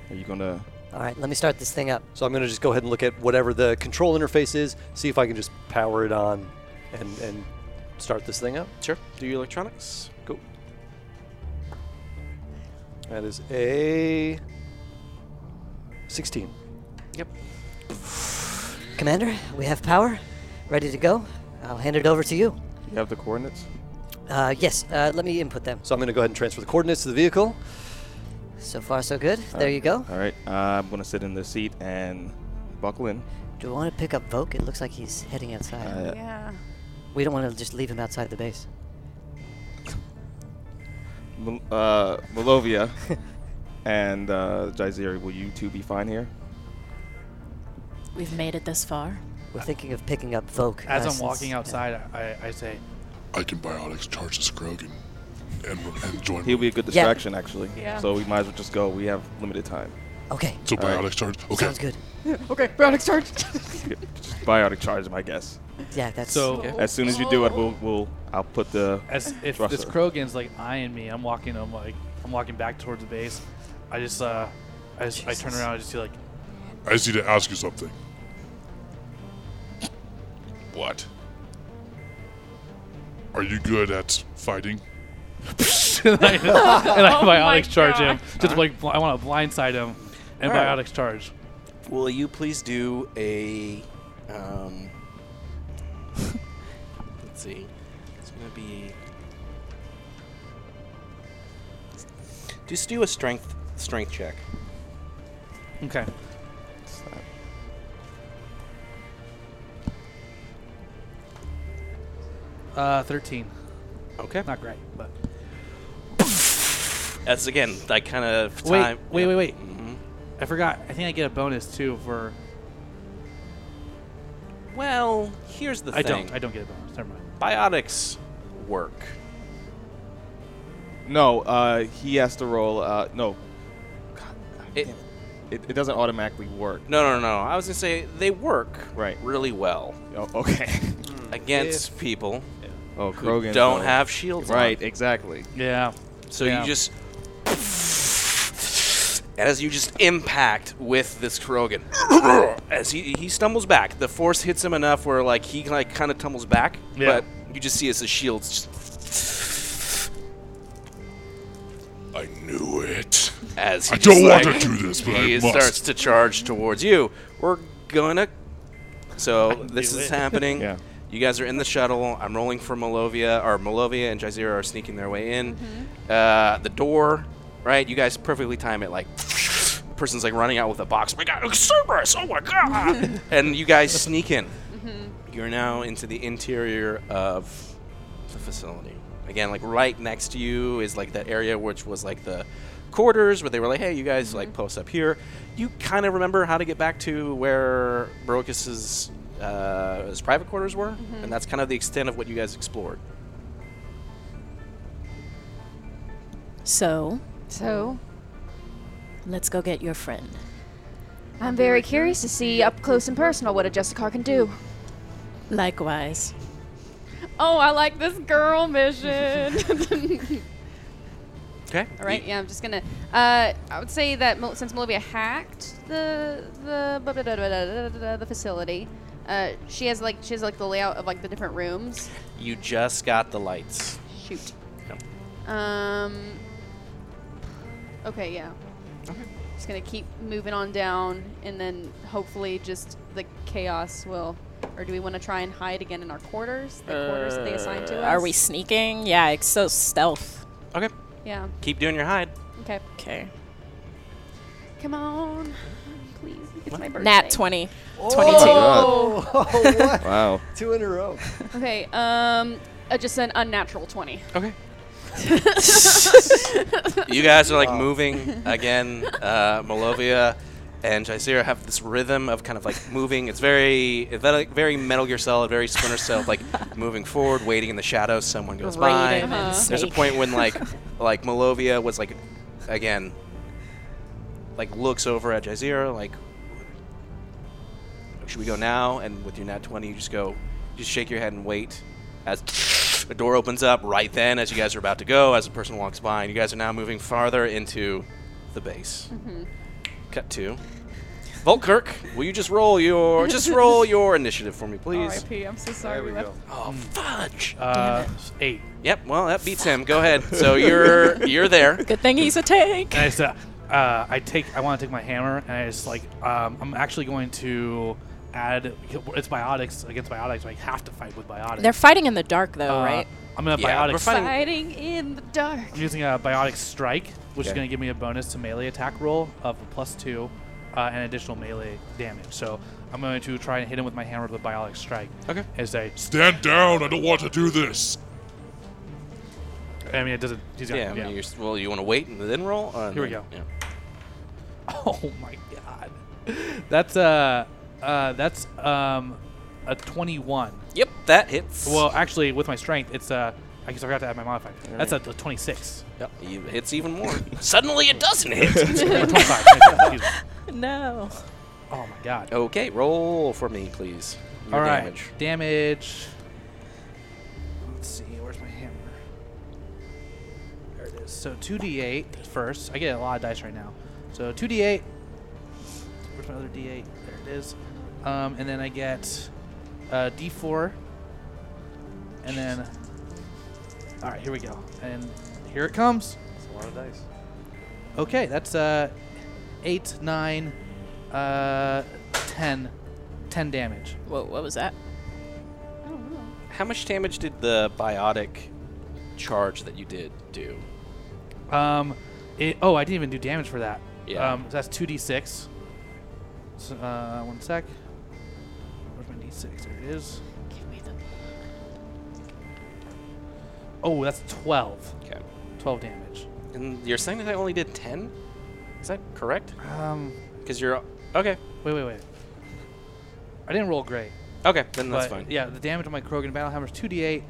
S2: Are you gonna?
S13: All right, let me start this thing up.
S6: So I'm going to just go ahead and look at whatever the control interface is, see if I can just power it on and, and start this thing up.
S1: Sure. Do your electronics.
S6: Cool. That is a 16.
S13: Commander, we have power, ready to go. I'll hand it over to you.
S2: You have the coordinates?
S13: Uh, yes, uh, let me input them.
S6: So I'm going to go ahead and transfer the coordinates to the vehicle.
S13: So far, so good.
S2: All
S13: there
S2: right.
S13: you go.
S2: All right. Uh, I'm gonna sit in the seat and buckle in.
S13: Do we want to pick up Voke? It looks like he's heading outside.
S2: Uh,
S18: Yeah.
S13: We don't want to just leave him outside the base.
S2: Mil- uh, Malovia and uh, Jaiziri, will you two be fine here?
S5: We've made it this far.
S13: We're
S2: Uh,
S13: thinking of picking up Voke.
S3: As
S13: uh,
S3: I'm
S13: since-
S3: walking outside, I, I say,
S10: I can biotics charge this Krogan and, and join.
S2: He'll be a good
S10: Yeah.
S2: distraction, actually.
S3: Yeah.
S2: So we might as well just go. We have limited time.
S13: Okay.
S10: So
S2: All right.
S10: biotics charge. Okay.
S13: Sounds good.
S18: Okay, Braddock's turn.
S2: Just biotic charge, my guess.
S13: Yeah, that's
S3: So- Okay.
S2: as soon as you do it, we'll, we'll I'll put the
S3: as if this
S2: thruster.
S3: Krogan's like eyeing me, I'm walking. I'm like, I'm walking back towards the base. I just, uh, I, just, I turn around. I just see like,
S10: I just need to ask you something.
S19: What?
S10: Are you good at fighting?
S3: and I, and I
S10: Oh my
S3: biotics charge him.
S10: God.
S3: Just like bl- I want to blindside him, and
S1: All right.
S3: biotics charge.
S1: Will you please do a? Um, let's see. It's gonna be. Just do a strength strength check.
S3: Okay. Uh, thirteen.
S1: Okay.
S3: Not great, but
S1: That's again like kind of
S3: wait,
S1: time.
S3: wait, wait, wait.
S1: Mhm.
S3: I forgot. I think I get a bonus too for.
S1: Well, here's the
S3: I
S1: thing.
S3: don't. I don't get a bonus. Never mind.
S1: Biotics work.
S2: No, uh, he has to roll. Uh, no. God,
S1: it,
S2: it, it doesn't automatically work.
S1: No, no, no. I was gonna say they work
S2: Right.
S1: really well.
S2: Oh, okay.
S1: against people.
S2: Oh,
S1: who
S2: Krogan.
S1: don't
S2: though.
S1: have shields. on.
S2: Right, exactly.
S3: Yeah.
S1: So
S3: Yeah.
S1: you just as you just impact with this Krogan, as he, he stumbles back, the force hits him enough where like he like kind of tumbles back,
S3: Yeah.
S1: but you just see as his shields just oh
S10: I knew it.
S1: as he
S10: I don't
S1: just,
S10: want
S1: like,
S10: to do this, but
S1: he
S10: I must.
S1: starts to charge towards you. We're gonna. So this
S10: knew
S1: is
S10: it.
S1: happening.
S10: Yeah.
S1: You guys are in the shuttle. I'm rolling for Malovia, or Malovia and Jazeera are sneaking their way in. Uh, the door, right? You guys perfectly time it. Like, person's like running out with a box. Oh my God, Cerberus! Oh my God! and you guys sneak in.
S7: Mm-hmm.
S9: Mm-hmm.
S1: You're now into the interior of the facility. Again, like right next to you is like that area which was like the quarters where they were like, "Hey, you guys like post up here." You kind of remember how to get back to where Barocus's uh, his private quarters were, and that's kind of the extent of what you guys explored.
S5: So,
S9: So,
S5: let's go get your friend.
S9: I'm very curious to see up close and personal what a Jessicar can do.
S5: Likewise.
S4: Oh, I like this girl mission.
S1: Okay.
S9: All right. Yeah, I'm just gonna. Uh, I would say that Mil- since Melivia hacked the the blah, blah, blah, blah, blah, blah, blah, the facility, uh, she has like she has like the layout of like the different rooms.
S1: You just got the lights.
S9: Shoot.
S1: Yep.
S9: Um. Okay. Yeah. Just gonna keep moving on down, and then hopefully just the chaos will. Or do we want to try and hide again in our quarters? The
S5: Uh,
S9: quarters that they assigned to us.
S5: Are we sneaking? Yeah, it's so stealth.
S1: Okay.
S9: Yeah.
S1: Keep doing your hide.
S9: Okay.
S5: Okay.
S9: Come on, please. It's my birthday.
S5: Nat 20.
S9: Oh. Oh.
S5: 22.
S13: what?
S20: Wow.
S13: Two in a row.
S9: Okay. Um. Uh, just an unnatural twenty.
S1: Okay. You guys are like moving again. Uh, Malovia and Jaisira have this rhythm of kind of like moving. It's very, it's very- very Metal Gear Solid, very Splinter Cell, like moving forward, waiting in the shadows. Someone goes by.
S5: Raiden and Uh-huh.
S1: There's a
S5: Snake.
S1: point when like, like Malovia was like, again, like looks over at Jaisira, like, should we go now? And with your nat 20, you just go, just shake your head and wait as a door opens up right then as you guys are about to go, as a person walks by, and you guys are now moving farther into the base.
S9: Mhm.
S1: Cut two. Volkirk, will you just roll your just roll your initiative for me, please?
S9: R.I.P. I'm so sorry we, left.
S1: Oh fudge!
S11: Uh, eight.
S1: Yep. Well, that beats him. Go ahead. So you're you're there.
S5: Good thing he's a tank.
S11: And I just, uh, uh, I take, I want to take my hammer, and I just like, um, I'm actually going to add. It's biotics against biotics. I have to fight with biotics.
S5: They're fighting in the dark, though,
S11: Uh,
S5: right?
S11: I'm gonna
S1: Yeah,
S11: biotics.
S1: we're fighting-
S9: Fighting in the dark.
S11: I'm using a biotic strike, which is
S1: Okay.
S11: going to give me a bonus to melee attack roll of a plus two uh, and additional melee damage. So I'm going to try and hit him with my hammer with a biotic strike.
S1: Okay.
S11: As they,
S10: Stand down! I don't want to do this.
S11: I mean, it doesn't. He's got,
S1: Yeah. I
S11: yeah.
S1: mean, You're, s- well, you want to wait and then roll? Or
S11: Here we
S1: then-
S11: go.
S1: yeah.
S11: Oh my god. That's uh, uh, that's um, a 21.
S1: Yep. That hits.
S11: Well, actually, with my strength, it's uh, I guess I forgot to add my modifier. That's a, a 26.
S1: Yep. You- hits even more. Suddenly, it doesn't hit.
S11: 25. Excuse me.
S5: No.
S11: Oh my god.
S1: okay. Roll for me, please. Your
S11: All right.
S1: damage.
S11: Damage. Let's see. Where's my hammer? There it is. So 2d8 first. I get a lot of dice right now. So 2d8. Where's my other d8? There it is. Um, and then I get uh, d4. And then. All right, here we go. And here it comes.
S6: It's a lot of dice.
S11: Okay, that's uh, 8, 9, uh, 10. 10 damage.
S5: Whoa, what was that?
S1: How much damage did the biotic charge that you did do?
S11: Um, it, oh, I didn't even do damage for that.
S1: Yeah.
S11: Um, so that's two d six. So, uh, one sec. Where's my d six? There it is.
S5: Give me the.
S11: Oh, that's twelve.
S1: Okay.
S11: Twelve damage.
S1: And you're saying that I only did 10? Is that correct?
S11: Um,
S1: Because you're. Okay.
S11: wait, wait, wait. I didn't roll great.
S1: Okay, then that's
S11: but
S1: fine.
S11: Yeah, the damage on my Krogan battle hammer is two d eight.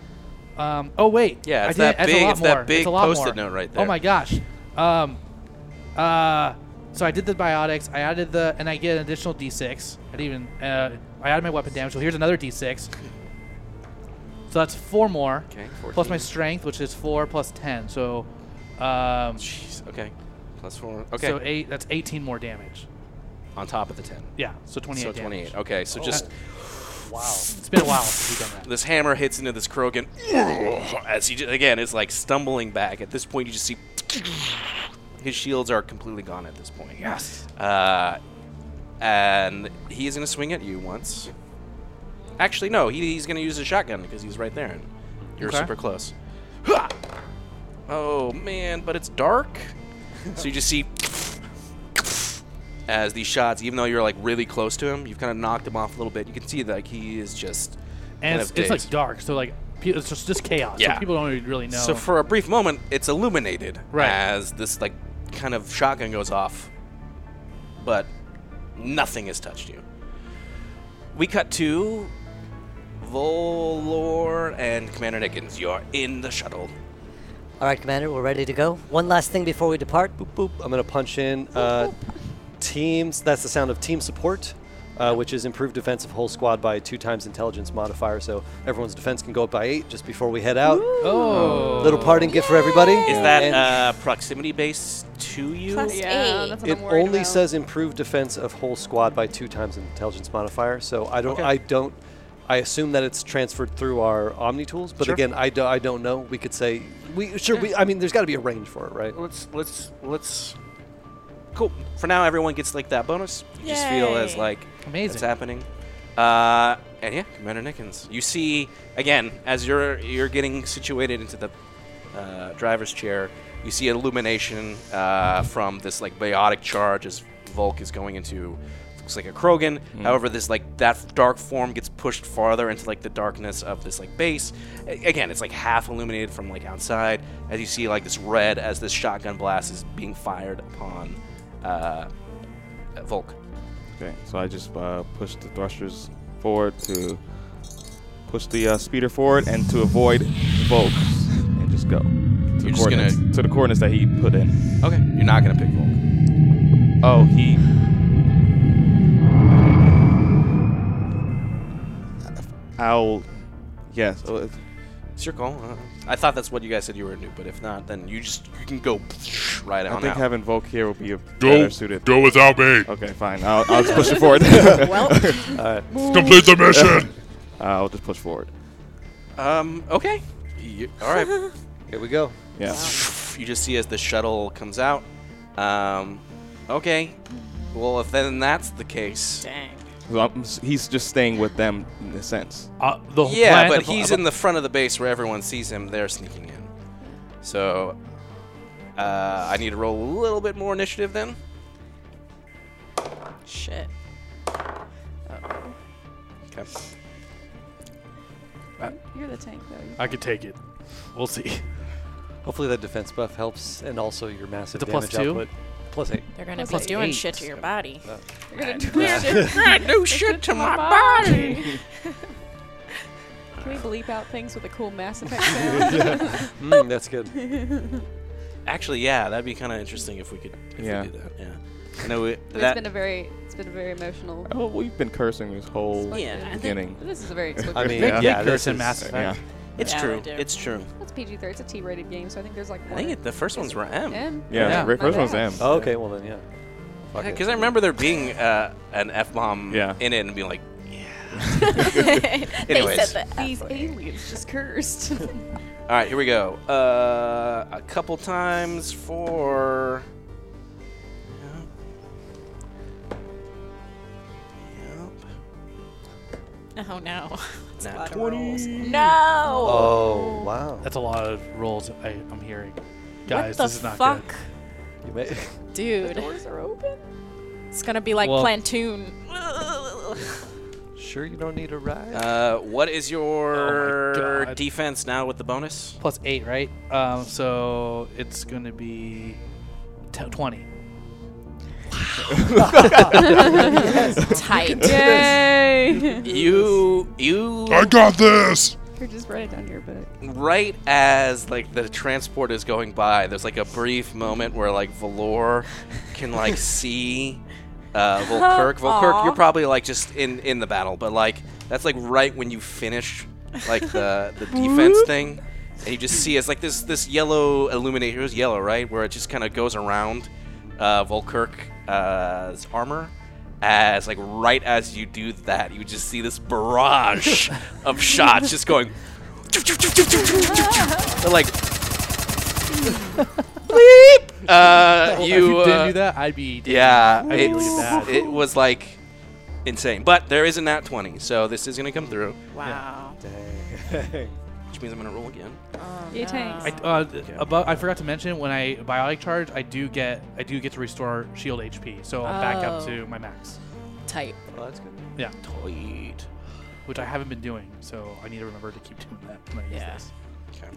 S11: Um, oh wait.
S1: Yeah,
S11: I
S1: it's
S11: did it.
S1: that
S11: a
S1: big-
S11: lot
S1: it's that
S11: more.
S1: big
S11: a lot more.
S1: Post-it note right
S11: Oh
S1: there.
S11: my gosh. Um, uh, so I did the biotics. I added the, and I get an additional d6. I didn't even. Uh, I added my weapon damage. So here's another d6. So that's four more.
S1: Okay,
S11: Plus my
S1: 14.
S11: strength, which is four plus ten. So, um,
S1: Jeez, okay. Plus 4. Okay.
S11: so eight. That's eighteen more damage.
S1: On top of the 10.
S11: Yeah. So twenty-eight.
S1: So
S11: damage. Oh,
S1: 28. Okay, so just.
S6: Wow.
S11: It's been a while since we've done that.
S1: This hammer hits into this Krogan. As he, ju- again, is like stumbling back. At this point, you just see. His shields are completely gone at this point.
S11: Yes.
S1: Uh, and he's going to swing at you once. Actually, no, he, he's going to use his shotgun because he's right there. And you're
S11: Okay.
S1: super close. Hua! Oh, man, but it's dark. so you just see as these shots, even though you're like really close to him, you've kind of knocked him off a little bit. You can see like he is just.
S11: And
S1: kind
S11: it's,
S1: of
S11: it's like
S1: dazed.
S11: dark. So like, pe- it's just, just chaos.
S1: Yeah.
S11: So people don't even really know.
S1: So for a brief moment, it's illuminated
S11: Right.
S1: as this like kind of shotgun goes off, but nothing has touched you. We cut to Volor and Commander Nickens. You're in the shuttle.
S13: All right, Commander, we're ready to go. One last thing before we depart.
S6: Boop, boop. I'm going to punch in uh, teams. That's the sound of team support. uh, which is improved defense of whole squad by two times intelligence modifier. So everyone's defense can go up by eight just before we head out.
S1: Oh.
S6: Little parting gift for everybody.
S1: Is that
S6: And
S1: uh, proximity based to you?
S5: Plus Yeah, eight. that's what
S6: it only says improved defense of whole squad by two times intelligence modifier. So I don't,
S1: Okay.
S6: I don't, I assume that it's transferred through our Omni tools. But
S1: Sure.
S6: again, I, do, I don't know. We could say we sure. We, I mean, there's got to be a range for it, right?
S1: Let's let's let's. Cool. For now, everyone gets like that bonus. You just feel as
S3: Yay.
S1: like
S3: Amazing.
S1: it's happening. Uh, and yeah, Commander Nickens. You see again as you're you're getting situated into the uh, driver's chair. You see illumination uh, from this like biotic charge as Volk is going into looks like a Krogan.
S7: Mm.
S1: However, this like that dark form gets pushed farther into like the darkness of this like base. A- Again, it's like half illuminated from like outside as you see like this red as this shotgun blast is being fired upon uh, Volk.
S2: Okay, so I just uh, push the thrusters forward to push the uh, speeder forward and to avoid Volk and just go to the
S1: just gonna-
S2: coordinates to the coordinates that he put in.
S1: Okay, you're not gonna pick Volk.
S2: Oh, he. Owl. Yes. oh, it-
S1: It's your call. Uh, I thought that's what you guys said you were new, but if not, then you just you can go right on
S2: I think
S1: out.
S2: having Volk here will be a
S1: Go-
S2: better suited.
S10: go without me.
S2: Okay, fine. I'll, I'll just push it forward.
S1: Well.
S10: Alright. Complete the mission.
S2: I'll just push forward.
S1: Um. Okay. You, all right.
S6: Here we go.
S2: Yeah.
S1: You just see as the shuttle comes out. Um. Okay. Well, if then that's the case.
S4: Dang.
S2: So I'm s- he's just staying with them in a sense.
S3: Uh, the
S1: Yeah, but he's in the front of the base where everyone sees him. They're sneaking in. So. Uh, I need to roll a little bit more initiative then.
S4: Shit.
S1: Okay.
S9: You're the tank, though.
S6: I could take it. We'll see. Hopefully that defense buff helps, and also your massive
S3: It's a plus
S6: damage
S3: two?
S6: output. Plus eight.
S4: They're gonna
S5: Plus
S4: be doing
S5: eight.
S4: shit to your body.
S9: You're gonna do
S4: Yeah.
S9: shit.
S4: Right,
S9: do
S4: shit to my
S9: body. Can we bleep out things with a cool Mass Effect sound?
S6: Mm, that's good.
S1: Actually, yeah, that'd be kind of interesting if we could. If
S2: Yeah.
S1: We did that. Yeah. I know we,
S9: It's
S1: that.
S9: been a very, it's been a very emotional.
S2: Oh, we've been cursing this whole
S9: Yeah, I think
S2: beginning.
S9: this is a very
S2: I
S9: explicit-
S2: mean,
S9: They-
S2: yeah,
S3: they
S2: this
S3: curse in
S2: is-
S3: Mass Effect.
S2: Yeah.
S1: It's
S9: Yeah,
S1: true.
S9: we do.
S1: It's true.
S9: That's PG-13. It's a T-rated game, so I think there's like.
S1: I think it, the first ones were M.
S9: M.
S2: Yeah,
S3: Yeah.
S2: the first
S9: My
S2: one's
S9: bad.
S2: M.
S6: Oh, okay, well then, yeah. Fuck it.
S1: Because I remember there being uh, an F bomb
S2: Yeah.
S1: in it and being like,
S9: they
S1: Anyways.
S9: said that these aliens just cursed.
S1: all right, here we go. Uh, a couple times for.
S4: Oh no. That's a
S1: Nat
S4: lot of
S1: 20.
S4: rolls.
S6: Oh.
S4: No.
S6: wow.
S3: That's a lot of rolls I, I'm hearing. Guys,
S4: the
S3: this is not
S4: fuck,
S3: good.
S6: You may-
S4: dude?
S9: Doors are open.
S4: It's gonna be like
S3: Well-
S4: Plantoon.
S6: sure you don't need a ride?
S1: Uh, what is your
S3: God.
S1: defense now with the bonus?
S3: Plus eight, right? Um, so it's going to be t- 20.
S4: Tight.
S9: Yay!
S1: You you
S10: I got this.
S9: You're just write it down here, but
S1: right as like the transport is going by, there's like a brief moment where like Valor can like see uh, Volkirk. Volkirk, you're probably like just in in the battle, but like that's like right when you finish like the the defense thing, and you just see it's like this this yellow illuminator. It was yellow, right? Where it just kind of goes around uh, Volkirk's armor. As like right as you do that, you just see this barrage of shots just going they're like, bleep. Uh,
S3: Well,
S1: you,
S3: if you
S1: uh,
S3: didn't do that, I'd be dead.
S1: Yeah,
S3: I'd be really
S1: it's-
S3: bad.
S1: it was like insane. But there is a nat 20, so this is going to come through,
S4: Wow.
S1: which means I'm going to roll again.
S9: yay tanks.
S3: I, uh, th- above, I forgot to mention when I biotic charge, I do get I do get to restore shield HP, so I'm back up
S4: Oh.
S3: to my max.
S4: Tight.
S6: Oh, that's good.
S3: Yeah,
S1: Tight.
S3: which I haven't been doing, so I need to remember to keep doing that when I use
S4: Yeah.
S3: this.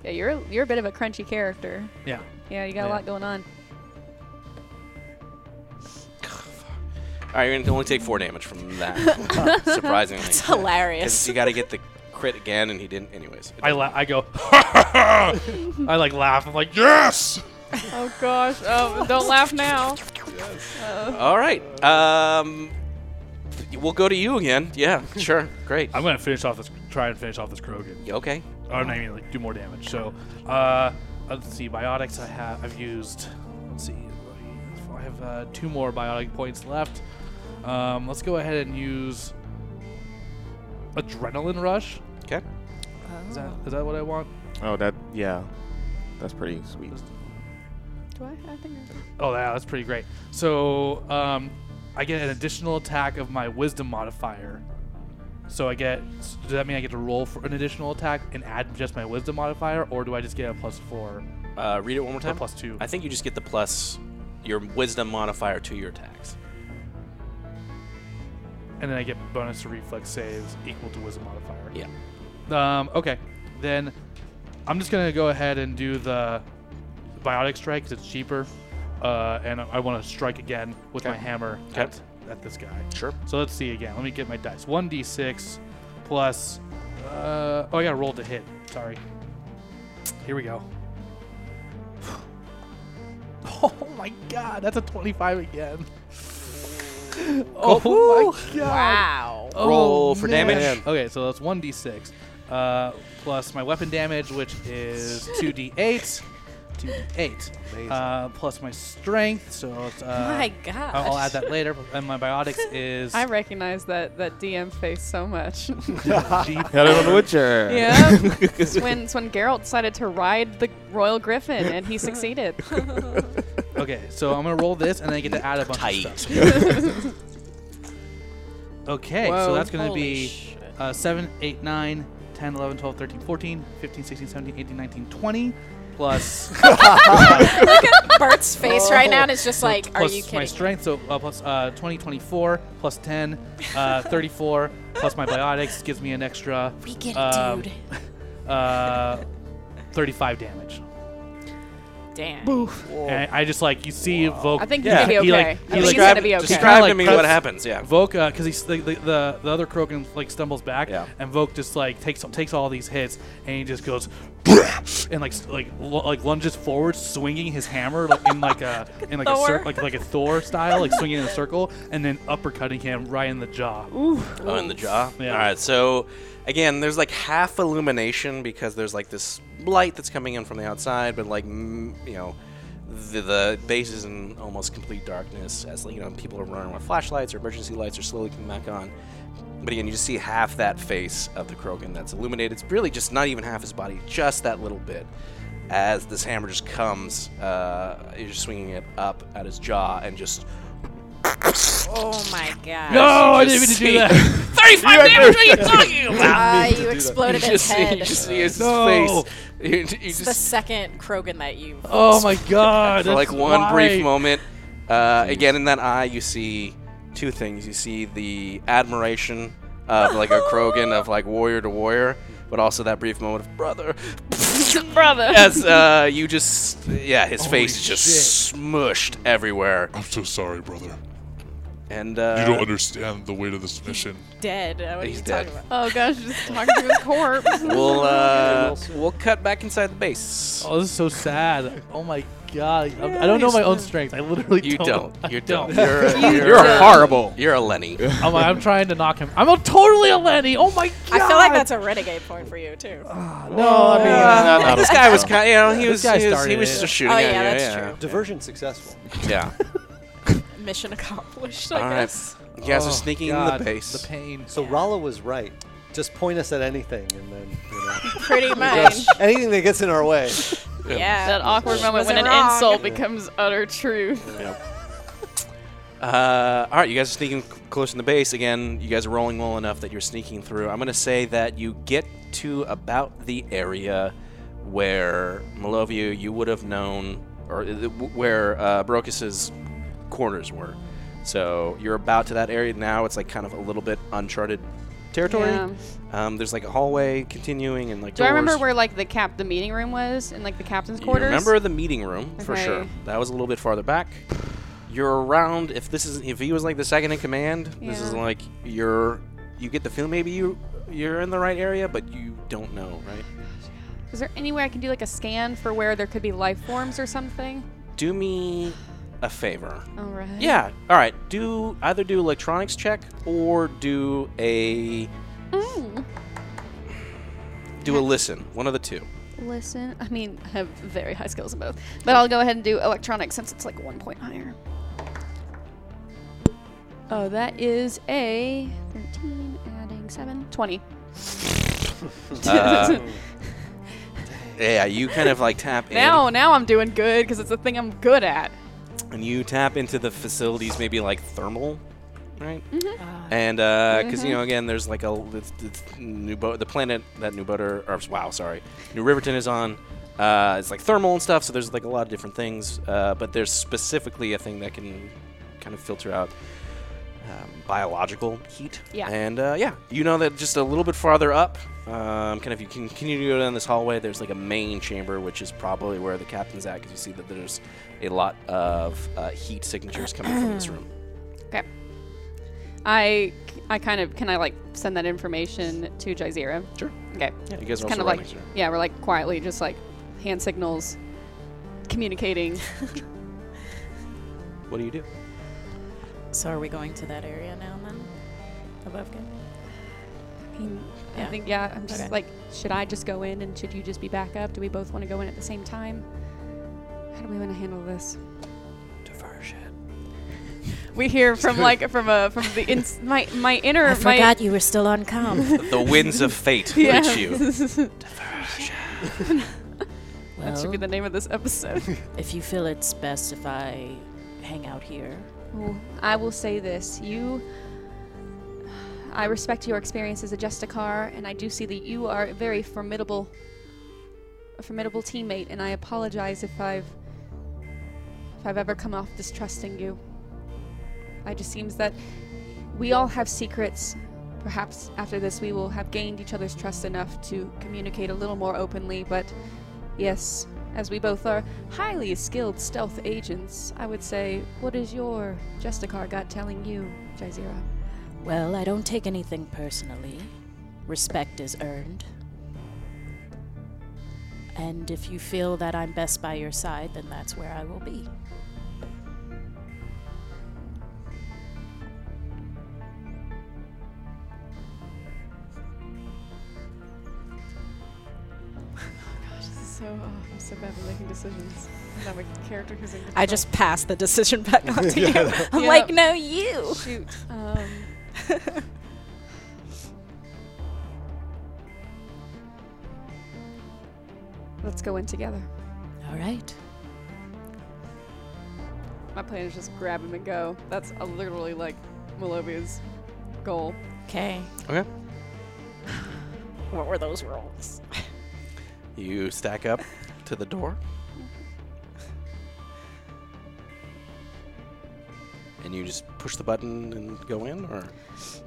S9: Yeah, you're you're a bit of a crunchy character.
S3: Yeah.
S9: Yeah, you got
S3: Yeah.
S9: a lot going on.
S1: All right, you're going to only take four damage from that, surprisingly.
S4: It's
S1: Because
S4: hilarious.
S1: you got to get the crit again, and he didn't. Anyways,
S3: I la- I go. I like laugh. I'm like yes.
S9: Oh gosh! Oh, don't laugh now.
S1: all right. Um, we'll go to you again. Yeah, sure, great.
S11: I'm gonna finish off this. Try and finish off this Krogan.
S1: Okay.
S11: Or not even like do more damage. So, uh, let's see. Biotics. I have. I've used. Let's see. I have uh, two more biotic points left. Um, let's go ahead and use adrenaline rush.
S1: Okay.
S11: Is that is that what I want?
S2: Oh, that yeah, that's pretty sweet.
S9: Do I? I think. I do.
S11: Oh, yeah, that's pretty great. So um, I get an additional attack of my wisdom modifier. So I get. s- Does that mean I get to roll for an additional attack and add just my wisdom modifier, or do I just get a plus four?
S1: Uh, read it one more
S11: Or
S1: time.
S11: plus two.
S1: I think you just get the plus your wisdom modifier to your attacks.
S11: And then I get bonus to reflex saves equal to wisdom modifier.
S1: Yeah.
S11: Um, okay. Then I'm just gonna go ahead and do the biotic strike 'cause it's cheaper, uh, and I want to strike again with my
S1: Okay.
S11: hammer
S1: Okay.
S11: at, at this guy.
S1: Sure.
S11: So let's see again. Let me get my dice. One d6 plus. Uh, oh, I got to roll to hit. Sorry. Here we go. Oh my god, that's a 25 again. Oh my god. Oh,
S4: Wow.
S7: Oh,
S1: Roll for damage.
S11: Okay, so that's 1d6. Uh, plus my weapon damage, which is 2d8. 2d8. Uh, plus my strength, so it's. Uh,
S9: My
S11: I'll I'll
S9: gosh.
S11: add that later. And my biotics is.
S9: I recognize that that DM face so much.
S2: Got it on Witcher.
S9: yeah, it's when it's when Geralt decided to ride the royal griffin and he succeeded.
S11: okay, so I'm going to roll this, and then I get to add a bunch of
S9: Tight.
S11: stuff. okay, so
S3: Whoa.
S11: that's going to
S3: Holy
S11: be uh, 7, 8, 9, 10, 11, 12, 13, 14, 15, 16, 17, 18, 19, 20. Plus.
S4: Look at Bert's face
S11: Oh.
S4: right now, and it's just
S11: So
S4: like, are
S11: plus
S4: you
S11: my
S4: kidding?
S11: strength, so uh, plus uh, 20, 24, plus 10, uh, 34, plus my biotics gives me an extra.
S5: We get it,
S11: um,
S5: dude.
S11: Uh, 35 damage.
S4: Damn.
S11: And I just like you see Vogue.
S9: I think he's gonna be
S11: He, like,
S9: okay.
S11: he,
S9: I think he's
S11: like,
S9: gonna be okay.
S11: just kinda,
S9: Describe
S11: like,
S9: to me
S11: cuts-
S9: what happens,
S1: yeah.
S11: Vogue, because he's the, the, the the other Krogan like stumbles back, and Vogue just like takes takes all these hits, and he just goes and like s- like lu- like lunges forward, swinging his hammer like, in like a in like a
S1: Thor.
S11: cir- like like a Thor style, like swinging in a circle, and then uppercutting him right in the jaw.
S1: Oh, in the jaw.
S11: Yeah.
S1: All right. So again, there's like half illumination because there's like this light that's coming in from the outside, but like mm, you know, the, the base is in almost complete darkness as like, you know people are running with flashlights or emergency lights are slowly coming back on. But again, you just see half that face of the Krogan that's illuminated. It's really just not even half his body, just that little bit. As this hammer just comes, uh, you're swinging it up at his jaw and just
S4: Oh my god.
S1: No, I didn't mean to do that.
S4: 35 damage, what are you talking
S1: about?
S4: Ah,
S1: I didn't mean to do
S4: you
S1: that.
S4: exploded
S1: You
S4: his
S1: just see-
S4: head.
S1: you just see his
S11: No.
S1: face. You- you
S4: it's the
S1: just-
S4: second Krogan that you.
S11: Oh my god!
S1: for like
S11: that's
S1: one brief
S11: why.
S1: moment. Uh, again, in that eye, you see two things. You see the admiration of like a Krogan of like warrior to warrior, but also that brief moment of brother.
S9: Brother.
S1: As uh, you just, yeah, his face is just
S10: shit.
S1: smushed everywhere.
S10: I'm so sorry, brother.
S1: And uh,
S10: you don't understand the weight of this mission.
S4: Dead. Uh, What are
S1: He's
S4: you
S1: dead.
S4: talking about?
S9: oh gosh, just talking to his corpse.
S1: We'll uh, we'll cut back inside the base.
S11: Oh, this is so sad. Oh my god! I, I don't know my own strength. I literally
S1: You
S11: don't.
S1: don't.
S11: I
S1: You
S11: don't.
S1: don't. You're, a-
S11: You
S1: you're,
S11: don't.
S1: a-
S11: Horrible.
S1: You're a Lenny.
S11: I'm, I'm trying to knock him. I'm a totally a Lenny. Oh my god!
S4: I feel like that's a renegade point for you too.
S11: no.
S6: Oh,
S11: I mean,
S1: Uh, this guy was kind. You know, he
S6: This
S1: was.
S6: guy
S1: He was, he
S6: started
S1: was
S6: it.
S1: just shooting.
S4: Oh,
S1: at
S4: yeah,
S1: you,
S4: that's
S1: yeah.
S6: Diversion successful.
S1: Yeah.
S4: Mission accomplished.
S1: All
S4: I
S1: right.
S4: guess.
S1: You guys
S6: Oh,
S1: are sneaking in
S6: God,
S1: the base.
S11: pain.
S6: So Rala was right. Just point us at anything, and then you know,
S4: Pretty much.
S6: just anything that gets in our way.
S4: Yeah.
S9: That awkward
S4: She
S9: moment when an
S4: wasn't wrong.
S9: insult becomes utter truth.
S1: Uh, all right, you guys are sneaking c- close in the base again. You guys are rolling well enough that you're sneaking through. I'm gonna say that you get to about the area where Malovia you would have known, or uh, the- where uh, Brocus's corners were. So you're about to that area now. It's like kind of a little bit uncharted territory.
S9: Yeah.
S1: Um, there's like a hallway continuing and like.
S9: Do I remember
S1: doors.
S9: where like the cap the meeting room was in like the captain's
S1: You
S9: quarters?
S1: remember the meeting room for
S9: Okay.
S1: sure. That was a little bit farther back. You're around. If this is, if he was like the second in command, this is
S9: Yeah.
S1: like you're. You get the feel maybe you you're in the right area, but you don't know, right?
S9: Is there any way I can do like a scan for where there could be life forms or something?
S1: Do me a favor.
S9: All right.
S1: Yeah. All right. Do either do electronics check or do a
S9: Mm.
S1: do a listen. One of the two.
S9: Listen, I mean, I have very high skills in both, but I'll go ahead and do electronics since it's like one point higher. Oh, that is a 13 adding 7, 20.
S1: Uh, yeah. You kind of like tap in.
S4: Now, now I'm doing good because it's a thing I'm good at.
S1: and you tap into the facilities maybe like thermal right
S4: Mhm.
S9: Uh,
S1: and because you
S4: Mhm.
S1: know again there's like a it's, it's new boat the planet that new butter or wow sorry new riverton is on uh, it's like thermal and stuff so there's like a lot of different things uh, but there's specifically a thing that can kind of filter out um, biological heat
S7: Yeah.
S1: and uh, yeah you know that just a little bit farther up um, kind of you can continue to go down this hallway there's like a main chamber which is probably where the captain's at because you see that there's a lot of uh, heat signatures coming from this room
S9: Okay. I, I kind of, can I like send that information to Jazeera?
S1: Sure.
S9: Okay.
S1: Yeah, you guys are
S9: Kind
S1: also
S9: of
S1: right
S9: like,
S1: next to her.
S9: yeah, we're like quietly just like hand signals communicating.
S1: what do you do
S5: So are we going to that area now then? Above ground?
S9: I mean, I
S5: Yeah.
S9: think yeah. I'm just
S5: Okay.
S9: like, should I just go in, and should you just be back up? Do we both want to go in at the same time? How do we want to handle this?
S4: We hear from like from a from the ins- my my inner
S5: I
S4: my
S5: forgot you were still on comm.
S1: the winds of fate
S4: Yeah.
S1: reach you
S9: that should be the name of this episode.
S5: if you feel it's best if I hang out here.
S9: Well, I will say this: you, I respect your experience as a Justicar, and I do see that you are a very formidable, a formidable teammate. And I apologize if I've, if I've ever come off distrusting you. I just seems that we all have secrets. Perhaps after this, we will have gained each other's trust enough to communicate a little more openly. But yes, as we both are highly skilled stealth agents, I would say, what is your Justicar gut telling you, Jazeera?
S5: Well, I don't take anything personally. Respect is earned. And if you feel that I'm best by your side, then that's where I will be.
S4: Gosh, this is so oh, I'm so bad at making decisions. And I'm a character who's in
S5: I just pass the decision back on to you. I'm
S4: Yeah.
S5: like, no, you.
S9: Shoot. Um, let's go in together.
S5: All right.
S4: My plan is just grab him and go. That's uh, literally like Malovia's goal.
S5: Okay.
S1: okay
S5: What were those rolls?
S1: you stack up to the door and you just push the button and go in or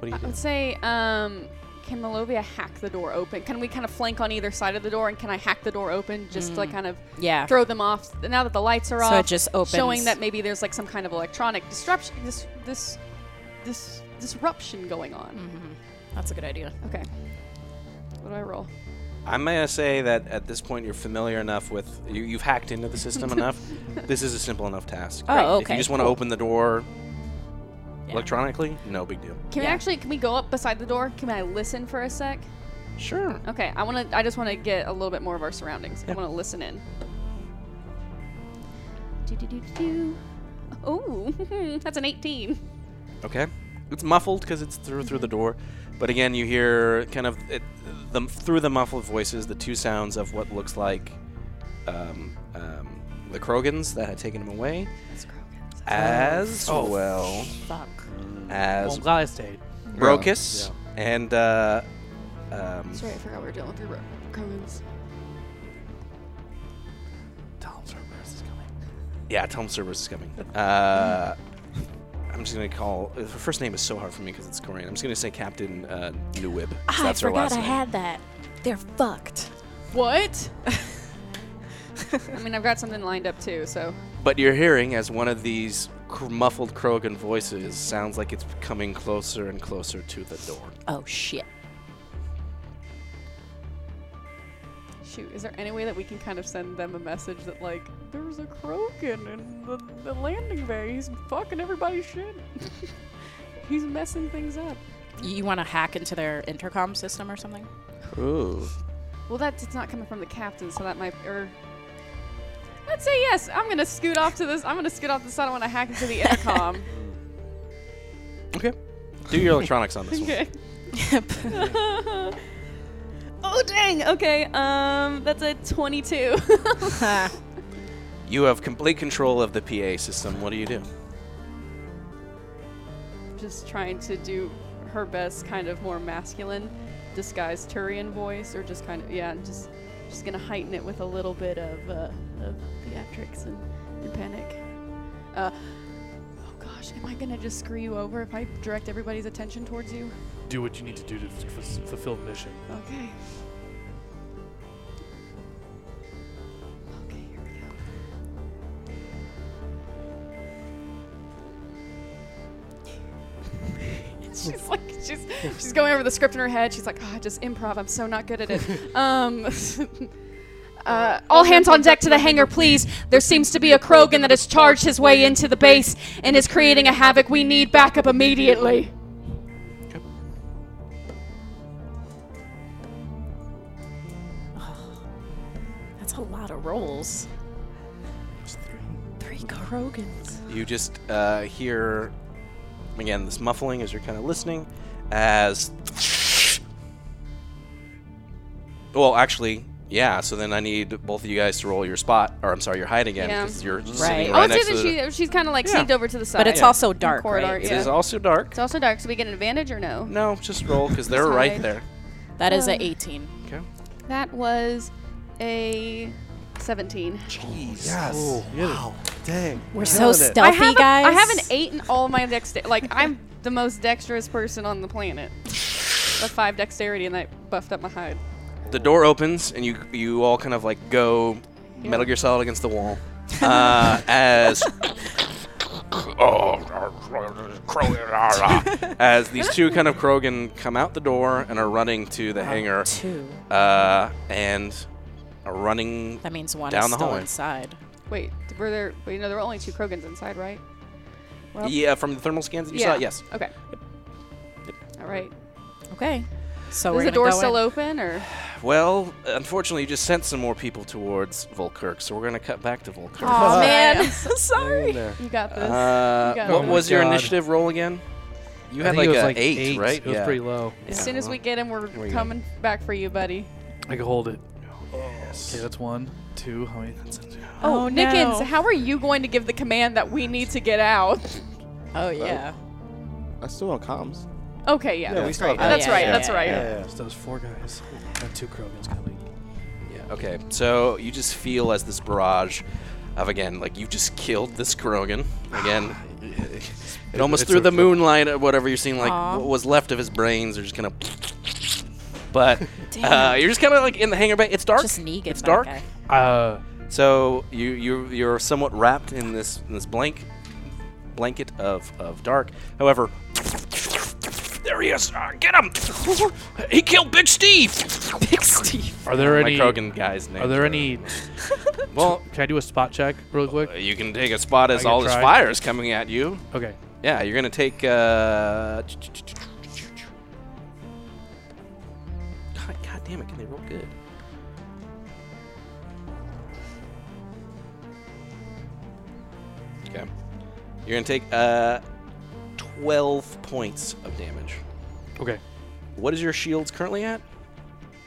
S1: what do you
S9: I
S1: do
S9: would say, um, can Malovia hack the door open? Can we kind of flank on either side of the door, and can I hack the door open just to like
S5: Mm.
S9: kind of
S5: Yeah.
S9: throw them off? Now that the lights are
S5: So it
S9: off,
S5: just opens.
S9: showing that maybe there's like some kind of electronic disruption, this this this disruption going on.
S5: Mm-hmm. That's a good idea.
S9: Okay, what do I roll?
S1: I'm gonna say that at this point you're familiar enough with you, you've hacked into the system enough. This is a simple enough task.
S9: Oh,
S1: If
S9: okay,
S1: you just want to
S9: cool.
S1: open the door electronically, no big deal.
S9: Can we actually? Can we go up beside the door? Can I listen for a sec?
S1: Sure.
S9: Okay, I want to. I just want to get a little bit more of our surroundings. I want to listen in. Do do do do. Oh, that's an 18.
S1: Okay. It's muffled because it's through through the
S5: Mm-hmm.
S1: door, but again you hear kind of it, the through the muffled voices the two sounds of what looks like um, um, the Krogans that had taken him away, as
S11: Oh,
S1: well
S5: fuck.
S1: as
S11: Well, I'm glad I stayed.
S1: Brocus and uh, um,
S9: Sorry, I forgot we were dealing with your Crogans.
S1: Yeah, Tom Cerberus is coming. Uh, I'm just gonna call. Her first name is so hard for me because it's Korean. I'm just gonna say Captain uh, Newib. 'cause
S5: Ah, I
S1: that's her
S5: forgot
S1: last
S5: I
S1: name.
S5: had that. They're fucked.
S9: What? I mean, I've got something lined up too, so.
S1: But you're hearing as one of these cr- muffled Krogan voices sounds like it's coming closer and closer to the door.
S5: Oh shit.
S9: Shoot, is there any way that we can kind of send them a message that like there's a Krogan in the, the landing bay? He's fucking everybody's shit. He's messing things up.
S5: You want to hack into their intercom system or something?
S2: Ooh.
S9: Well, that's it's not coming from the captain, so that might or. I'd say yes. I'm gonna scoot off to this. I'm gonna scoot off to the side. I want to hack into the intercom.
S1: Okay. Do your electronics on this one.
S9: okay. oh dang. Okay. Um, that's a 22.
S1: You have complete control of the PA system. What do you do?
S9: Just trying to do her best, kind of more masculine, disguised Turian voice, or just kind of yeah, and just just gonna heighten it with a little bit of uh, of theatrics and, and panic. Uh, oh gosh, am I gonna just screw you over if I direct everybody's attention towards you?
S11: Do what you need to do to f- fulfill the mission.
S9: Okay. she's like she's she's going over the script in her head. She's like, oh, I just improv. I'm so not good at it. um,
S21: Uh, all hands on deck to the hangar, please. There seems to be a Krogan that has charged his way into the base and is creating a havoc. We need backup immediately.
S5: That's a lot of rolls. Three Krogans.
S1: You just uh, hear, again, this muffling as you're kind of listening, as. Well, actually, yeah. So then I need both of you guys to roll your spot, or I'm sorry, your hide again,
S9: Yeah.
S1: because you're just
S5: Right.
S1: sitting
S5: I would
S1: right
S5: say
S1: next
S9: So
S1: to. the-
S9: she, she's kind of like
S1: Yeah.
S9: sneaked over to the side.
S5: But it's also dark.
S9: Corridor,
S5: right?
S1: It
S9: yeah.
S1: is also dark.
S9: It's also dark, so we get an advantage or no?
S1: No, just roll because they're
S9: Just
S1: right
S9: hide.
S1: there.
S5: That is
S9: Um,
S5: a 18.
S1: Okay.
S9: That was a 17.
S1: Jeez.
S6: Yes. Oh, wow. Dang.
S5: We're so
S6: Killing it.
S5: stealthy,
S9: I have a-
S5: guys.
S9: I have an eight in all my dexterity. Like I'm the most dexterous person on the planet. A five dexterity, and I buffed up my hide.
S1: The door opens and you you all kind of like go Metal Gear Solid against the wall. Uh, as as these two kind of Krogan come out the door and are running to the hangar,
S5: Two.
S1: uh, and are running.
S5: That means one
S1: down
S5: is
S1: the
S5: still
S1: hallway.
S5: inside.
S9: Wait, were there? Wait, no, there were only two Krogans inside, right? Well,
S1: Yeah, from the thermal scans that you saw, yes.
S9: Okay. All right.
S5: Okay. So
S9: Is
S5: we're
S9: the
S5: gonna
S9: door
S5: go
S9: still
S5: in.
S9: open, or?
S1: Well, unfortunately, you just sent some more people towards Volkirk, so we're gonna cut back to Volkirk.
S9: Aw, man.
S5: Oh, Man, sorry.
S6: There.
S9: You got this.
S1: Uh,
S9: You got
S1: what
S9: it.
S1: was your
S11: Oh God.
S1: initiative roll again? You
S11: I
S1: had
S11: think
S1: like
S11: it was
S1: a
S11: like
S1: eight,
S11: eight.
S1: right?
S11: It was
S1: Yeah.
S11: pretty low.
S9: As soon as we get him, we're
S1: There we go.
S9: coming back for you, buddy.
S11: I can hold it. Okay, that's one, two. How many? That's
S9: Oh, Nickens,
S5: no.
S9: how are you going to give the command that we need to get out?
S5: Oh, yeah.
S2: I Oh, still on comms.
S1: Oh.
S9: Okay, yeah,
S6: Yeah, we
S9: that's
S6: still
S9: right.
S6: have
S9: That's
S5: that.
S9: right.
S5: Yeah,
S9: That's
S5: yeah,
S9: right.
S6: Yeah.
S11: so those four guys. Got two Krogans coming.
S1: Yeah. Okay. So you just feel as this barrage of again, like you just killed this Krogan again. it almost
S11: It's
S1: through the
S11: okay.
S1: moonlight or whatever you're seeing, like
S5: Aw.
S1: what was left of his brains are just kind of. But uh, you're just kind of like in the hangar bay. It's dark.
S5: Just Negan.
S1: It's
S5: that
S1: dark.
S5: guy.
S11: Uh,
S1: So you you you're somewhat wrapped in this in this blank blanket of of dark. However,
S7: There he is. Uh, get him. He killed Big Steve.
S5: Big Steve.
S11: are there
S1: my
S11: any?
S1: Krogan guy's name.
S11: Are there any?
S1: Well,
S11: Can I do a spot check real quick?
S1: Uh, you can take a spot as
S11: I can
S1: all this
S11: try.
S1: fire is coming at you.
S11: Okay.
S1: Yeah, you're gonna take. Uh, God, God damn it! Can they roll good? Okay, you're gonna take uh, twelve points of damage.
S11: Okay.
S1: What is your shields currently at?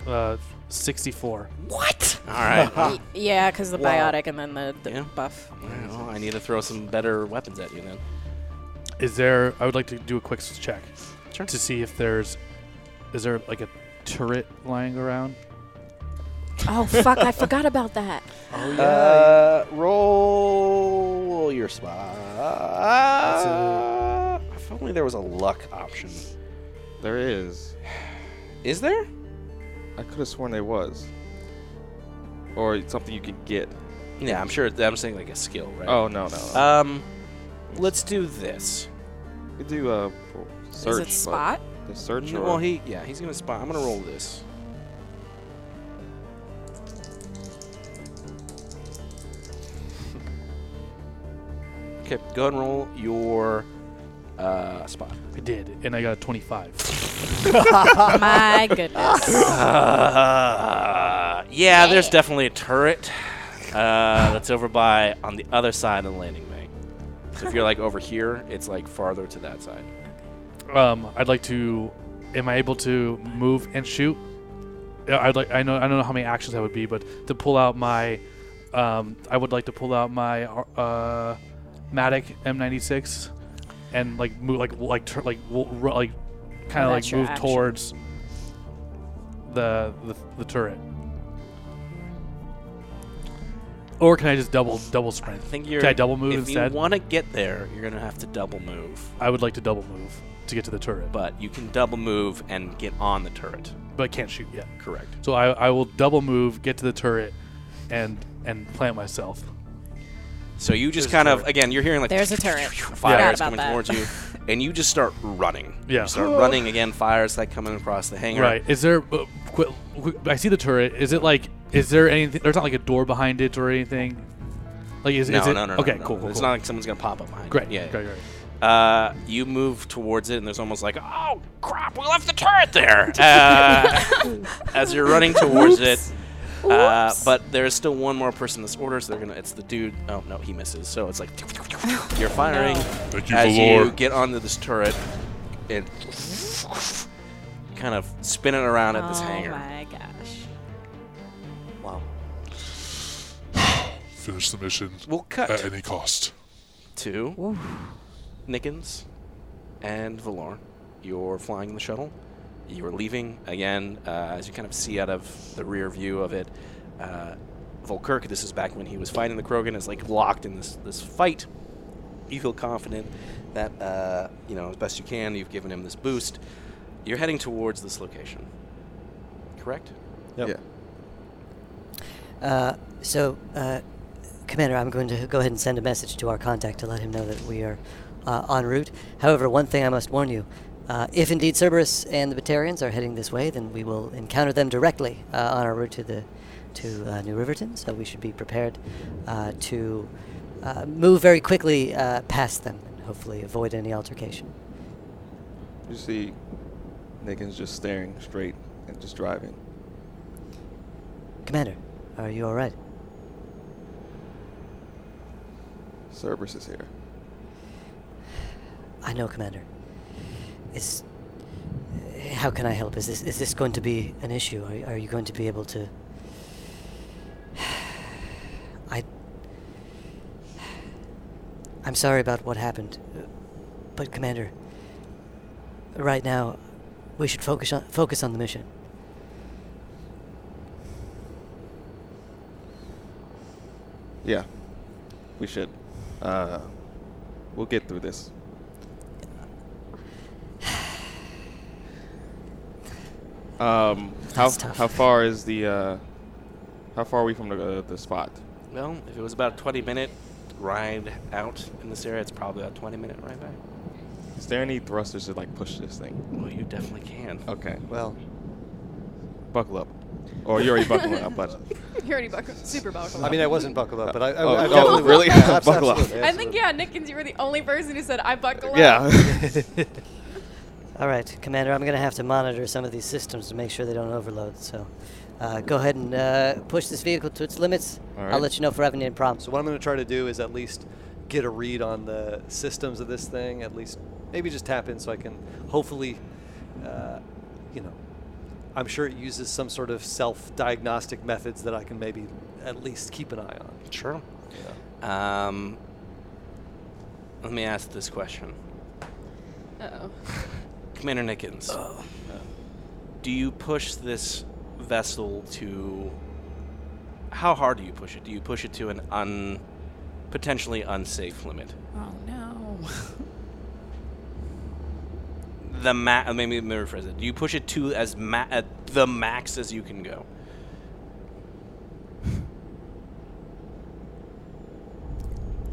S11: Uh, sixty-four.
S1: What? All right. All
S5: Y- yeah, because the
S1: Wow.
S5: biotic and then the, the
S1: Yeah.
S5: buff.
S1: right, well, I need to throw some better weapons at you then.
S11: Is there? I would like to do a quick s- check
S1: Sure.
S11: to see if there's. Is there like a turret lying around?
S5: Oh, fuck. I forgot about that.
S2: Oh,
S1: Oh, Uh, roll your spot. if only there was a luck option.
S2: There is.
S1: Is there?
S2: I could have sworn there was. Or something you could get.
S1: Yeah, I'm sure. I'm saying like a skill, right?
S2: Oh no no. no.
S1: Um, let's do this.
S2: you do uh, a search.
S5: Is it
S2: but
S5: spot?
S2: The search.
S1: No,
S2: or
S1: well, he yeah, he's gonna spot. I'm gonna roll this. Okay, go ahead and roll your uh, spot.
S11: I did, and I got a 25.
S5: My goodness.
S1: Uh, yeah, there's definitely a turret uh, that's over by on the other side of the landing bay. So if you're like over here, it's like farther to that side.
S11: Um, I'd like to. Am I able to move and shoot? Yeah, I'd like. I know. I don't know how many actions that would be, but to pull out my, um, I would like to pull out my uh, Matic M96, and like move, like like tur- like wo- ru- like kind
S5: Oh,
S11: of
S5: that's
S11: like
S5: your
S11: move
S5: action.
S11: towards the, the the turret. Or can I just double double sprint?
S1: I think you're.
S11: can I double move
S1: if
S11: instead?
S1: you want to get there, you're gonna have to double move.
S11: I would like to double move to get to the turret,
S1: But you can double move and get on the turret.
S11: but I can't shoot yet.
S1: Correct.
S11: So I, I will double move, get to the turret, and and plant myself.
S1: So you just kind of again, you're hearing like
S5: There's a turret. Forgot
S1: fires coming
S5: about that.
S1: towards you, and you just start running.
S11: Yeah.
S1: you start running again. Fires like coming across the hangar.
S11: Right. Is there? Uh, qu- qu- I see the turret. Is it like? Is there anything? There's not like a door behind it or anything. Like is,
S1: no,
S11: is it?
S1: no, no, no,
S11: Okay,
S1: no.
S11: cool, cool.
S1: It's
S11: cool.
S1: not like someone's gonna pop up behind. you.
S11: Great,
S1: Yeah.
S11: great,
S1: Uh, you move towards it, and there's almost like, oh crap, we left the turret there. Uh, as you're running towards it. Uh, but there's still one more person this order, so they're gonna. It's the dude. Oh no, he misses. So it's like you're firing
S10: Thank you,
S1: as
S10: Valor.
S1: you get onto this turret and kind of spinning around at this
S5: Oh
S1: hangar.
S5: my gosh.
S13: Wow.
S10: Finish the mission.
S1: We'll cut.
S10: At any cost.
S1: Two. Nickens and Valor, you're flying in the shuttle. You are leaving again, uh, as you kind of see out of the rear view of it. Uh, Volkirk, this is back when he was fighting the Krogan, is like locked in this this fight. You feel confident that uh, you know as best you can. You've given him this boost. You're heading towards this location, correct?
S2: Yeah.
S13: Uh, so, uh, Commander, I'm going to go ahead and send a message to our contact to let him know that we are uh, en route. However, one thing I must warn you. Uh, if indeed Cerberus and the Batarians are heading this way, then we will encounter them directly uh, on our route to the to uh, New Riverton. So we should be prepared uh, to uh, move very quickly uh, past them and hopefully avoid any altercation.
S2: You see, Nickens just staring straight and just driving.
S13: Commander, are you all right?
S2: Cerberus is here.
S13: I know, Commander. Is how can I help? Is this is this going to be an issue? Are, are you going to be able to? I. I'm sorry about what happened, but Commander. Right now, we should focus on focus on the mission.
S2: Yeah, we should. Uh, we'll get through this. Um, how
S13: That's tough.
S2: how far is the uh, how far are we from the uh, the spot?
S1: Well, if it was about a 20 minute ride out in this area, it's probably about a 20 minute ride back.
S2: Is there any thrusters to like push this thing?
S1: Well, you definitely can.
S2: Okay,
S13: Well,
S2: buckle up, or you're Oh, already buckling up, but
S4: You're already buck- super buckled.
S6: I mean, I wasn't buckled up, but I, I,
S2: Oh,
S6: I
S2: oh,
S6: definitely was.
S2: really?
S6: Yeah, abs-
S2: Buckle up.
S6: absolutely,
S4: I think
S6: absolutely.
S4: yeah, Nickens, you were the only person who said I buckle up.
S2: yeah.
S13: All right, Commander, I'm going to have to monitor some of these systems to make sure they don't overload. So, uh, go ahead and uh, push this vehicle to its limits.
S2: All
S13: I'll
S2: right.
S13: let you know if we're having any problems.
S6: So what I'm going to try to do is at least get a read on the systems of this thing. At least maybe just tap in so I can hopefully, uh, you know, I'm sure it uses some sort of self-diagnostic methods that I can maybe at least keep an eye on.
S1: Sure.
S6: You know?
S1: Um, let me ask this question.
S4: Uh-oh.
S1: Commander Nickens,
S9: Oh.
S2: Oh.
S1: do you push this vessel to. How hard do you push it? Do you push it to an un. potentially unsafe limit?
S5: Oh no.
S1: The ma- uh, maybe let me rephrase it. Do you push it to as ma- at the max as you can go?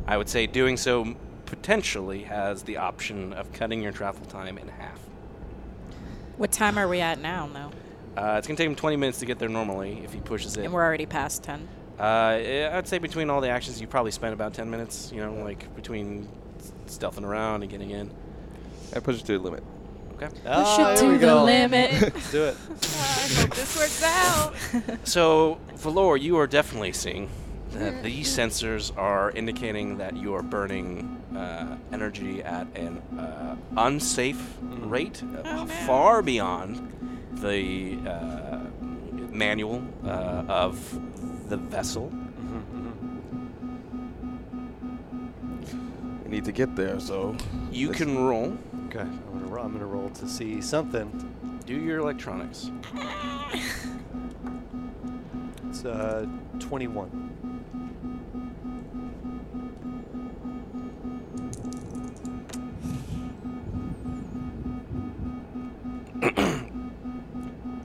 S1: I would say doing so m- potentially has the option of cutting your travel time in half.
S5: What time are we at now, though?
S1: Uh, it's gonna take him 20 minutes to get there normally if he pushes it.
S5: And we're already past 10.
S1: Uh, eh, I'd say between all the actions, you probably spent about 10 minutes, you know, like between s- stealthing around and getting in.
S2: I push it to the limit.
S1: Okay.
S6: Ah, here we go. Let's do it.
S4: this works out.
S1: So, Valor, you are definitely seeing that these sensors are indicating that you are burning uh, energy at an uh, unsafe
S2: Mm-hmm.
S1: rate, uh, far beyond the uh, manual uh, of the vessel.
S2: Mm-hmm.
S1: Mm-hmm.
S2: I need to get there, so.
S1: You can roll.
S6: Okay, I'm gonna, ro- I'm gonna roll to see something.
S1: Do your electronics.
S6: It's uh, 21.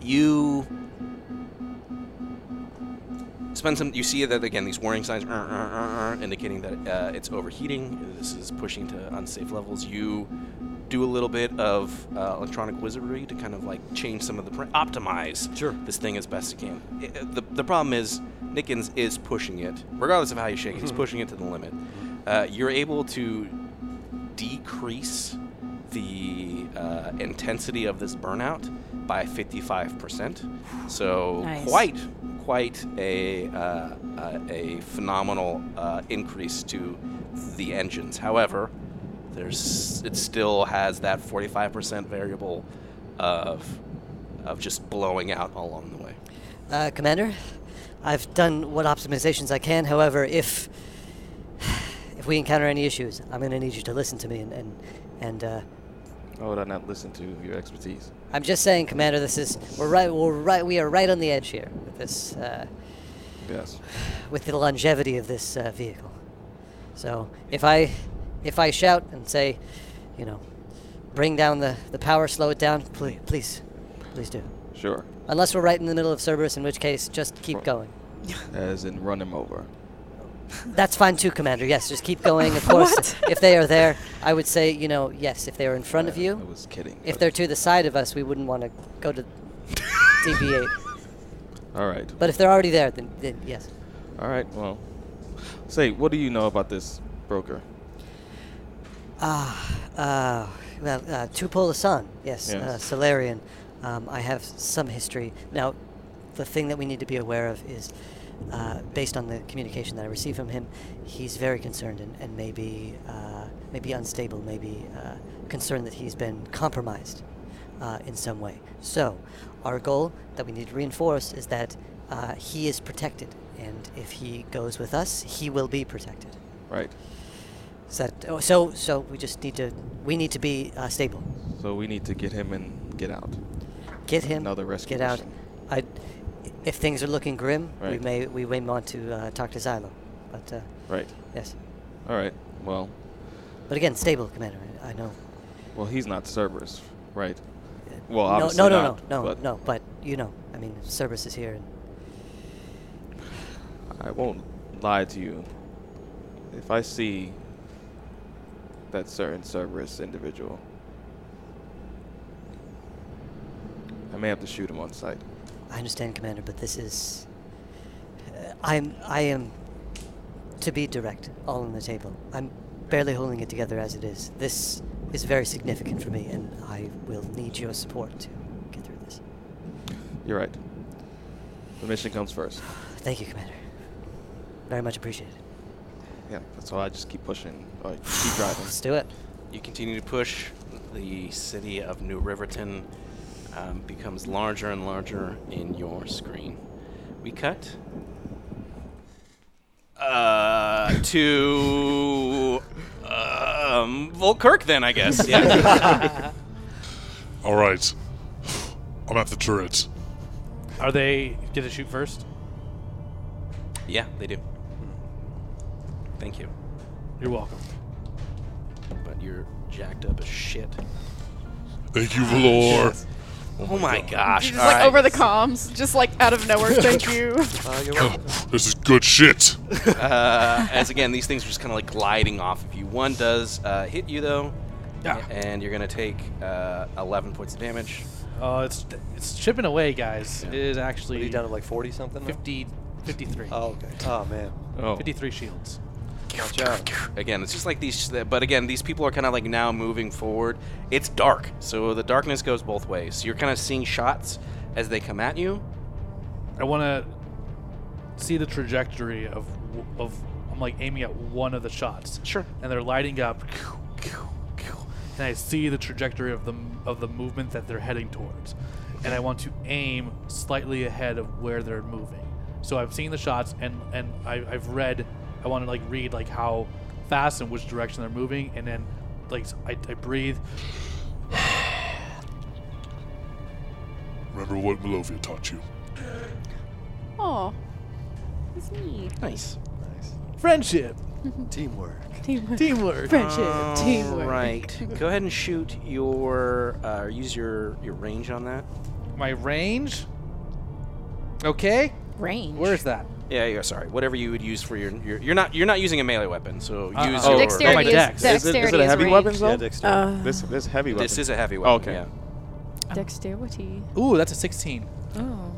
S1: you spend some. You see that again. These warning signs, uh, uh, uh, uh, indicating that uh, it's overheating. This is pushing to unsafe levels. You do a little bit of uh, electronic wizardry to kind of like change some of the pr- optimize sure. this thing as best you can. I- I- the, the problem is Nickens is pushing it, regardless of how you shake it. He's pushing it to the limit. Uh, you're able to decrease the uh, intensity of this burnout by 55%. So
S7: Nice.
S1: quite quite a uh, uh, a phenomenal uh, increase to the engines. However, there's it still has that 45% variable of of just blowing out along the way.
S13: Uh, Commander, I've done what optimizations I can. However, if if we encounter any issues, I'm going to need you to listen to me. And and, and uh,
S2: How would I not listen to your expertise?
S13: I'm just saying, Commander, this is we're right. We're right. We are right on the edge here with this. Uh,
S2: yes.
S13: With the longevity of this uh, vehicle. So if I if I shout and say, you know, bring down the the power, slow it down, please, please, please do.
S2: Sure.
S13: Unless we're right in the middle of Cerberus, in which case, just keep going.
S2: As in run him over.
S13: That's fine too, Commander. Yes, just keep going. Of course, if they are there, I would say, you know, yes, if they are in front of you. I
S2: was kidding.
S13: If they're to the side of us, we wouldn't want to go to deviate.
S2: All right.
S13: But if they're already there, then, then yes.
S2: All right. Well, say, what do you know about this broker?
S13: Ah, uh, well, uh, Tupol Hassan, yes, Uh,
S2: Yes.
S13: Solarian. Um, I have some history. Now, the thing that we need to be aware of is, uh, based on the communication that I received from him, he's very concerned and, and maybe, uh, maybe unstable, maybe uh, concerned that he's been compromised uh, in some way. So, our goal that we need to reinforce is that uh, he is protected, and if he goes with us, he will be protected.
S2: Right.
S13: Is that oh, so? So we just need to we need to be uh, stable.
S2: So we need to get him and get out.
S13: Get him.
S2: Another rescue.
S13: Get out.
S2: mission.
S13: I, if things are looking grim, we
S2: Right.
S13: may we may want to uh, talk to Xylo. But uh,
S2: Right.
S13: Yes.
S2: All right. Well.
S13: But again, stable, Commander. I I know.
S2: Well, he's not Cerberus, right? Well,
S13: no,
S2: obviously
S13: no, no,
S2: not,
S13: no, no,
S2: but
S13: no. But you know, I mean, Cerberus is here. And
S2: I won't lie to you. If I see that certain Cerberus individual, I may have to shoot him on sight.
S13: I understand, Commander, but this is. Uh, I'm. I am. To be direct, all on the table. I'm barely holding it together as it is. This is very significant for me, and I will need your support to get through this.
S2: You're right. The mission comes first.
S13: Thank you, Commander. Very much appreciated.
S2: Yeah, that's why I just keep pushing. All right, keep driving.
S13: Let's do it.
S1: You continue to push. The city of New Riverton um, becomes larger and larger in your screen. We cut uh, to um, Volkirk, then I guess. Yeah.
S10: All right. I'm at the turret.
S11: Are they get to shoot first?
S1: yeah, they do. Thank you.
S11: You're welcome.
S1: But you're jacked up as shit.
S10: Thank you, Valor.
S1: Oh, my gosh!
S4: Just
S1: All
S4: like
S1: right.
S4: over the comms, just like out of nowhere. Thank you.
S10: this is good shit.
S1: uh, as again, these things are just kind of like gliding off of you. One does uh, hit you though,
S11: Yeah.
S1: and you're gonna take uh, 11 points of damage.
S11: Uh, Oh, it's it's chipping away, guys. It is actually
S6: down to like forty something.
S11: 50,
S3: 53.
S6: Oh, okay. Oh, man.
S1: Oh.
S3: 53 shields.
S1: Again, it's just like these, but again, these people are kind of like now moving forward. It's dark, so the darkness goes both ways. You're kind of seeing shots as they come at you.
S11: I want to see the trajectory of of I'm like aiming at one of the shots.
S1: Sure.
S11: And they're lighting up. And I see the trajectory of the of the movement that they're heading towards, and I want to aim slightly ahead of where they're moving. So I've seen the shots, and and I, I've read. I want to like read like how fast and which direction they're moving, and then like I, I breathe.
S10: Remember what Melovia taught you.
S9: Oh, it's me.
S1: Nice.
S11: Friendship.
S6: Teamwork.
S9: Teamwork.
S11: Teamwork.
S1: All Oh, Right. Go ahead and shoot your uh, use your your range on that.
S11: My range. Okay.
S5: Range.
S11: Where's that?
S1: Yeah, yeah. Sorry, whatever you would use for your, your you're not you're not using a melee weapon, so
S2: Uh,
S11: Uh-uh.
S1: use
S11: Oh,
S1: your
S11: Dexterity
S1: my
S11: is-
S1: dex.
S2: Is it, is it a heavy weapon though?
S6: Yeah, dexterity.
S2: Uh, this this heavy weapon.
S1: This is a heavy weapon.
S2: okay.
S1: Yeah.
S9: Uh, Dexterity.
S11: Ooh, that's a 16.
S5: Oh.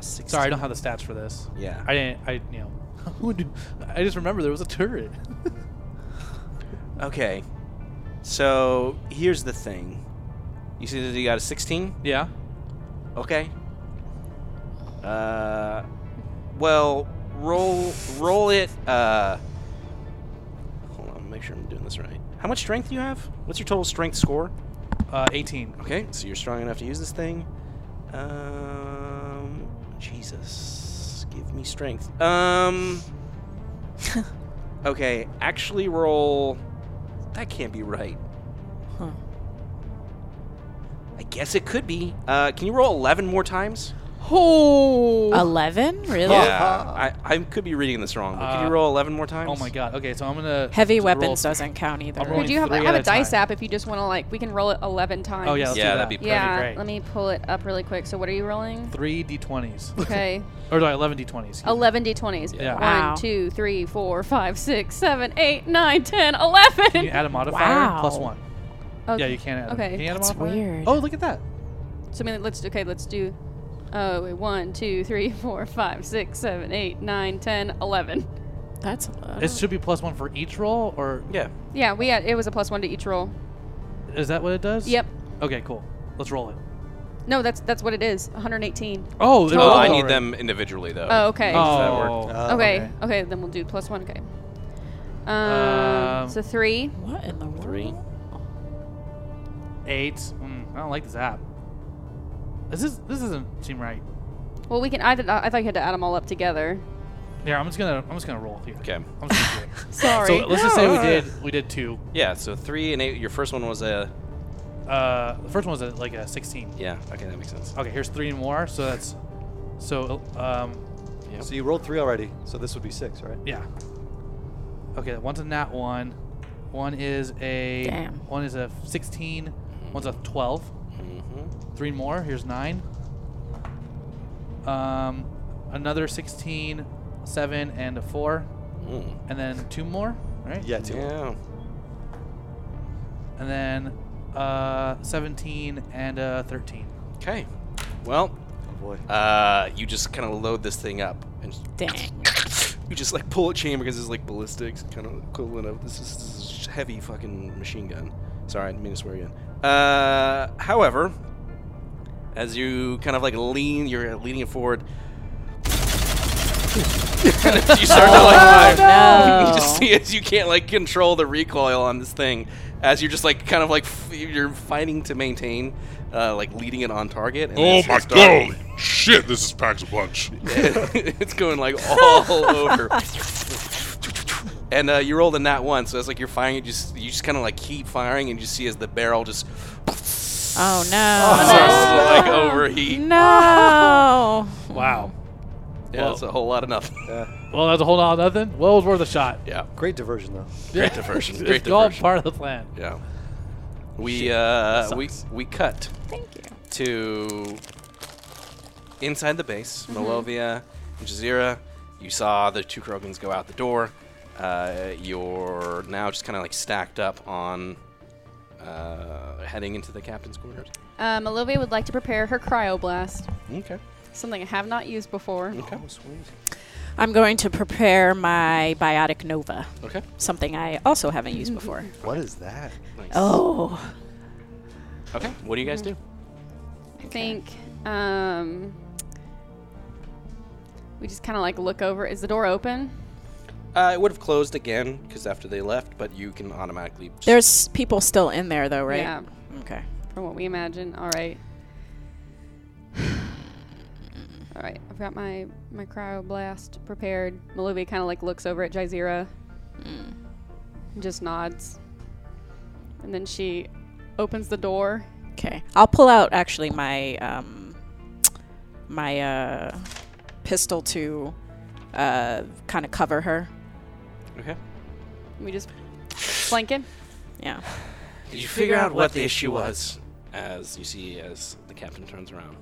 S11: Sorry, I don't have the stats for this.
S1: Yeah.
S11: I didn't. I you know. Who do, I just remember there was a turret.
S1: Okay. So here's the thing. You see that you got a 16?
S11: Yeah.
S1: Okay. Uh, well, roll roll it. Uh, hold on, make sure I'm doing this right. How much strength do you have? What's your total strength score?
S11: Uh, 18.
S1: Okay, so you're strong enough to use this thing. Um, Jesus, give me strength. Um, okay, actually roll. That can't be right.
S5: Huh.
S1: I guess it could be. Uh, can you roll 11 more times?
S5: Oh. 11? Really?
S1: Yeah, I, I could be reading this wrong, but can you
S11: Uh,
S1: roll 11 more times?
S11: Oh my god. Okay, so I'm gonna
S5: Heavy
S11: to roll
S5: weapons
S11: th-
S5: doesn't count either.
S11: I'm
S9: Could
S11: rolling
S9: you have,
S11: three
S9: I
S11: at
S9: have a
S11: a
S9: dice
S11: time.
S9: app if you just want to like we can roll it eleven times.
S11: Oh, yeah, let's do
S1: Oh, yeah,
S11: that.
S1: that'd be perfect.
S9: yeah.
S11: great.
S9: Let me pull it up really quick. So what are you rolling?
S11: Three d20s.
S9: Okay.
S11: or no, 11 d20s. excuse me.
S9: Eleven d20s.
S11: Yeah.
S5: Wow.
S9: One, two, three, four, five, six, seven, eight, nine, ten, eleven.
S11: Can you add a modifier? Plus
S5: Wow.
S11: one.
S9: Okay.
S11: Yeah, you can add.
S9: Okay.
S11: A, can you add a
S5: That's
S11: modifier?
S5: weird.
S11: Oh, look at that.
S9: So I mean, let's okay. Let's do. Oh, wait, one, two, three, four, five, six, seven, eight, nine, ten, eleven.
S5: That's a lot.
S11: It should be plus one for each roll, or
S1: Yeah.
S9: Yeah, we had it was a plus one to each roll.
S11: is that what it does?
S9: Yep.
S11: Okay, cool. Let's roll it.
S9: No, that's that's what it is. 118.
S11: Oh,
S1: Oh, I
S11: Alright.
S1: need them individually, though.
S9: Oh, okay.
S1: Does that work?
S11: Oh.
S6: Uh,
S9: okay. okay. Then we'll do plus one. Okay. Um,
S11: Um,
S9: so three.
S5: What in the world?
S1: Three.
S11: Eight. Mm, I don't like this app. This is this doesn't seem right.
S9: Well, we can. I, th- I thought you had to add them all up together.
S11: Yeah, I'm just gonna I'm just gonna roll here.
S1: Okay.
S11: I'm just gonna do it.
S9: Sorry.
S11: So let's just say we did we did two.
S1: Yeah, so three and eight. Your first one was a.
S11: Uh, the first one was a, like a 16.
S1: Yeah, okay, that makes sense.
S11: Okay, here's three more. So that's so um
S1: Yep.
S6: So you rolled three already, so this would be six, right?
S11: yeah. Okay, one's a nat one. One is a
S5: Damn.
S11: one is a 16. One's a 12.
S1: Mm-hmm.
S11: Three more. Here's nine. Um, another 16, seven, and a four,
S1: Mm.
S11: and then two more. Right.
S6: Yeah, two.
S1: Yeah.
S11: and then uh, 17 and uh, 13.
S1: Okay. Well,
S6: Oh, boy.
S1: uh, you just kind of load this thing up and just-
S5: Dang.
S1: you just like pull a chamber because it's like ballistics, kind of equivalent of this is, this is heavy fucking machine gun. Sorry, I didn't mean to swear again. Uh, however, as you kind of like lean, you're leaning it forward. and as you start to like fire.
S5: Oh, no.
S1: You just see as you can't like control the recoil on this thing as you're just like kind of like f- you're fighting to maintain, uh, like leading it on target. And
S10: Oh
S1: it's-
S10: my
S1: it's done.
S10: god! Shit, this is packed a punch.
S1: it's going like all over. And uh, you rolled a nat one, so it's like you're firing. You just you just kind of like keep firing, and you see as the barrel just
S5: Oh,
S1: starts
S5: no.
S1: to like overheat.
S5: No.
S11: Wow.
S1: Yeah, that's a whole lot of nothing.
S6: Yeah.
S11: Well, that's a whole lot of nothing. Well, it was worth a shot.
S1: Yeah,
S6: Great diversion, though.
S1: great diversion. Great
S11: It's all
S1: diversion.
S11: part of the plan.
S1: Yeah, we uh, we we cut
S5: Thank you.
S1: to inside the base,
S5: Mm-hmm.
S1: Melovia and Jazeera. You saw the two Krogans go out the door. Uh, you're now just kind of like stacked up on uh, heading into the captain's quarters.
S9: Um, Olivia would like to prepare her cryoblast.
S1: Okay.
S9: Something I have not used before.
S1: Oh,
S5: I'm going to prepare my Biotic Nova.
S1: Okay.
S5: Something I also haven't used before.
S22: What is that?
S5: Oh.
S1: Okay. What do you guys do?
S9: I think um, we just kind of like look over. Is the door open?
S1: Uh, it would have closed again because after they left, but you can automatically.
S5: There's people still in there, though, right?
S9: Yeah.
S5: Okay.
S9: From what we imagine. All right. All right. I've got my my cryo blast prepared. Maluvi kind of like looks over at Jaizira,
S1: Hmm.
S9: and just nods, and then she opens the door.
S5: Okay. I'll pull out actually my um, my uh, pistol to uh, kind of cover her.
S1: Okay.
S9: We just flanking.
S5: Yeah.
S1: Did you figure out what the issue was? As you see, as the captain turns around,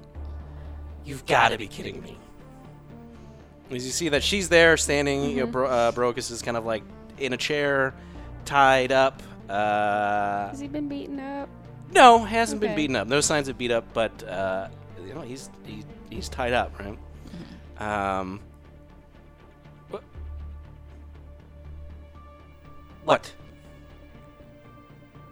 S1: you've got to be kidding me. As you see that she's there, standing, you know,
S5: Mm-hmm.
S1: Bro- uh, Brocus is kind of like in a chair, tied up. Uh,
S9: Has he been beaten up?
S1: No, hasn't been
S9: Okay.
S1: beaten up. No signs of beat up, but uh, you know he's he, he's tied up, right?
S5: Mm-hmm.
S1: Um, what? What?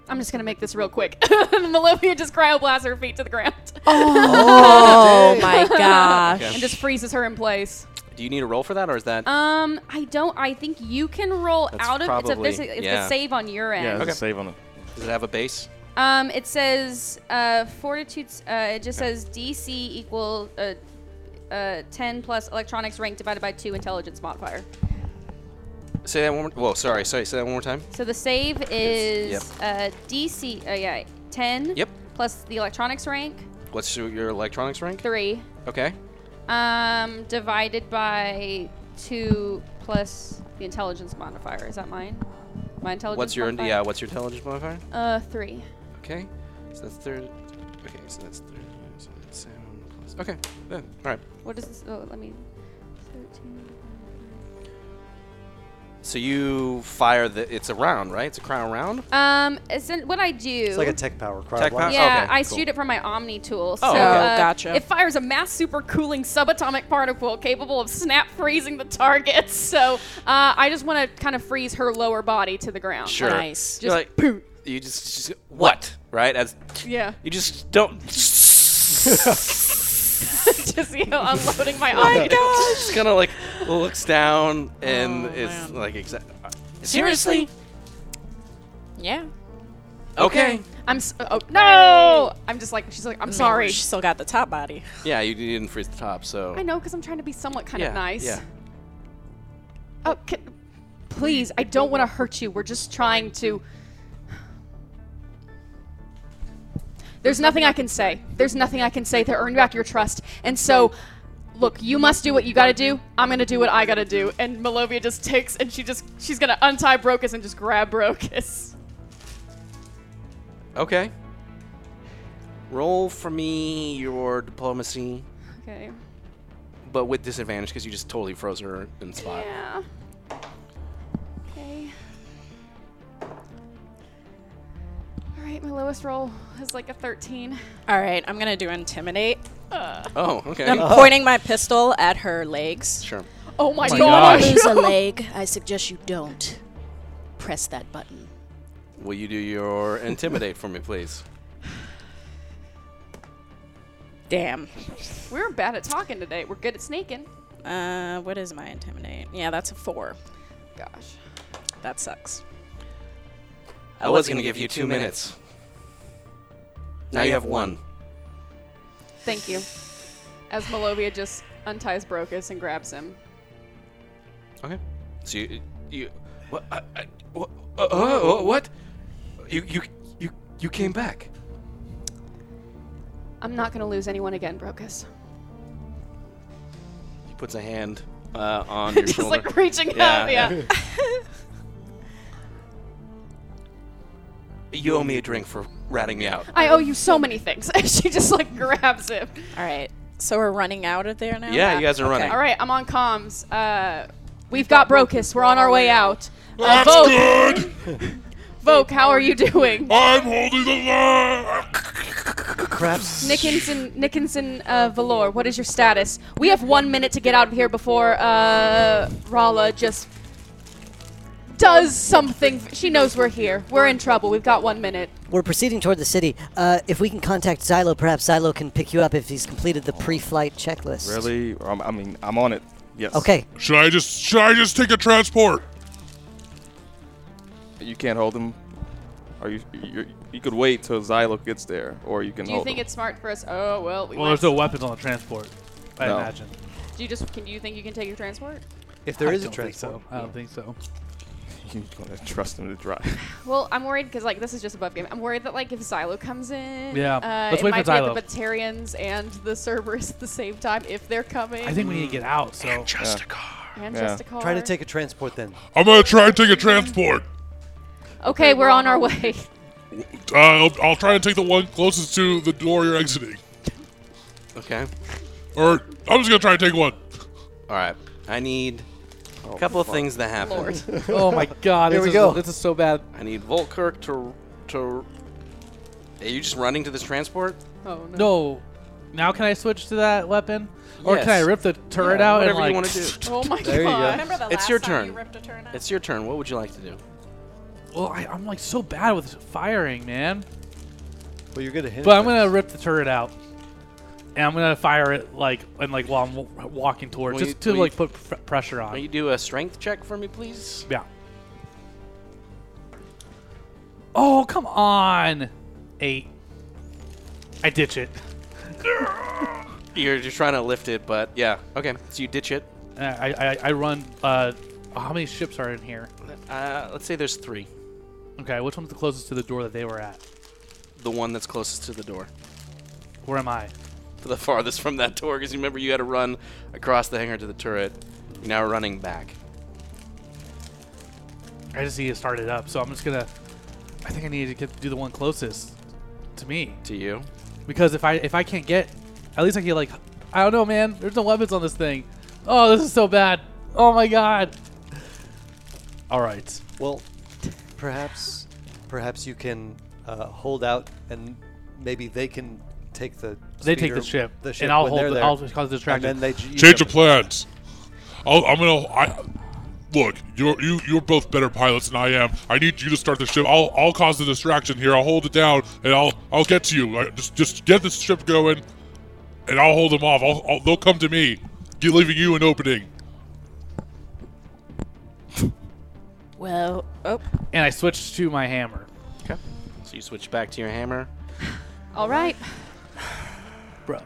S9: I'm just gonna make this real quick. Malovia just cryoblasts her feet to the ground.
S5: Oh, Oh, my dang. gosh.
S9: and just freezes her in place.
S1: Do you need a roll for that, or is that?
S9: Um, I don't. I think you can roll
S1: That's
S9: out of
S1: probably-
S9: it's a, it's a- it's
S1: yeah.
S9: a save on your end.
S1: Okay.
S2: save on it.
S1: Does it have a base?
S9: Um, it says uh, fortitude. Uh, it just says DC equal uh, uh, 10 plus electronics rank divided by two intelligence modifier.
S1: Say that one. More, whoa, sorry, sorry. Say that one more time.
S9: So the save
S1: Yep.
S9: is uh, DC. Uh, yeah, 10.
S1: Yep.
S9: Plus the electronics rank
S1: What's your, your electronics rank?
S9: three.
S1: Okay.
S9: Um, divided by two plus the intelligence modifier. Is that mine? My intelligence.
S1: What's your
S9: modifier?
S1: yeah? What's your intelligence modifier?
S9: Uh, three.
S1: Okay. So that's third. Okay, so that's third. So that's seven plus. Okay. Yeah. All right.
S9: What is this? Oh, let me. 13.
S1: So you fire the. It's a round, right? It's a crown round.
S9: Um, isn't what I do?
S6: It's like a tech power cryo
S1: Tech
S6: blast.
S1: power-
S9: Yeah,
S1: Okay,
S9: I
S1: cool.
S9: shoot it from my Omni tool. so,
S1: Oh, okay.
S9: uh,
S5: Gotcha.
S9: It fires a mass supercooling subatomic particle capable of snap freezing the target. So uh, I just want to kind of freeze her lower body to the ground.
S1: Sure.
S9: Just
S1: You're like, you just, just what? Right? As
S9: Yeah.
S1: You just don't.
S9: just you know, unloading my
S1: Oh My
S9: Omni.
S1: Just kind of like looks down and it's like exa- Seriously?
S5: Yeah.
S1: Okay.
S9: I'm. S- oh no! I'm just like she's like I'm
S5: Man,
S9: sorry.
S5: She still got the top body.
S1: Yeah, you didn't freeze the top, so.
S9: I know because I'm trying to be somewhat kind
S1: Yeah,
S9: of nice.
S1: Yeah.
S9: Oh, ca- please! I don't want to hurt you. We're just trying to. There's nothing I can say. There's nothing I can say to earn back your trust. And so, look, you must do what you gotta do. I'm gonna do what I gotta do. And Melovia just takes and she just she's gonna untie Brocus and just grab Brocus.
S1: Okay. Roll for me your diplomacy,
S9: Okay.
S1: but with disadvantage because you just totally froze her in spot.
S9: Yeah. Okay. All right, my lowest roll is like a 13.
S5: All right, I'm gonna do intimidate.
S9: Uh.
S1: Oh, okay.
S5: I'm pointing my pistol at her legs.
S1: Sure.
S9: Oh my
S5: Do you
S9: gosh.
S5: wanna lose a leg? I suggest you don't. Press that button.
S1: Will you do your intimidate for me, please?
S5: Damn.
S9: We're bad at talking today. We're good at sneaking.
S5: Uh, what is my intimidate? Yeah, that's a four.
S9: Gosh.
S5: That sucks.
S1: I was gonna give you two minutes. Now you have one.
S9: Thank you. As Malovia just unties Brocus and grabs him.
S1: Okay. So you, you, what, I, I, what, uh, uh, what? You, you, you, you came back.
S9: I'm not going to lose anyone again, Brocus.
S1: He puts a hand uh, on your
S9: Just,
S1: shoulder.
S9: like, reaching out, yeah.
S1: you owe me a drink for ratting me out.
S9: I owe you so many things. And she just like grabs him.
S5: All right. So we're running out of there now.
S1: Yeah, you guys are
S5: Okay.
S1: running.
S9: All right, I'm on comms. Uh, we've got Brocus. We're on our way out. Uh,
S10: That's
S9: Vogue.
S10: good!
S9: Vogue, how are you doing?
S10: I'm holding the line!
S13: crap.
S9: Nickinson, Nickinson uh, Valor, what is your status? We have one minute to get out of here before uh, Rala just does something. She knows we're here. We're in trouble. We've got one minute.
S13: We're proceeding toward the city. Uh, if we can contact Xylo, perhaps Xylo can pick you up if he's completed the pre-flight checklist.
S2: Really? Um, I mean, I'm on it. Yes.
S13: Okay.
S10: Should I just should I just take a transport?
S2: You can't hold him. Or you, you you could wait till Xylo gets there, or you can
S4: Do you
S2: hold
S4: think
S2: him.
S4: it's smart for us? Oh well, we
S11: Well,
S4: might-
S11: there's no weapons on the transport, I
S2: No.
S11: imagine.
S4: Do you just can do you think you can take your transport?
S6: If there
S11: I
S6: is a
S11: don't think so.
S6: transport.
S11: I don't think so.
S2: You're gonna trust him to drive.
S4: Well, I'm worried because like this is just above game. I'm worried that like if Xylo comes in,
S11: Yeah.
S4: uh,
S11: Let's
S4: it
S11: wait
S4: might
S11: for
S4: be at the Batarians and the Cerberus at the same time if they're coming.
S11: I think we need to get out. So
S6: just a
S4: And just a car.
S6: Try to take a transport then.
S10: I'm gonna try and take a transport.
S9: Okay, we're on our way.
S10: Uh, I'll, I'll try and take the one closest to the door you're exiting.
S1: Okay.
S10: Or I'm just gonna try and take one.
S1: All right. I need a couple of things that happen.
S11: oh my God!
S1: Oh, Here
S11: this
S1: we
S11: is,
S1: go.
S11: This is so bad.
S1: I need Volkirk to to. Are you just running to this transport?
S4: Oh no.
S11: No. Now can I switch to that weapon, or can I
S1: Yes.
S11: rip the turret
S1: Yeah,
S11: out
S1: Whatever
S11: and like?
S1: you want to do.
S4: Oh my
S1: There you
S4: god.
S1: go.
S4: Remember
S1: it's your turn. It's your turn. What would you like to do?
S11: Well, I, I'm like so bad with firing, man.
S6: Well, you're good at hitting.
S11: But I'm gonna rip the turret out, and I'm gonna fire it like and like while I'm w- walking towards,
S1: Will
S11: just to
S1: you- will
S11: like
S1: you-
S11: put pr- pressure on.
S1: Will you do a strength check for me, please?
S11: Yeah. Oh come on, eight. I ditch it.
S1: You're just trying to lift it, but yeah. Okay. So you ditch it.
S11: Uh, I I, I run. Uh, how many ships are in here?
S1: Uh, let's say there's three.
S11: Okay, which one's the closest to the door that they were at?
S1: The one that's closest to the door.
S11: Where am I?
S1: The farthest from that door, because you remember you had to run across the hangar to the turret. You're now running back.
S11: I just need to start it up, so I'm just gonna. I think I need to get, do the one closest to me.
S1: To you?
S11: Because if I if I can't get, at least I can like, I don't know, man. There's no weapons on this thing. Oh, this is so bad. Oh my god. All right.
S6: Well, perhaps, perhaps you can uh, hold out, and maybe they can take the.
S11: They take
S6: speeder-
S11: the ship,
S6: The
S11: and
S6: ship
S11: I'll
S6: when
S11: hold
S6: they're
S11: the-
S6: there,
S11: I'll just cause distraction.
S6: And then they j- you
S10: Change
S6: jump
S10: of plans. I'll, I'm gonna. I, look, you're you you're both better pilots than I am. I need you to start the ship. I'll I'll cause the distraction here. I'll hold it down, and I'll I'll get to you. Like, just just get the ship going, and I'll hold them off. I'll, I'll, they'll come to me, Get- leaving you an opening.
S5: Well, oh,
S11: And I switch to my hammer.
S1: Okay. So you switch back to your hammer.
S9: All right.
S11: Bro.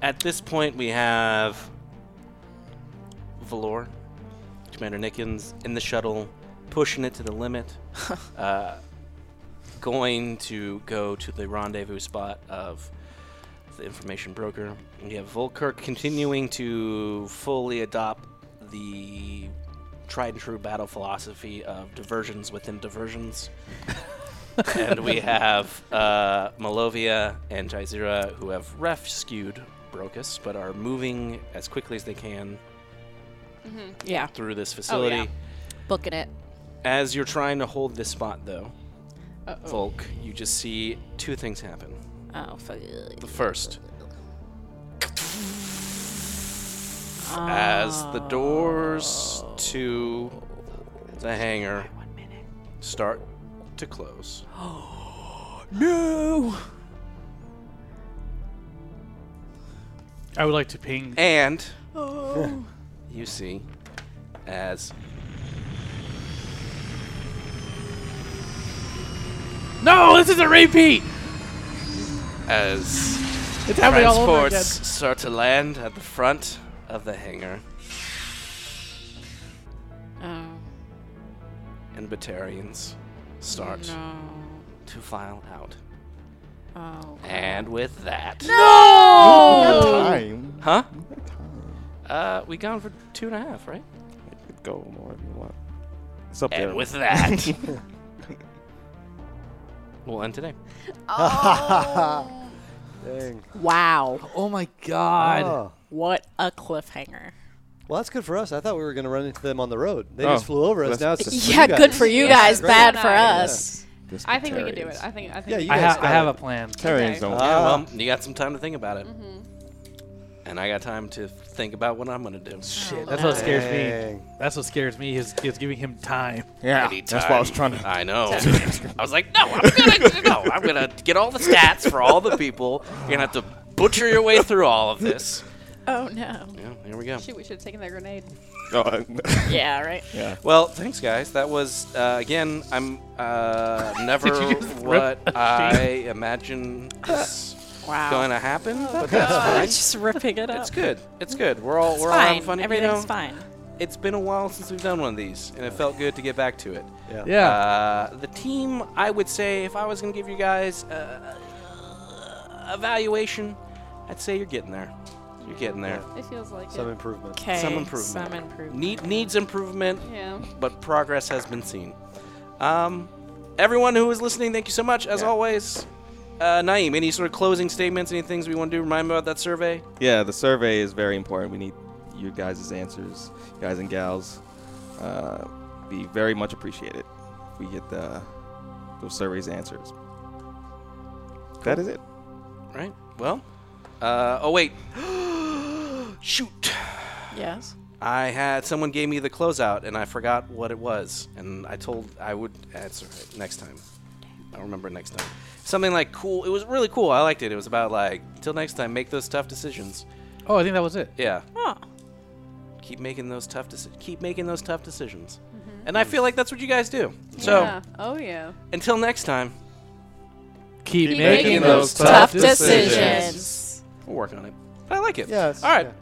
S1: At this point, we have Valor, Commander Nickens in the shuttle, pushing it to the limit, uh, going to go to the rendezvous spot of the information broker. We have Volkirk continuing to fully adopt the tried and true battle philosophy of diversions within diversions. and we have uh, Malovia and Jaizira who have rescued Brocus, but are moving as quickly as they can
S5: yeah.
S1: through this facility.
S5: Booking Oh, it.
S1: As you're trying to hold this spot, though,
S5: Uh-oh.
S1: Volk, you just see two things happen.
S5: Oh, fuck.
S1: The first, as the doors
S11: Oh.
S1: to the hangar start to close,
S5: No.
S11: I would like to ping.
S1: and
S5: Oh.
S1: you see as
S11: No, this is a repeat.
S1: as
S11: It's happening all over
S1: transports
S11: again.
S1: start to land at the front of the hangar,
S5: Oh,
S1: and Batarians start
S5: no.
S1: to file out.
S5: Oh.
S1: And with that,
S5: No!
S2: Time.
S1: huh? Uh, we gone for two and a half, right?
S2: Go more if you want. It's up
S1: And
S2: there.
S1: with that, we'll end today. Oh.
S5: Oh.
S6: Dang.
S5: Wow.
S11: Oh my god.
S6: Oh.
S5: What a cliffhanger.
S6: Well, that's good for us. I thought we were going to run into them on the road. They
S2: Oh,
S6: just flew over us.
S2: that's-
S6: Now it's just
S5: yeah,
S6: you guys.
S5: good for you
S6: That's
S5: guys,
S6: great.
S5: bad for
S6: Yeah.
S5: us.
S2: This
S4: I think we can do
S2: Batarians.
S4: it. I think. I think.
S1: Yeah,
S4: we
S1: you
S4: can
S1: guys
S4: do
S1: got
S4: it.
S1: it.
S5: Oh.
S2: Terrarians
S1: Yeah,
S2: don't.
S1: Uh, well, you got some time to think about it.
S5: Mm-hmm.
S1: And I got time to think about what I'm going to do. Shit,
S5: Oh,
S3: That's what scares me. That's what scares me is, is giving him time.
S1: I need time. I know. I was like, no, I'm gonna, no, I'm gonna get all the stats for all the people. You're gonna have to butcher your way through all of this.
S4: Oh no.
S1: Yeah, here we go.
S4: Shoot, we should have taken that grenade.
S2: Oh,
S4: Yeah, right.
S2: Yeah.
S1: Well, thanks, guys. That was uh, again. I'm uh, never
S7: Did you just rip
S1: what
S7: a
S1: I
S7: sheet?
S1: imagine is
S7: Wow. Oh,
S1: going to happen, but
S7: God.
S1: that's fine.
S7: Just ripping it
S1: It's
S7: up.
S1: good. It's good. We're all
S7: It's
S1: we're all having
S7: fine.
S1: fun. You
S7: Everything's
S1: know,
S7: fine.
S1: It's been a while since we've done one of these, and it felt good to get back to it.
S6: Yeah.
S3: Yeah.
S1: Uh, the team, I would say, if I was going to give you guys uh, evaluation, I'd say you're getting there. You're getting there.
S4: It feels like
S6: Some
S4: it.
S6: improvement.
S1: Some improvement.
S4: Some improvement.
S1: Need, needs improvement.
S4: Yeah.
S1: But progress has been seen. Um, everyone who is listening, thank you so much. As always, uh, Naeem, any sort of closing statements, any things we want to do? Remind me about that survey.
S2: Yeah, the survey is very important. We need your guys' answers, guys and gals. Uh, be very much appreciated if we get the those surveys answers. That is it.
S1: Right. Well. Uh, oh wait. Shoot.
S4: Yes.
S1: I had someone gave me the closeout and I forgot what it was, and I told I would. That's all right. Next time, I'll remember next time. Something like cool. It was really cool. I liked it. It was about like till next time, make those tough decisions.
S3: Oh, I think that was it.
S1: Yeah.
S4: Huh.
S1: Keep making those tough deci- keep making those tough decisions. And I feel like that's what you guys do. So
S4: Mm-hmm. Yeah. Oh yeah.
S1: until next time,
S3: Keep,
S1: making those tough decisions.
S4: decisions.
S1: we'll work on it. But I like it.
S6: Yes.
S1: All right.